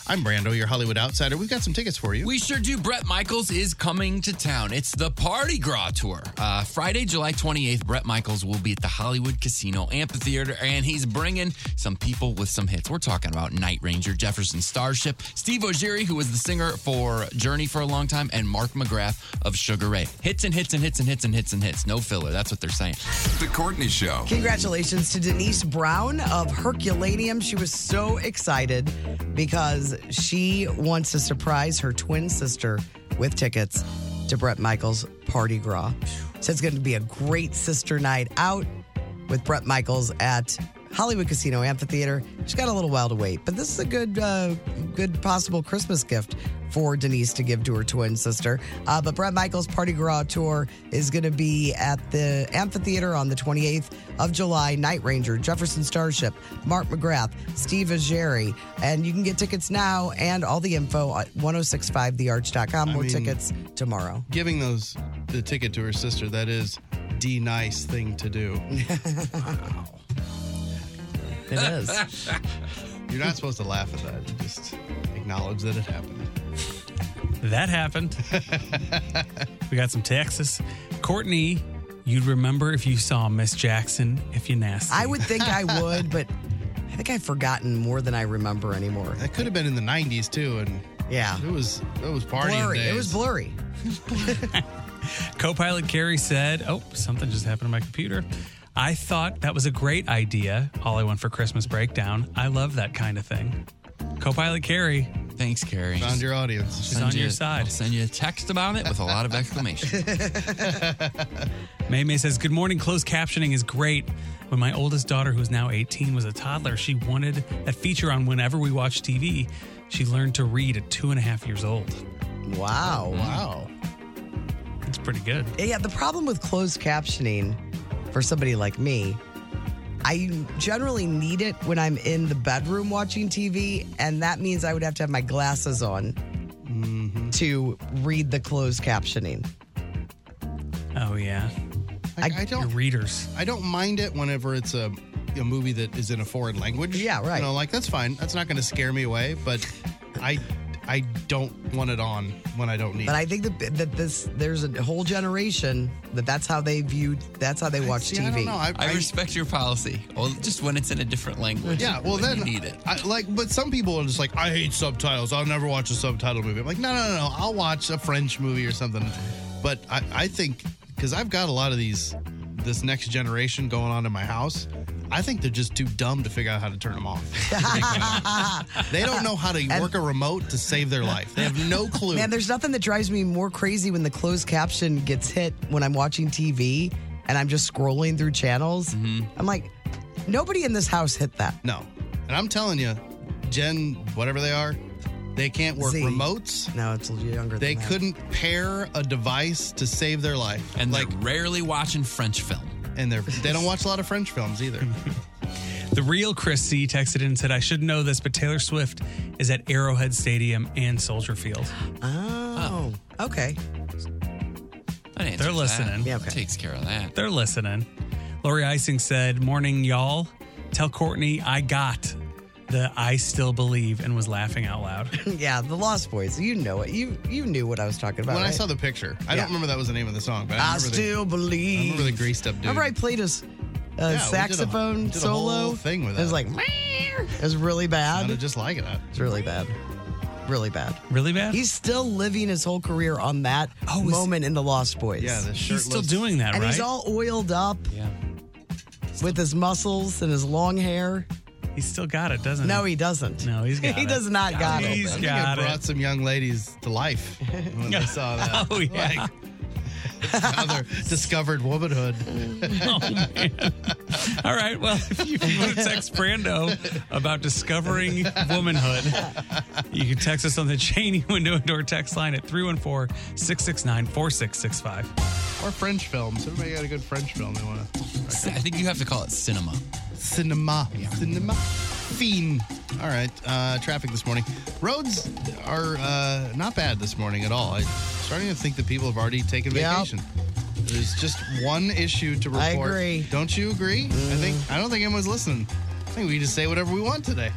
Speaker 5: I'm Brando, your Hollywood outsider. We've got some tickets for you.
Speaker 6: We sure do. Brett Michaels is coming to town. It's the Party Gras Tour. Uh, Friday, July 28th, Brett Michaels will be at the Hollywood Casino Amphitheater, and he's bringing some people with some hits. We're talking about Night Ranger, Jefferson Starship, Steve O'Geary, who was the singer for Journey for a long time, and Mark McGrath of Sugar Ray. Hits and hits and hits and hits and hits and hits. No filler. That's what they're saying.
Speaker 1: The Courtney Show.
Speaker 4: Congratulations to Denise Brown of Herculaneum. She was so excited because she wants to surprise her twin sister with tickets to Brett Michaels' Party Gras. So it's going to be a great sister night out with Brett Michaels at Hollywood Casino Amphitheater. She's got a little while to wait, but this is a good, uh, good possible Christmas gift for Denise to give to her twin sister. Uh, but Brett Michaels' Party Garage tour is going to be at the amphitheater on the 28th of July. Night Ranger, Jefferson Starship, Mark McGrath, Steve Ajeri. And you can get tickets now and all the info at 1065thearch.com.
Speaker 5: I
Speaker 4: More
Speaker 5: mean-
Speaker 4: tickets tomorrow.
Speaker 5: Giving those the ticket to her sister, that is the nice thing to do.
Speaker 4: It is.
Speaker 5: (laughs) You're not supposed to laugh at that. You Just acknowledge that it happened.
Speaker 4: (laughs)
Speaker 7: That happened. we got some Texas. Courtney, you'd remember if you saw Miss Jackson if you nasty.
Speaker 4: I would think
Speaker 5: (laughs)
Speaker 4: I would, but I think I've forgotten more than I remember anymore.
Speaker 5: That could have been in the 90s too, and
Speaker 4: yeah,
Speaker 5: it was it was partying
Speaker 4: Blurry. It
Speaker 5: days.
Speaker 4: was blurry.
Speaker 7: Co pilot Carrie said, Oh, something just happened to my computer. I thought that was a great idea. All I want for Christmas breakdown. I love that kind of thing. Co pilot Carrie.
Speaker 6: Thanks, Carrie.
Speaker 5: Found your audience.
Speaker 7: She's on your side.
Speaker 6: I'll send you a text about it with a lot of
Speaker 7: (laughs)
Speaker 6: exclamation.
Speaker 7: May May says, Good morning. Closed captioning is great. When my oldest daughter, who is now 18, was a toddler, she wanted that feature on whenever we watch TV. She learned to read at two and a half years old.
Speaker 4: Wow.
Speaker 6: Mm-hmm.
Speaker 5: Wow.
Speaker 7: It's pretty good.
Speaker 4: Yeah, the problem with closed captioning for somebody like me, I generally need it when I'm in the bedroom watching TV, and that means I would have to have my glasses on
Speaker 6: Mm-hmm.
Speaker 4: to read the closed captioning.
Speaker 7: Oh, yeah.
Speaker 5: Like, I, don't
Speaker 7: readers.
Speaker 5: I don't mind it whenever it's a a movie that is in a foreign language. Yeah, right. You know, like that's fine. That's not going to scare me away, but I I don't want it on when I don't need
Speaker 4: But
Speaker 5: it.
Speaker 4: I think that, that this there's a whole generation that that's how they view that's how they watch TV.
Speaker 6: I, respect your policy. Well, just when it's in a different language.
Speaker 5: Yeah, well
Speaker 6: when
Speaker 5: then
Speaker 6: you need it.
Speaker 5: I, like, but some people are just like, I hate subtitles. I'll never watch a subtitle movie. I'm like, no, no, no, no. I'll watch a French movie or something. But I, I think because I've got a lot of these, this next generation going on in my house. I think they're just too dumb to figure out how to turn them off. they don't know how to work a remote to save their life. They have no clue.
Speaker 4: Man, there's nothing that drives me more crazy when the closed caption gets hit when I'm watching TV and I'm just scrolling through channels. I'm like, nobody in this house hit that.
Speaker 5: Mm-hmm. No. And I'm telling you, Gen, whatever they are, they can't work
Speaker 4: Z.
Speaker 5: remotes.
Speaker 4: No, it's younger.
Speaker 5: They
Speaker 4: than that.
Speaker 5: couldn't pair a device to save their life.
Speaker 6: And like rarely watching French film.
Speaker 4: (laughs)
Speaker 5: And they're they don't watch a lot of French films either.
Speaker 7: The real Chris C texted in and said, I should know this, but Taylor Swift is at Arrowhead Stadium and
Speaker 6: (gasps)
Speaker 7: Soldier Field. (gasps)
Speaker 4: Oh, okay.
Speaker 7: They're listening.
Speaker 4: Yeah, okay.
Speaker 7: Takes care
Speaker 6: of that.
Speaker 7: They're listening. Lori Icing said, Morning, y'all. Tell Courtney I got the I still believe and was laughing out
Speaker 4: (laughs)
Speaker 7: loud. (laughs)
Speaker 4: yeah, the Lost Boys. You know it. You you knew what I was talking about.
Speaker 5: When I
Speaker 4: right?
Speaker 5: saw the picture, I
Speaker 4: Yeah.
Speaker 5: don't remember that was the name of the song, but I,
Speaker 4: I,
Speaker 5: remember the-
Speaker 4: still believe.
Speaker 5: I remember the greased up dude.
Speaker 4: Remember I played his
Speaker 5: Yeah, we
Speaker 4: uh,
Speaker 5: did a-
Speaker 4: saxophone
Speaker 5: did a whole
Speaker 4: solo
Speaker 5: thing with
Speaker 4: It was
Speaker 5: that.
Speaker 4: like, "Meow." it was really bad. just like it. It's really bad. Really bad.
Speaker 7: Really bad. Oh,
Speaker 4: He's still living his whole career on that moment in the Lost Boys.
Speaker 5: Yeah, the He's
Speaker 7: shirtless- still doing that,
Speaker 4: and he's
Speaker 7: right?
Speaker 4: all oiled up. Yeah. With his muscles and his long hair.
Speaker 7: He's still got it, doesn't
Speaker 4: no,
Speaker 5: he?
Speaker 4: he doesn't.
Speaker 7: No,
Speaker 4: (laughs)
Speaker 7: he's
Speaker 4: he does not got it.
Speaker 5: I think it brought some young ladies to life when they
Speaker 7: (laughs)
Speaker 5: saw that.
Speaker 7: Oh, yeah.
Speaker 5: Like, that's how
Speaker 7: (laughs)
Speaker 5: they're discovered womanhood.
Speaker 7: Oh, All right. Well, if you want to text Brando about discovering womanhood, you can text us on the Cheney window and door text line at 314 669 4665.
Speaker 5: Or French films. Everybody got a good French film they want to.
Speaker 6: I think you have to call it cinema.
Speaker 5: Cinema. Cinema. Fiend. All right. Uh, traffic this morning. Roads are uh, not bad this morning at all. I'm starting to think that people have already taken vacation. There's just one issue to report.
Speaker 4: I agree. Mm.
Speaker 5: Don't you agree? I think I don't think anyone's listening. I think we just say whatever we want today.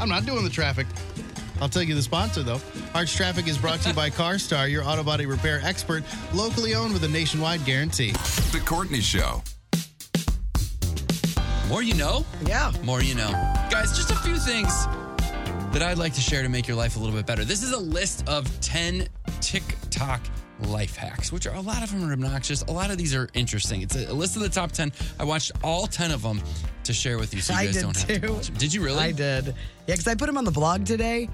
Speaker 5: I'm not doing the traffic. I'll tell you the sponsor though. Arch Traffic is brought to you by CarStar, your auto body repair expert, locally owned with a nationwide guarantee.
Speaker 1: The Courtney Show.
Speaker 6: More you know?
Speaker 4: Yeah.
Speaker 6: More you know. Guys, just a few things that I'd like to share to make your life a little bit better. This is a list of 10 TikTok life hacks, which are a lot of them are obnoxious. A lot of these are interesting. It's a, a list of the top 10. I watched all 10 of them to share with you so you
Speaker 4: I
Speaker 6: guys
Speaker 4: did
Speaker 6: don't have to
Speaker 4: too.
Speaker 6: watch them. Did you really?
Speaker 4: I did. Yeah, because I put them on the blog today,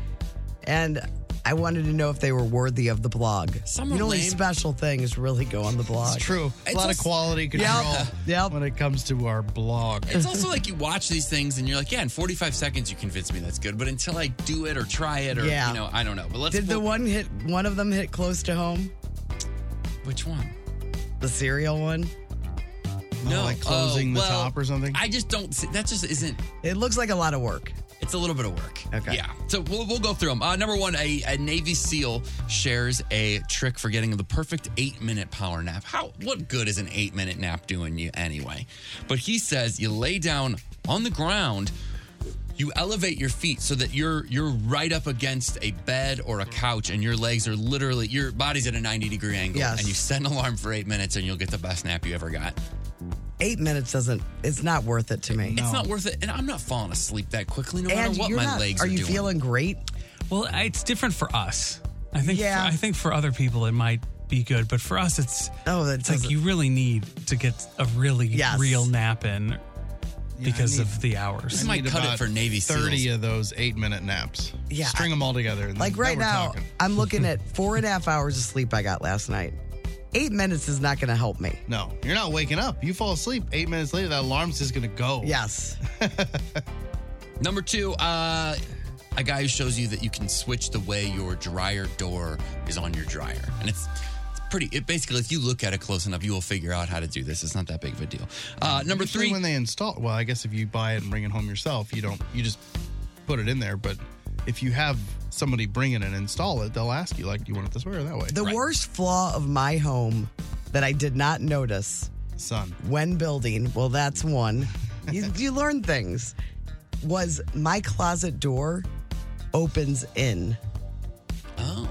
Speaker 4: and I wanted to know if they were worthy of the blog.
Speaker 6: Some
Speaker 4: you
Speaker 6: are
Speaker 4: know, only
Speaker 6: lame.
Speaker 4: special things really go on the blog.
Speaker 5: It's true. A lot of quality control
Speaker 4: Yep.
Speaker 5: when it comes to our blog.
Speaker 6: It's also like you watch these things and you're like, yeah, in 45 seconds you convince me that's good, but until I do it or try it or
Speaker 4: Yeah.
Speaker 6: you know, I don't know. But let's
Speaker 4: Did the one hit? One of them hit close to home.
Speaker 6: Which one?
Speaker 4: The cereal one.
Speaker 6: No, like closing Oh, the well, top
Speaker 5: or something.
Speaker 6: I just don't. see- That just isn't.
Speaker 4: It looks like a lot of work.
Speaker 6: It's a little bit of work.
Speaker 4: Okay.
Speaker 6: Yeah. So we'll, we'll go through them. Uh, number one, a, a Navy SEAL shares a trick for getting the perfect eight minute power nap. How, what good is an eight minute nap doing you anyway? But he says you lay down on the ground. You elevate your feet so that you're you're right up against a bed or a couch, and your legs are literally your body's at a 90 degree angle.
Speaker 4: Yes.
Speaker 6: And you set an alarm for eight minutes, and you'll get the best nap you ever got.
Speaker 4: Eight minutes doesn't. It's not worth it to me.
Speaker 6: It's not worth it, and I'm not falling asleep that quickly, no
Speaker 4: and
Speaker 6: matter what
Speaker 4: you're
Speaker 6: my
Speaker 4: not-
Speaker 6: legs
Speaker 4: are
Speaker 6: are,
Speaker 4: you
Speaker 6: doing.
Speaker 4: feeling great?
Speaker 7: Well, I- it's different for us. I think, for, I think for other people, it might be good, but for us, it's,
Speaker 4: oh,
Speaker 7: it's like you really need to get a really
Speaker 5: Yes.
Speaker 7: real nap in because
Speaker 5: need-
Speaker 7: of the hours.
Speaker 5: I need about 30 of those eight minute naps.
Speaker 4: Yeah,
Speaker 5: String them all together. and
Speaker 4: Like
Speaker 5: then
Speaker 4: right
Speaker 5: we're
Speaker 4: now,
Speaker 5: talking.
Speaker 4: I'm looking at four and a half hours of sleep I got last night. Eight minutes is not going to help me.
Speaker 5: No, you're not waking up. You fall asleep. Eight minutes later, that alarm's just going to go.
Speaker 4: Yes.
Speaker 6: Number two, uh, a guy who shows you that you can switch the way your dryer door is on your dryer, and it's it's pretty. It basically, if you look at it close enough, you will figure out how to do this. It's not that big of a deal. Uh, number
Speaker 5: Usually
Speaker 6: three,
Speaker 5: when they install, well, I guess if you buy it and bring it home yourself, you don't, you just put it in there. But if you have somebody bring it and install it, they'll ask you, like, do you want it this way or that way?
Speaker 4: The worst flaw of my home that I did not notice.
Speaker 5: Sun.
Speaker 4: When building, well, that's
Speaker 5: (laughs)
Speaker 4: one. you, you learn things. Was my closet door opens in.
Speaker 6: Oh.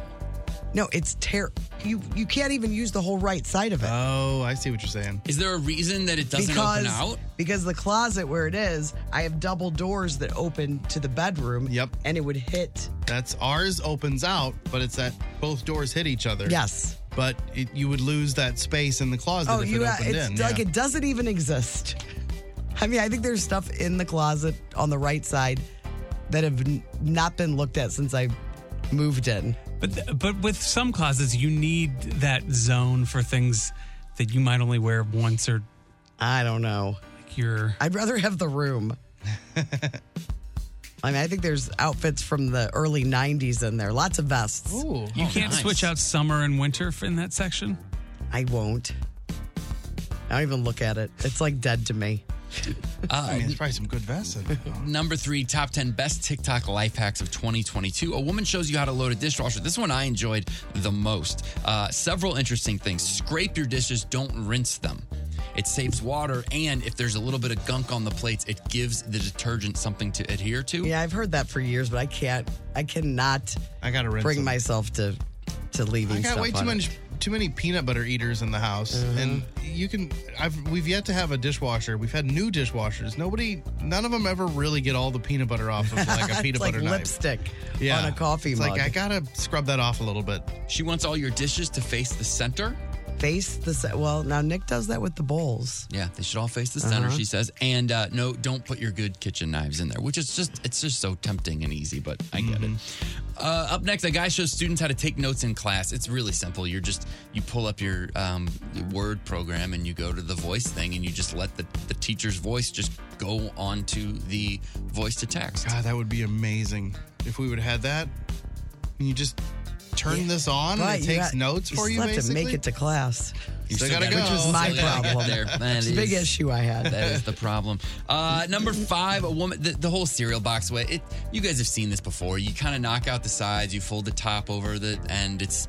Speaker 4: No, it's ter You you can't even use the whole right side of it.
Speaker 5: Oh, I see what you're saying.
Speaker 6: is there a reason that it doesn't
Speaker 4: because,
Speaker 6: open out?
Speaker 4: Because the closet where it is, I have double doors that open to the bedroom. Yep. And it would hit.
Speaker 5: That's ours opens out, but it's that both doors hit each other.
Speaker 4: Yes.
Speaker 5: But it, you would lose that space in the closet if it
Speaker 4: ha-
Speaker 5: opened
Speaker 4: Oh, uh, it's
Speaker 5: in.
Speaker 4: like
Speaker 5: yeah.
Speaker 4: it doesn't even exist. I mean, I think there's stuff in the closet on the right side that have n- not been looked at since I moved in.
Speaker 7: But th- but with some closets, you need that zone for things that you might only wear once or
Speaker 4: I don't
Speaker 5: Oh,
Speaker 4: know.
Speaker 7: Like your
Speaker 4: I'd rather have the
Speaker 5: (laughs)
Speaker 4: room. I mean, I think there's outfits from the early 90s in there. Lots of vests.
Speaker 5: Ooh,
Speaker 6: Oh,
Speaker 7: you can't switch out summer and winter f- in that section.
Speaker 4: I won't. I don't even look at it. It's like dead to me.
Speaker 5: I mean, there's probably some good vests (laughs) in there.
Speaker 6: Number three, top 10 best TikTok life hacks of 2022. A woman shows you how to load a dishwasher. This one I enjoyed the most. Uh, several interesting things. Scrape your dishes, don't rinse them. It saves water, and if there's a little bit of gunk on the plates, it gives the detergent something to adhere to.
Speaker 4: (laughs) Yeah, I've heard that for years, but I can't. I cannot.
Speaker 5: I gotta rinse
Speaker 4: bring
Speaker 5: them.
Speaker 4: myself to to leaving
Speaker 5: I got
Speaker 4: stuff.
Speaker 5: way too
Speaker 4: on it. Mm-hmm.
Speaker 5: much too many peanut butter eaters in the house, and you can. I've we've yet to have a dishwasher. We've had new dishwashers. Nobody, none of them ever really get all the peanut butter off of like
Speaker 4: (laughs)
Speaker 5: a
Speaker 4: It's
Speaker 5: peanut
Speaker 4: like
Speaker 5: butter knife.
Speaker 4: lipstick on a coffee
Speaker 5: It's
Speaker 4: mug.
Speaker 5: Like I gotta scrub that off a little bit.
Speaker 6: She wants all your dishes to face the center.
Speaker 4: Face the se- well. Now Nick does that with the bowls.
Speaker 6: Yeah, they should all face the center,
Speaker 4: Uh-huh.
Speaker 6: she says. And uh, no, don't put your good kitchen knives in there, which is just, it's just so tempting and easy, but I get it. Uh, up next, a guy shows students how to take notes in class. It's really simple. You're just, you pull up your um, Word program and you go to the voice thing and you just let the, the teacher's voice just go onto the voice to text.
Speaker 5: God, that would be amazing if we would have had that. And you just turn this on
Speaker 4: Right,
Speaker 5: and it
Speaker 4: you
Speaker 5: takes
Speaker 4: got-
Speaker 5: notes for you.
Speaker 4: still have to
Speaker 5: Basically,
Speaker 4: make it to class.
Speaker 6: You still gotta
Speaker 4: Which
Speaker 6: go.
Speaker 4: was my
Speaker 6: Still gotta get
Speaker 4: problem.
Speaker 6: (laughs)
Speaker 4: (laughs)
Speaker 6: there. That
Speaker 4: It's a big
Speaker 6: is-
Speaker 4: issue I had.
Speaker 6: That is the problem. Uh, number five, a woman. The, the whole cereal box way. It, you guys have seen this before. You kind of knock out the sides. You fold the top over the, and it's.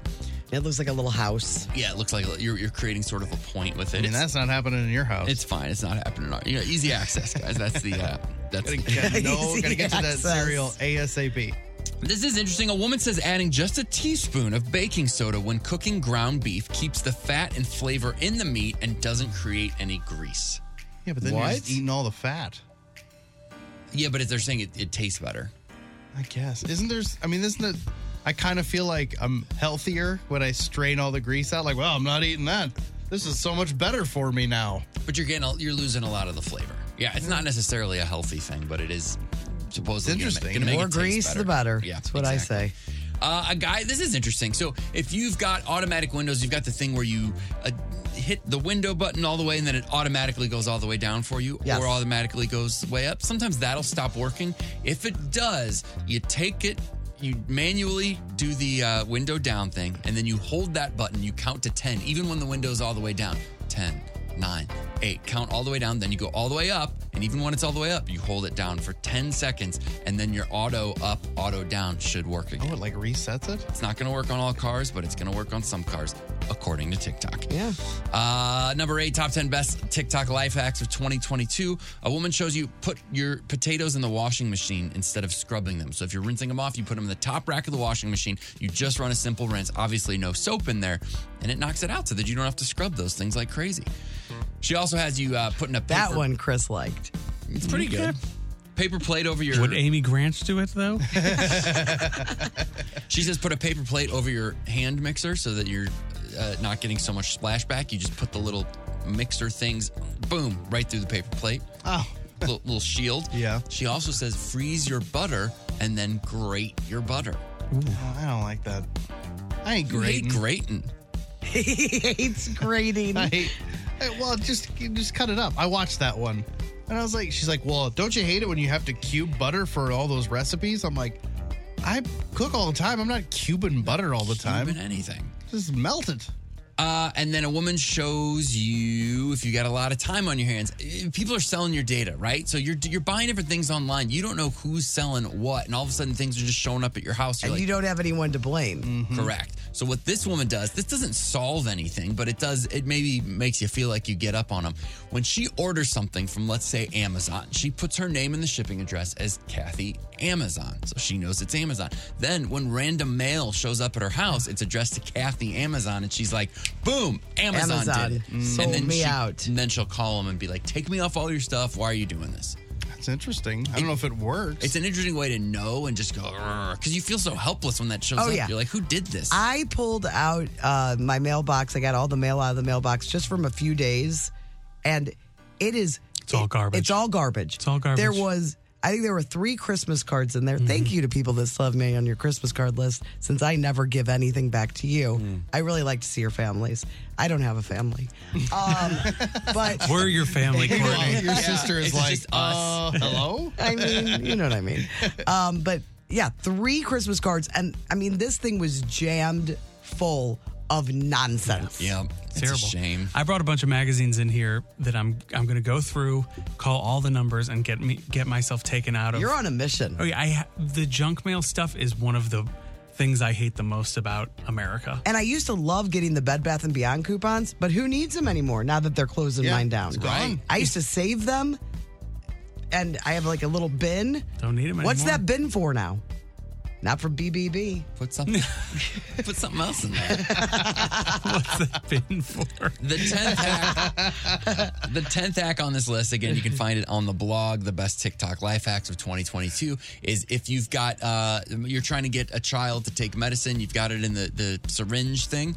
Speaker 4: It looks like a little house.
Speaker 6: Yeah, it looks like you're, you're creating sort of a point with it.
Speaker 5: I mean,
Speaker 6: It's-
Speaker 5: that's not happening in your house.
Speaker 6: It's fine. It's
Speaker 5: (laughs)
Speaker 6: not happening. in our- You know, easy access, guys. That's the. Uh, that's
Speaker 5: Gotta
Speaker 6: (laughs)
Speaker 4: (laughs)
Speaker 5: get- no, gotta get to that cereal ASAP.
Speaker 6: This is interesting. A woman says adding just a teaspoon of baking soda when cooking ground beef keeps the fat and flavor in the meat and doesn't create any grease.
Speaker 5: Yeah, but then
Speaker 6: What?
Speaker 5: you're just eating all the fat.
Speaker 6: Yeah, but if they're saying it, it tastes better.
Speaker 5: I guess. Isn't there? I mean, isn't it? I kind of feel like I'm healthier when I strain all the grease out. Like, well, I'm not eating that. This is so much better for me now.
Speaker 6: But you're getting, a- you're losing a lot of the flavor. Yeah, it's not necessarily a healthy thing, but it is supposedly gonna ma-
Speaker 4: Interesting.
Speaker 6: Gonna
Speaker 4: The
Speaker 6: make
Speaker 4: more
Speaker 6: it taste
Speaker 4: grease, the better.
Speaker 6: Yeah,
Speaker 4: That's what I say.
Speaker 6: Uh, a guy, this is interesting. So if you've got automatic windows, you've got the thing where you uh, hit the window button all the way and then it automatically goes all the way down for you
Speaker 14: Yes.
Speaker 6: or automatically goes way up. Sometimes that'll stop working. If it does, you take it, you manually do the uh, window down thing, and then you hold that button, you count to 10, even when the window's all the way down 10, 9, 8, count all the way down, then you go all the way up. And even when it's all the way up, you hold it down for 10 seconds, and then your auto up, auto down should work again.
Speaker 5: Oh, it like resets it?
Speaker 6: It's not going to work on all cars, but it's going to work on some cars, according to TikTok.
Speaker 4: Yeah.
Speaker 6: Uh, number eight, top 10 best TikTok life hacks of 2022. A woman shows you put your potatoes in the washing machine instead of scrubbing them. So if you're rinsing them off, you put them in the top rack of the washing machine. You just run a simple rinse, obviously, no soap in there, and it knocks it out so that you don't have to scrub those things like crazy. She also has you uh, putting a paper,
Speaker 4: That one Chris liked.
Speaker 6: It's pretty good. Paper plate over your.
Speaker 7: Would Amy Grant do it
Speaker 4: (laughs)
Speaker 7: though?
Speaker 6: She says put a paper plate over your hand mixer so that you're uh, not getting so much splashback. You just put the little mixer things, boom, right through the paper plate.
Speaker 5: Oh.
Speaker 6: (laughs) little, little shield. Yeah. She also says freeze your butter and then grate your butter.
Speaker 5: Oh, I don't like that. I ain't
Speaker 6: You hate
Speaker 5: grating. (laughs)
Speaker 6: grating.
Speaker 4: he hates
Speaker 6: (laughs)
Speaker 4: grating.
Speaker 5: I hate. I- well, just you just cut it up. I watched that one, and I was like, she's like, well, don't you hate it when you have to cube butter for all those recipes? I'm like, I cook all the time. I'm not cubing butter all the time.
Speaker 6: Cubing anything.
Speaker 5: Just melt it.
Speaker 6: Uh, and then a woman shows you if you got a lot of time on your hands. Eh, People are selling your data, right? So you're you're buying different things online. You don't know who's selling what, and all of a sudden things are just showing up at your house. You're
Speaker 4: and
Speaker 6: like,
Speaker 4: you don't have anyone to blame.
Speaker 5: Mm-hmm.
Speaker 6: Correct. So what this woman does, this doesn't solve anything, but it does. It maybe makes you feel like you get up on them. When she orders something from, let's say, Amazon, she puts her name and the shipping address as Kathy Amazon, so she knows it's Amazon. Then when random mail shows up at her house, it's addressed to Kathy Amazon, and she's like, "Boom, Amazon,
Speaker 4: Amazon
Speaker 6: did it."
Speaker 4: sold
Speaker 6: and then
Speaker 4: me
Speaker 6: she,
Speaker 4: out.
Speaker 6: And then she'll call them and be like, "Take me off all your stuff. Why are you doing this?"
Speaker 5: That's interesting. I don't know if it works.
Speaker 6: It's an interesting way to know and just go because you feel so helpless when that shows
Speaker 4: Oh,
Speaker 6: up.
Speaker 4: yeah.
Speaker 6: You're like, "Who did this?"
Speaker 4: I pulled out uh, my mailbox. I got all the mail out of the mailbox just from a few days, and it is it's all garbage. It's all garbage. Mm-hmm. It's all
Speaker 7: garbage.
Speaker 4: There was. I think there were three Christmas cards in there. Thank you to people that still have me on your Christmas card list since I never give anything back to you. I really like to see your families. I don't have a family. Um, but
Speaker 7: (laughs) We're your family,
Speaker 4: You know,
Speaker 7: Courtney.
Speaker 4: your Yeah. sister is (laughs) It's like, uh, just
Speaker 5: us. hello?
Speaker 4: (laughs) I mean, you know what I mean. Um, but yeah, three Christmas cards. And I mean, this thing was jammed full of nonsense.
Speaker 6: Yep.
Speaker 7: It's terrible. shame. I brought a bunch of magazines in here that I'm I'm going to go through, call all the numbers, and get me get myself taken out of.
Speaker 4: You're on a mission.
Speaker 7: Oh yeah, I ha- the junk mail stuff is one of the things I hate the most about America.
Speaker 4: And I used to love getting the Bed Bath and Beyond coupons, but who needs them anymore now that they're closing
Speaker 7: Yeah,
Speaker 4: mine down?
Speaker 7: it's gone.
Speaker 4: I used to save them, and I have like a little bin.
Speaker 7: Don't need 'em
Speaker 4: What's
Speaker 7: anymore.
Speaker 4: that bin for now? Not for BBB.
Speaker 6: Put
Speaker 7: (laughs)
Speaker 6: something. Put something else in there.
Speaker 7: What's that been for?
Speaker 6: The tenth hack. the tenth hack on this list again. You can find it on the blog. The best TikTok life hacks of 2022 is if you've got uh, you're trying to get a child to take medicine. You've got it in the the syringe thing.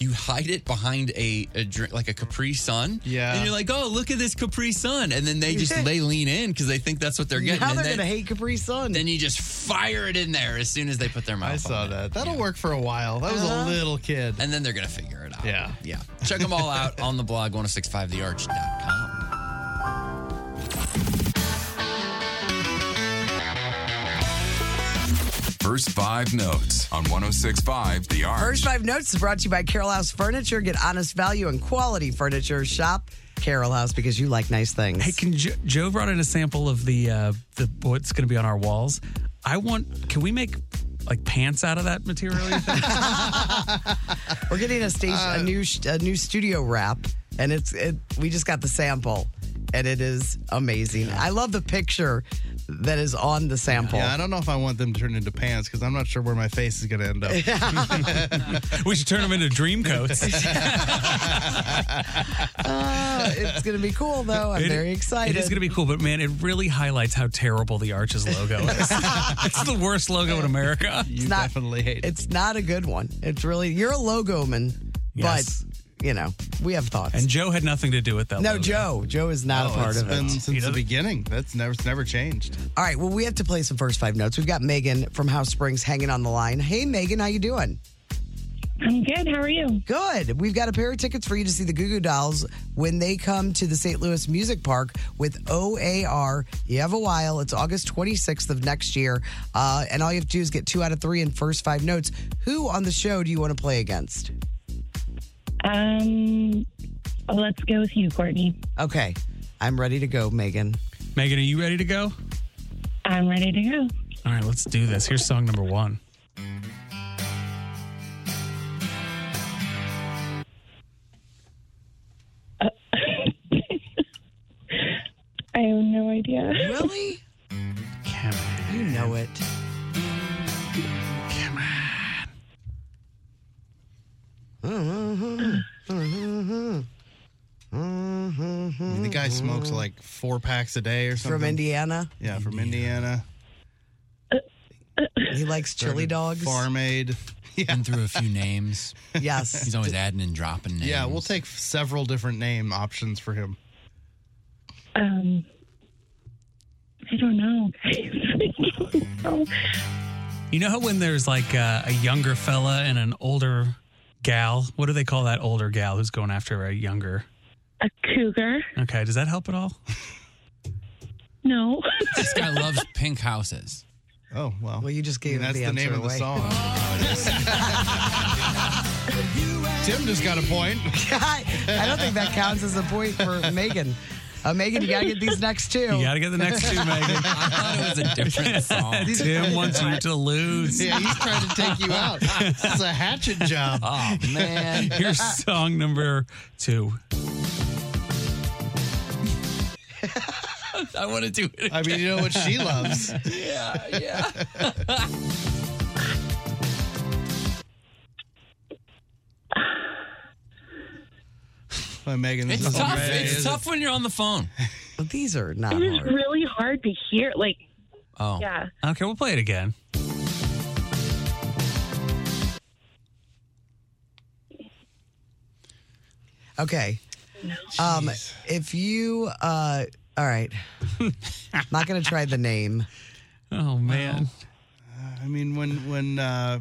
Speaker 6: You hide it behind a, a drink, like a Capri Sun.
Speaker 5: Yeah.
Speaker 6: And you're like, oh, look at this Capri Sun. And then they just they lean in because they think that's what they're getting.
Speaker 4: now
Speaker 6: and
Speaker 4: they're
Speaker 6: then-
Speaker 4: gonna hate Capri Sun.
Speaker 6: Then you just fire it in there as soon as they put their mouth. I saw that.
Speaker 5: Uh, That'll work for a while. That was
Speaker 6: Uh-huh.
Speaker 5: a little kid.
Speaker 6: And then they're gonna figure it out.
Speaker 5: Yeah.
Speaker 6: Yeah. Check them all out on the blog 1065thearch.com.
Speaker 1: First five notes on 1065 The Arch.
Speaker 4: First Five Notes is brought to you by Carol House Furniture. Get honest value and quality furniture. Shop Carol House because you like nice things.
Speaker 7: Hey, can jo- Joe brought in a sample of the uh, the what's going to be on our walls? I want. Can we make like pants out of that material? you
Speaker 6: (laughs)
Speaker 7: think?
Speaker 4: We're getting a station,
Speaker 5: Uh,
Speaker 4: a new sh- a new studio wrap, and it's it. We just got the sample, and it is amazing. I love the picture that is on the sample.
Speaker 5: Yeah, I don't know if I want them to turn into pants because I'm not sure where my face is going to end up.
Speaker 7: (laughs) we should turn them into
Speaker 6: (laughs)
Speaker 7: dream coats.
Speaker 4: Uh, (laughs) it's gonna be cool though. Oh, I'm
Speaker 7: It-
Speaker 4: very excited.
Speaker 7: It is going to be cool, but man, it really highlights how terrible the Arches
Speaker 4: (laughs)
Speaker 7: logo is. it's the worst logo in America. You
Speaker 4: not-
Speaker 7: definitely hate
Speaker 4: It's not a good one. It's really you're a logoman,
Speaker 7: Yes.
Speaker 4: but you know we have thoughts.
Speaker 7: And Joe had nothing to do with that.
Speaker 4: no,
Speaker 7: logo.
Speaker 4: Joe. Joe is not a part
Speaker 5: Oh, it's
Speaker 4: of
Speaker 5: been
Speaker 4: it.
Speaker 5: since the beginning. That's never it's never changed.
Speaker 4: All right. Well, we have to play some first five notes. We've got Megan from House Springs hanging on the line. Hey, Megan, how you doing?
Speaker 14: I'm good. How are you?
Speaker 4: Good. We've got a pair of tickets for you to see the Goo Goo Dolls when they come to the St. Louis Music Park with OAR. You have a while. It's August 26th of next year. Uh, and all you have to do is get two out of three in first five notes. Who on the show do you want to play against?
Speaker 14: Um, let's go with you, Courtney.
Speaker 4: Okay. I'm ready to go, Megan.
Speaker 7: Megan, are you ready to go?
Speaker 14: I'm ready to go.
Speaker 7: All right, let's do this. Here's song number one.
Speaker 14: (laughs)
Speaker 4: (laughs)
Speaker 14: I have no idea.
Speaker 4: Really? You know it. Mm-hmm.
Speaker 5: I mean, the guy smokes
Speaker 4: (laughs)
Speaker 5: like four packs a day or something.
Speaker 4: Mm-hmm. From Indiana.
Speaker 5: Yeah, from Indiana.
Speaker 4: He likes chili
Speaker 5: Started
Speaker 4: dogs.
Speaker 5: Farm aid. (laughs)
Speaker 6: Been through a few names.
Speaker 4: (laughs) Yes.
Speaker 6: He's always adding and dropping names.
Speaker 5: Yeah, we'll take several different name options for him.
Speaker 14: Um, I don't know.
Speaker 7: You know how when there's like uh, a, a younger fella and an older gal? What do they call that older gal who's going after a younger?
Speaker 14: A cougar?
Speaker 7: Okay, does that help at all?
Speaker 14: No.
Speaker 6: This guy loves pink houses.
Speaker 5: Oh, well.
Speaker 4: Well, you just gave
Speaker 5: That's
Speaker 4: the
Speaker 5: the name
Speaker 4: answer
Speaker 5: of the
Speaker 4: away.
Speaker 5: song. (laughs) Tim just got a point.
Speaker 4: I (laughs) I don't think that counts as a point for Megan. Uh, Megan, you got to get these next two.
Speaker 7: You got to get the
Speaker 6: (laughs)
Speaker 7: next two, Megan.
Speaker 6: Oh. I thought it was a
Speaker 7: (laughs)
Speaker 6: different song. (laughs)
Speaker 7: Tim wants you to lose.
Speaker 5: Yeah, he's trying to take you out. It's a hatchet job.
Speaker 6: Oh, man.
Speaker 7: (laughs) Here's song number two.
Speaker 6: (laughs) I want to do it.
Speaker 5: I mean, you know what she loves.
Speaker 6: (laughs) yeah, yeah.
Speaker 5: By Megan. this
Speaker 6: It's
Speaker 5: is
Speaker 6: tough.
Speaker 5: already-
Speaker 6: It's tough when you're on the phone.
Speaker 4: But these are not
Speaker 14: it is really hard to hear. Like,
Speaker 6: Oh.
Speaker 14: yeah.
Speaker 7: Okay, we'll play it again.
Speaker 4: Okay. Um, if you, uh,
Speaker 6: (laughs)
Speaker 4: all right, not going to try the name.
Speaker 7: Oh man.
Speaker 5: I mean, when when uh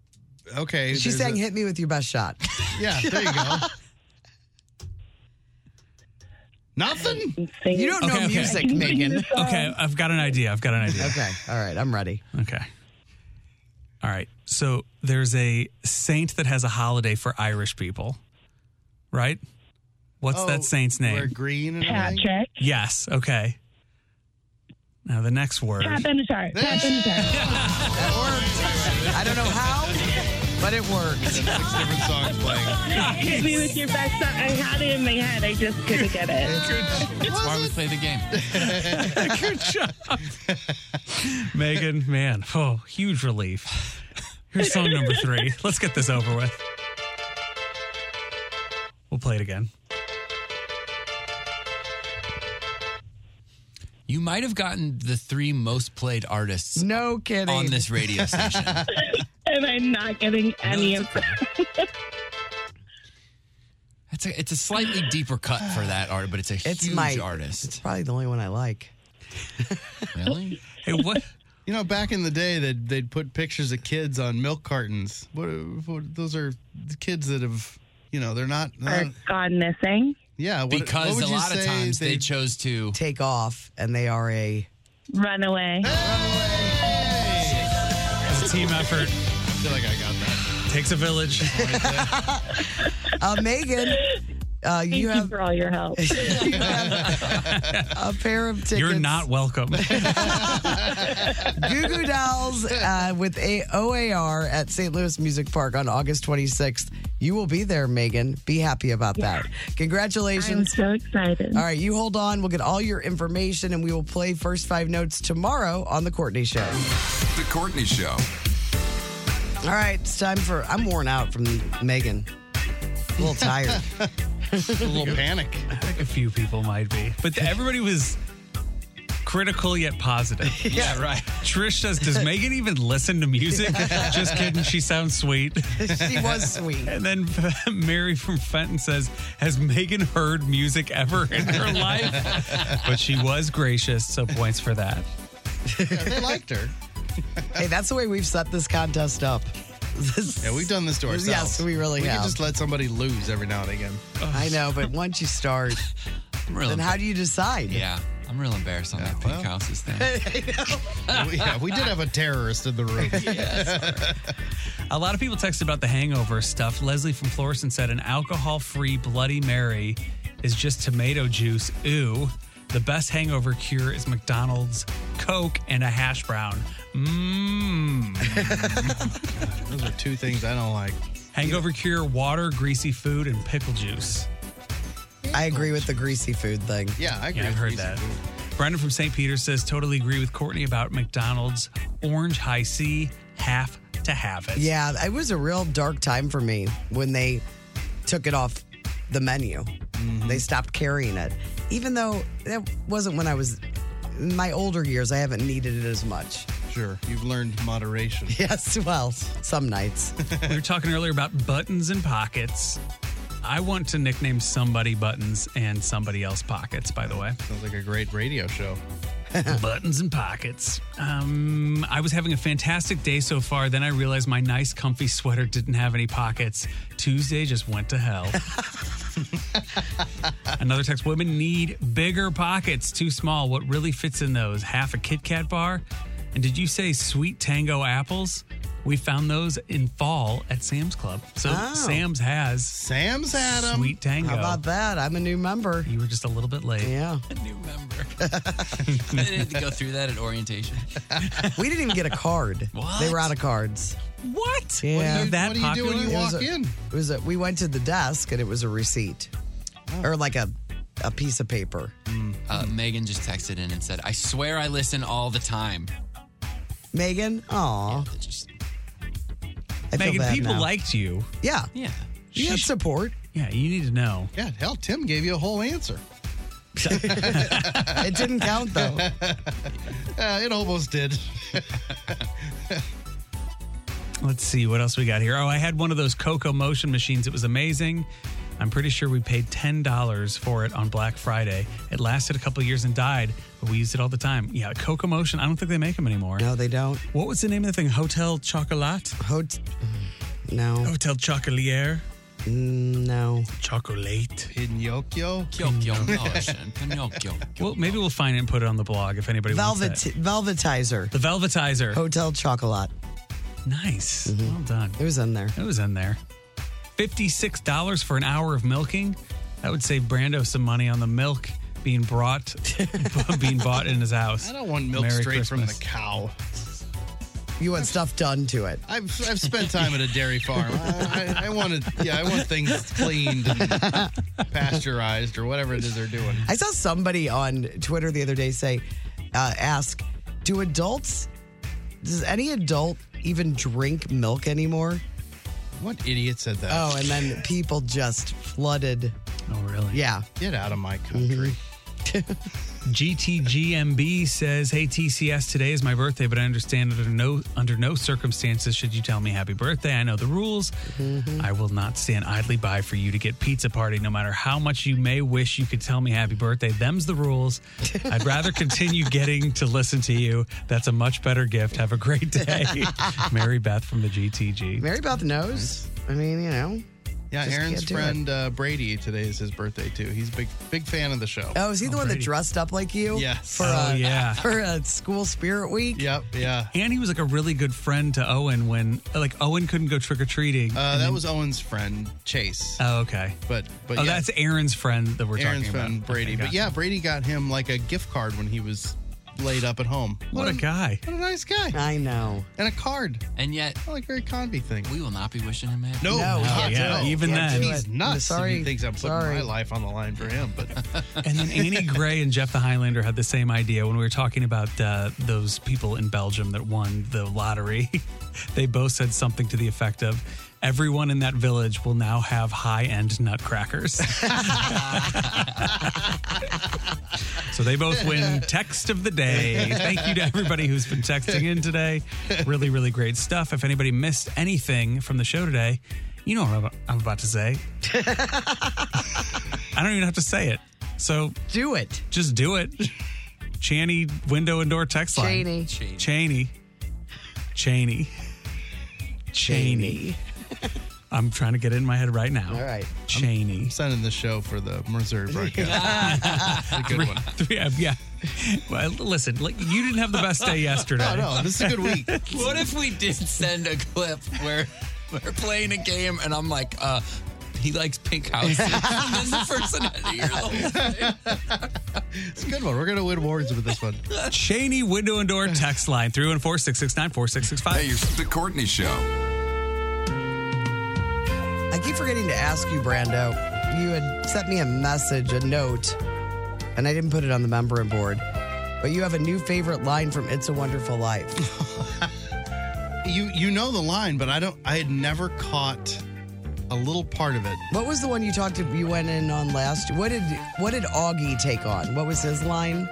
Speaker 5: (laughs) okay,
Speaker 4: She
Speaker 5: there's
Speaker 4: sang
Speaker 5: a-
Speaker 4: "Hit Me with Your Best Shot."
Speaker 5: Yeah, there you go. Nothing.
Speaker 4: You don't know
Speaker 7: Okay, okay.
Speaker 4: music, (laughs) Megan.
Speaker 7: Okay, I've got an idea. I've got an idea.
Speaker 4: Okay. All right, I'm ready.
Speaker 7: Okay. All right. So there's a saint that has a holiday for Irish people, right? What's
Speaker 5: Oh,
Speaker 7: that saint's name?
Speaker 5: wear green and everything?
Speaker 14: Patrick.
Speaker 7: Yes. Okay. Now the next word.
Speaker 14: Pat Benatar. Pat Benatar.
Speaker 4: That worked. (laughs) I don't know how, but it worked. Six different songs playing.
Speaker 14: Hit me with your best song. I had it in my head. I just couldn't get it.
Speaker 6: That's why we play the game.
Speaker 5: (laughs)
Speaker 7: Good job. Megan, man, oh, huge relief. Here's song number three. Let's get this over with. We'll play it again.
Speaker 6: You might have gotten the three most played artists
Speaker 4: no kidding.
Speaker 6: on this
Speaker 5: (laughs)
Speaker 6: radio station.
Speaker 14: and I'm not getting any of that.
Speaker 6: It's a, it's a slightly deeper cut for that art, but it's a
Speaker 4: It's
Speaker 6: huge
Speaker 4: my
Speaker 6: artist. (laughs)
Speaker 4: It's probably the only one I like.
Speaker 6: really?
Speaker 7: Hey, what?
Speaker 5: You know, back in the day, they'd, they'd put pictures of kids on milk cartons. What, what- those are the kids that have, you know, they're not. they're
Speaker 14: Are
Speaker 5: not-
Speaker 14: gone missing.
Speaker 5: (laughs) yeah, what- what
Speaker 6: Because
Speaker 5: would
Speaker 6: a
Speaker 5: you
Speaker 6: lot of
Speaker 5: say
Speaker 6: times they,
Speaker 5: they-
Speaker 6: chose to.
Speaker 4: Take off, and they are a.
Speaker 14: Runaway.
Speaker 7: It's a team effort.
Speaker 5: I feel like I got that.
Speaker 7: Takes a village.
Speaker 4: Uh,
Speaker 6: (laughs)
Speaker 4: Megan, uh,
Speaker 14: Thank
Speaker 4: you
Speaker 14: you,
Speaker 4: have
Speaker 14: for all your help.
Speaker 4: (laughs) a pair of tickets.
Speaker 7: You're not
Speaker 4: (laughs)
Speaker 7: welcome.
Speaker 4: Goo Goo Dolls uh, with a OAR at St. Louis Music Park on August 26th. You will be there, Megan. Be happy about that.
Speaker 14: I'm
Speaker 4: Congratulations.
Speaker 14: so excited.
Speaker 4: All right, you hold on. We'll get all your information and we will play first five notes tomorrow on The Courtney Show.
Speaker 1: The Courtney Show.
Speaker 4: All right, it's time for. I'm worn out from Megan. A little tired.
Speaker 5: (laughs) A little panic.
Speaker 7: I think a few people might be, but everybody was critical
Speaker 4: (laughs)
Speaker 7: yet positive.
Speaker 6: Yeah, right.
Speaker 7: Trish says, "Does Megan even listen
Speaker 4: (laughs)
Speaker 7: to music?" Just kidding. She sounds sweet.
Speaker 4: she was sweet.
Speaker 7: And then (laughs) Mary from Fenton says, "Has Megan heard music ever in her
Speaker 4: (laughs)
Speaker 7: life?" but she was gracious, so points for that.
Speaker 5: Yeah, they liked her.
Speaker 4: Hey, that's the way we've set this contest up. (laughs) This-
Speaker 5: Yeah, we've done this to ourselves.
Speaker 4: Yes, we really
Speaker 5: We
Speaker 4: have.
Speaker 5: can just let somebody lose every now and again.
Speaker 4: I know, but once you start,
Speaker 6: I'm real
Speaker 4: then how do you decide?
Speaker 6: yeah, I'm real embarrassed on that pink houses
Speaker 4: (laughs)
Speaker 5: (laughs)
Speaker 6: thing.
Speaker 5: We- yeah, (laughs) we did have a terrorist in the room.
Speaker 7: A lot of people text about the hangover stuff. Leslie from Florissant said an alcohol free Bloody Mary is just tomato juice. Ooh. The best hangover cure is McDonald's Coke and a hash brown.
Speaker 4: Mm.
Speaker 7: Mmm.
Speaker 5: Those are two things I don't like.
Speaker 7: hangover cure, water, greasy food, and pickle juice.
Speaker 4: I agree with the greasy food thing.
Speaker 5: Yeah, I agree.
Speaker 7: Yeah, I've
Speaker 5: with
Speaker 7: heard
Speaker 5: these.
Speaker 7: that. Brendan from St. Peter says, totally agree with Courtney about McDonald's Orange High C, half to have it.
Speaker 4: Yeah, it was a real dark time for me when they took it off the menu.
Speaker 5: Mm-hmm.
Speaker 4: They stopped carrying it, even though that wasn't when I was in my older years. I haven't needed it as much.
Speaker 5: Sure, you've learned moderation.
Speaker 4: (laughs) Yes, well, some nights.
Speaker 7: we were talking earlier about buttons and pockets. I want to nickname somebody buttons and somebody else pockets, by the way.
Speaker 5: Sounds like a great radio show.
Speaker 7: (laughs) buttons and pockets. Um, I was having a fantastic day so far. Then I realized my nice, comfy sweater didn't have any pockets. Tuesday just went
Speaker 4: (laughs)
Speaker 7: to hell. Another text Women need bigger pockets, too small. What really fits in those? Half a Kit Kat bar? And did you say sweet tango apples? We found those in fall at Sam's Club. So
Speaker 4: Oh.
Speaker 7: Sam's has
Speaker 5: Sam's had 'em.
Speaker 7: sweet tango.
Speaker 4: How about that? I'm a new member.
Speaker 7: you were just (laughs) a little bit late.
Speaker 4: Yeah,
Speaker 6: I
Speaker 7: (laughs)
Speaker 6: didn't go through that at
Speaker 5: (laughs)
Speaker 6: orientation.
Speaker 4: (laughs) we didn't even get a card.
Speaker 6: What?
Speaker 4: They were out of cards.
Speaker 7: What?
Speaker 4: Yeah.
Speaker 7: Wasn't
Speaker 4: What
Speaker 7: that
Speaker 5: what do you do
Speaker 7: popular?
Speaker 5: when you
Speaker 4: It
Speaker 5: walk
Speaker 4: was a-
Speaker 5: in?
Speaker 4: It was a, we went to the desk and it was a receipt,
Speaker 5: Oh.
Speaker 4: or like a a piece of paper.
Speaker 6: Uh, Megan just texted in and said, I swear I listen all the time.
Speaker 4: Megan, aw,
Speaker 6: It just-
Speaker 4: I feel
Speaker 7: Megan,
Speaker 4: bad
Speaker 7: people
Speaker 4: now. (laughs)
Speaker 7: liked you.
Speaker 4: yeah,
Speaker 6: yeah.
Speaker 4: you had support.
Speaker 7: Yeah, you need to know.
Speaker 5: Yeah, hell, Tim gave you a whole answer.
Speaker 4: (laughs) It didn't count though.
Speaker 5: (laughs) Uh, it almost did. (laughs)
Speaker 7: Let's see what else we got here. Oh, I had one of those Coco motion machines. It was amazing. I'm pretty sure we paid ten dollars for it on Black Friday. It lasted a couple of years and died, but we used it all the time. Yeah, Coco motion. I don't think they make them anymore.
Speaker 4: No, they don't.
Speaker 7: What was the name of the thing? Hotel Chocolat.
Speaker 4: Hot- no,
Speaker 7: Hotel Chocolatier.
Speaker 4: Mm, no.
Speaker 7: Chocolate.
Speaker 5: Pinocchio.
Speaker 6: Pinocchio
Speaker 5: Oh,
Speaker 6: motion. Pinocchio.
Speaker 7: (laughs) Well, maybe we'll find it and put it on the blog if anybody
Speaker 4: Velvet
Speaker 7: wants it.
Speaker 4: velvetizer.
Speaker 7: The Velvetizer.
Speaker 4: Hotel Chocolat.
Speaker 7: Nice. Well done.
Speaker 4: Mm-hmm. It was in there.
Speaker 7: It was in there. $56 for an hour of milking. That would save Brando some money on the milk being brought (laughs) being bought in his house.
Speaker 5: I don't want milk
Speaker 7: Merry
Speaker 5: straight from the
Speaker 7: Christmas.
Speaker 5: cow.
Speaker 4: You want stuff done to it.
Speaker 5: I've, I've spent time at a dairy farm. I, I, I wanted, yeah, I want things cleaned and
Speaker 4: (laughs)
Speaker 5: pasteurized or whatever it is they're doing.
Speaker 4: I saw somebody on Twitter the other day say, uh, ask, do adults, does any adult even drink milk anymore?
Speaker 5: What idiot said that?
Speaker 4: Oh, and then people just flooded.
Speaker 7: Oh, really?
Speaker 4: Yeah. Mm-hmm.
Speaker 5: Get out of my country.
Speaker 7: GTGMB says, "Hey TCS, today is my birthday, but I understand under no under no circumstances should you tell me happy birthday. I know the rules. I will not stand idly by for you to get pizza party, no matter how much you may wish you could tell me happy birthday. Them's the rules. I'd rather continue getting to listen to you. That's a much better gift. Have a great day, Mary Beth from the GTG.
Speaker 4: Mary Beth knows. I mean, you know.
Speaker 5: Yeah,
Speaker 4: just
Speaker 5: Aaron's
Speaker 4: can't do
Speaker 5: friend
Speaker 4: it.
Speaker 5: uh, Brady today is his birthday too. He's a big big fan of the show.
Speaker 4: Oh, is he the one that dressed up like you?
Speaker 5: Yes.
Speaker 4: For
Speaker 5: Oh,
Speaker 4: a, (laughs)
Speaker 5: yeah.
Speaker 4: For a school spirit week?
Speaker 5: Yep. Yeah.
Speaker 7: And he was like a really good friend to Owen when like Owen couldn't go trick or treating.
Speaker 5: Uh, that was Owen's friend Chase.
Speaker 7: Oh, okay.
Speaker 5: But but
Speaker 7: oh,
Speaker 5: yeah.
Speaker 7: that's Aaron's friend that we're
Speaker 5: Aaron's
Speaker 7: talking about.
Speaker 5: friend Brady.
Speaker 7: Okay,
Speaker 5: but
Speaker 7: gotcha.
Speaker 5: yeah, Brady got him like a gift card when he was laid up at home.
Speaker 7: What a guy.
Speaker 5: What a nice guy.
Speaker 4: I know.
Speaker 5: And a card.
Speaker 6: And yet,
Speaker 5: I like very convy thing.
Speaker 6: We will not be wishing him happy.
Speaker 5: No,
Speaker 7: No,
Speaker 5: not
Speaker 7: yeah,
Speaker 5: at all.
Speaker 7: even
Speaker 5: Can't
Speaker 7: then.
Speaker 5: do it. He's nuts. Sorry.
Speaker 7: Sorry.
Speaker 5: He thinks I'm putting
Speaker 7: Sorry.
Speaker 5: my life on the line for him. But
Speaker 7: And then Annie Gray and Jeff the Highlander had the same idea when we were talking about uh, those people in Belgium that won the lottery. (laughs) they both said something to the effect of, "Everyone in that village will now have high-end nutcrackers." (laughs) so they both win text of the day. Thank you to everybody who's been texting in today. Really, really great stuff. If anybody missed anything from the show today, you know what I'm- I'm about to say. I don't even have to say it. So
Speaker 4: do it.
Speaker 7: Just
Speaker 4: (laughs)
Speaker 7: do it. Chaney window and door text line.
Speaker 4: Cheney.
Speaker 7: Cheney. Cheney. Cheney. Cheney. (laughs) I'm trying to get it in my head right now. All
Speaker 4: right.
Speaker 7: Cheney. I'm
Speaker 5: sending the show for the
Speaker 4: (laughs)
Speaker 5: Missouri broadcast.
Speaker 7: It's
Speaker 5: a good
Speaker 7: three,
Speaker 5: one.
Speaker 7: Three, uh, yeah. Well, listen, like, you didn't have the best
Speaker 6: (laughs)
Speaker 7: day yesterday.
Speaker 6: what if we did send a clip where we're playing a game and I'm like, uh, he likes pink (laughs) houses. and then the person had to hear the whole thing.
Speaker 5: it's a good one. We're gonna win awards with this one.
Speaker 7: (laughs) Cheney window and door text line 314 669 4665.
Speaker 1: Hey, The Courtney Show.
Speaker 4: I keep forgetting to ask you, Brando. You had sent me a message, a note, and I didn't put it on the member board. But you have a new favorite line from It's a Wonderful Life. (laughs)
Speaker 5: You you know the line, but I don't. I had never caught a little part of it.
Speaker 4: what was the one you talked to you went in on last? What did what did Augie take on? What was his line?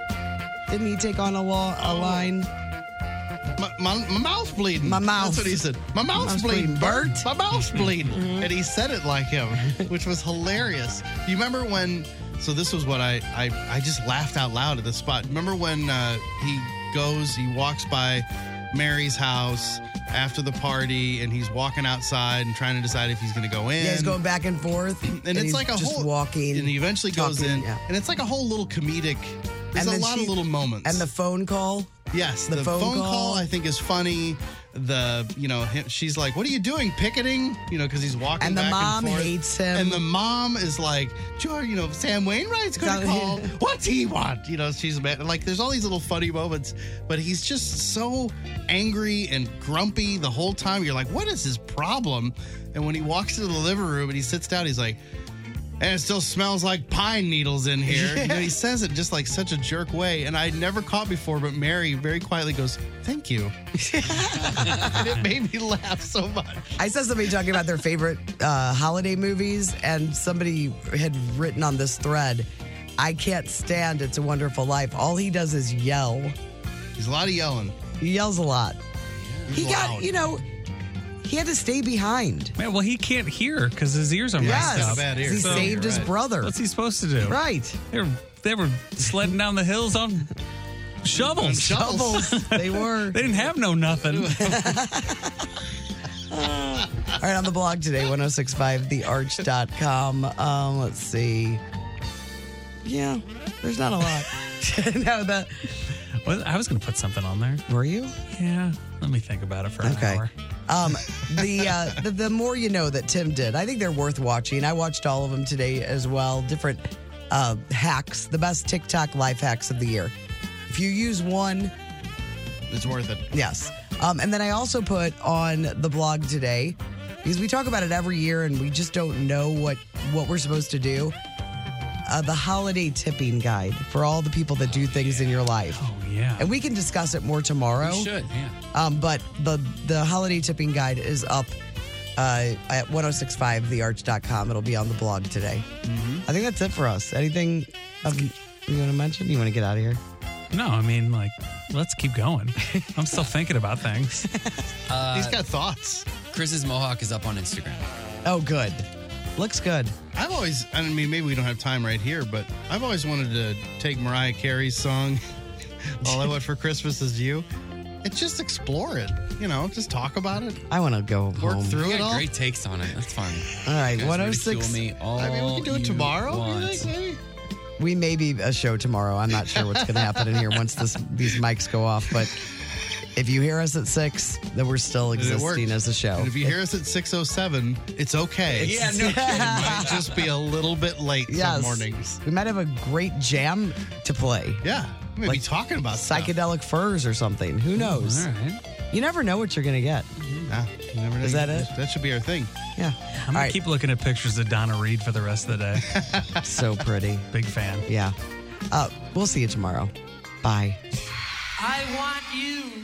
Speaker 4: Didn't he take on a wall a line?
Speaker 5: Oh. My, my, my mouth's bleeding.
Speaker 4: My mouth.
Speaker 5: That's what he said. My
Speaker 4: Mouth's
Speaker 5: mouth's,
Speaker 4: bleeding,
Speaker 5: bleeding,
Speaker 4: Mm-hmm.
Speaker 5: Bert.
Speaker 4: Bert.
Speaker 5: My
Speaker 4: (laughs)
Speaker 5: mouth's bleeding. And he said it like him, (laughs) which was hilarious. You remember when? So this was what I I, I just laughed out loud at this spot. Remember when uh, he goes, he walks by Mary's house after the party, and he's walking outside and trying to decide if he's going to go in.
Speaker 4: yeah, he's going back and forth,
Speaker 5: and, it's
Speaker 4: he's
Speaker 5: like a
Speaker 4: just
Speaker 5: whole
Speaker 4: walking,
Speaker 5: and he eventually goes
Speaker 4: talking,
Speaker 5: in,
Speaker 4: yeah.
Speaker 5: and it's like a whole little comedic. There's
Speaker 4: And
Speaker 5: a
Speaker 4: then
Speaker 5: lot
Speaker 4: she-
Speaker 5: of little moments.
Speaker 4: and the phone call.
Speaker 5: Yes, the, phone, call. I think is funny. The you know him, she's like, "What are you doing picketing?" You know because he's walking.
Speaker 4: And the
Speaker 5: back
Speaker 4: mom
Speaker 5: and forth.
Speaker 4: hates him.
Speaker 5: And the mom is like, "Sure, you know Sam Wainwright's going to
Speaker 4: Sounds-
Speaker 5: (laughs) call. What's he want?" You know she's mad. Like there's all these little funny moments, but he's just so angry and grumpy the whole time. You're like, "What is his problem?" And when he walks into the living room and he sits down, he's like. And it still smells like pine needles in here. You know, he says it just like such a jerk way, and I never caught before. But Mary very quietly goes,
Speaker 4: (laughs)
Speaker 5: "Thank you." and it made me laugh so much.
Speaker 4: I saw somebody talking about their favorite uh, holiday movies, and somebody had written on this thread, "I can't stand It's a Wonderful Life." All he does is yell.
Speaker 5: He's a lot of yelling.
Speaker 4: He yells a lot. He
Speaker 7: He's
Speaker 4: got,
Speaker 7: loud.
Speaker 4: you know, he had to stay behind.
Speaker 7: Man, well, he can't hear because his ears are
Speaker 4: Yes,
Speaker 7: messed up.
Speaker 4: bad ears. he saved his brother.
Speaker 7: What's he supposed to do?
Speaker 4: Right.
Speaker 7: They were, they were sledding down the hills on shovels.
Speaker 4: On (laughs) shovels. they were.
Speaker 7: (laughs) They didn't have no nothing. (laughs)
Speaker 4: All right, on the blog today, 1065thearch.com. Um, let's see. Yeah, there's not a lot. (laughs) no, the
Speaker 7: Well, I was going to put something on there.
Speaker 4: Were you?
Speaker 7: Yeah. Let me think about it for an
Speaker 4: Okay.
Speaker 7: hour.
Speaker 4: Um, the, uh, the the more you know that Tim did, I think they're worth watching. I watched all of them today as well. Different uh, hacks, the best TikTok life hacks of the year. If you use one,
Speaker 5: It's worth it.
Speaker 4: Yes. Um, and then I also put on the blog today because we talk about it every year and we just don't know what what we're supposed to do. Uh, the holiday tipping guide for all the people that do things in your life. Oh
Speaker 7: yeah.
Speaker 4: And we can discuss it more tomorrow.
Speaker 7: We should, yeah.
Speaker 4: Um, but the the holiday tipping guide is up uh, at 1065thearch.com. It'll be on the blog today. I think that's it for us. Anything of, you want to mention? You want to get out of here?
Speaker 7: No, I mean, like, let's keep going. (laughs) I'm still thinking about things.
Speaker 6: Uh,
Speaker 5: He's got thoughts.
Speaker 6: Chris's mohawk is up on Instagram.
Speaker 4: Oh, good. Looks good.
Speaker 5: I've always, I mean, maybe we don't have time right here, but I've always wanted to take Mariah Carey's song, (laughs) All I Want for Christmas Is You, and just explore it. You know, just talk about it.
Speaker 4: I want to go
Speaker 5: Work
Speaker 4: home.
Speaker 5: through
Speaker 6: You
Speaker 5: it
Speaker 6: got
Speaker 5: all.
Speaker 6: great takes on it. That's fine.
Speaker 4: All right,
Speaker 6: You guys
Speaker 4: 106
Speaker 6: ridicule me all
Speaker 5: I mean, we can do it
Speaker 6: you
Speaker 5: tomorrow. you
Speaker 6: want.
Speaker 5: think, maybe?
Speaker 4: We may be a show tomorrow. I'm not sure what's going to happen in here once this, these mics go off, but if you hear us at six, then we're still
Speaker 5: And it worked.
Speaker 4: existing as a show.
Speaker 5: And if you hear us at 607, it's okay.
Speaker 4: (laughs) Yeah, no kidding,
Speaker 5: Might just be a little bit late
Speaker 4: yes,
Speaker 5: some mornings.
Speaker 4: we might have a great jam to play.
Speaker 5: Yeah, we might be talking about stuff.
Speaker 4: psychedelic furs or something. Who knows?
Speaker 7: all right.
Speaker 4: You never know what you're going to get.
Speaker 5: Nah, you never know.
Speaker 4: Is that it?
Speaker 5: That should be our thing.
Speaker 4: Yeah.
Speaker 7: I'm going to keep looking at pictures of Donna Reed for the rest of the day.
Speaker 4: (laughs) So pretty.
Speaker 7: Big fan.
Speaker 4: Yeah. Uh, we'll see you tomorrow. Bye.
Speaker 2: I want you.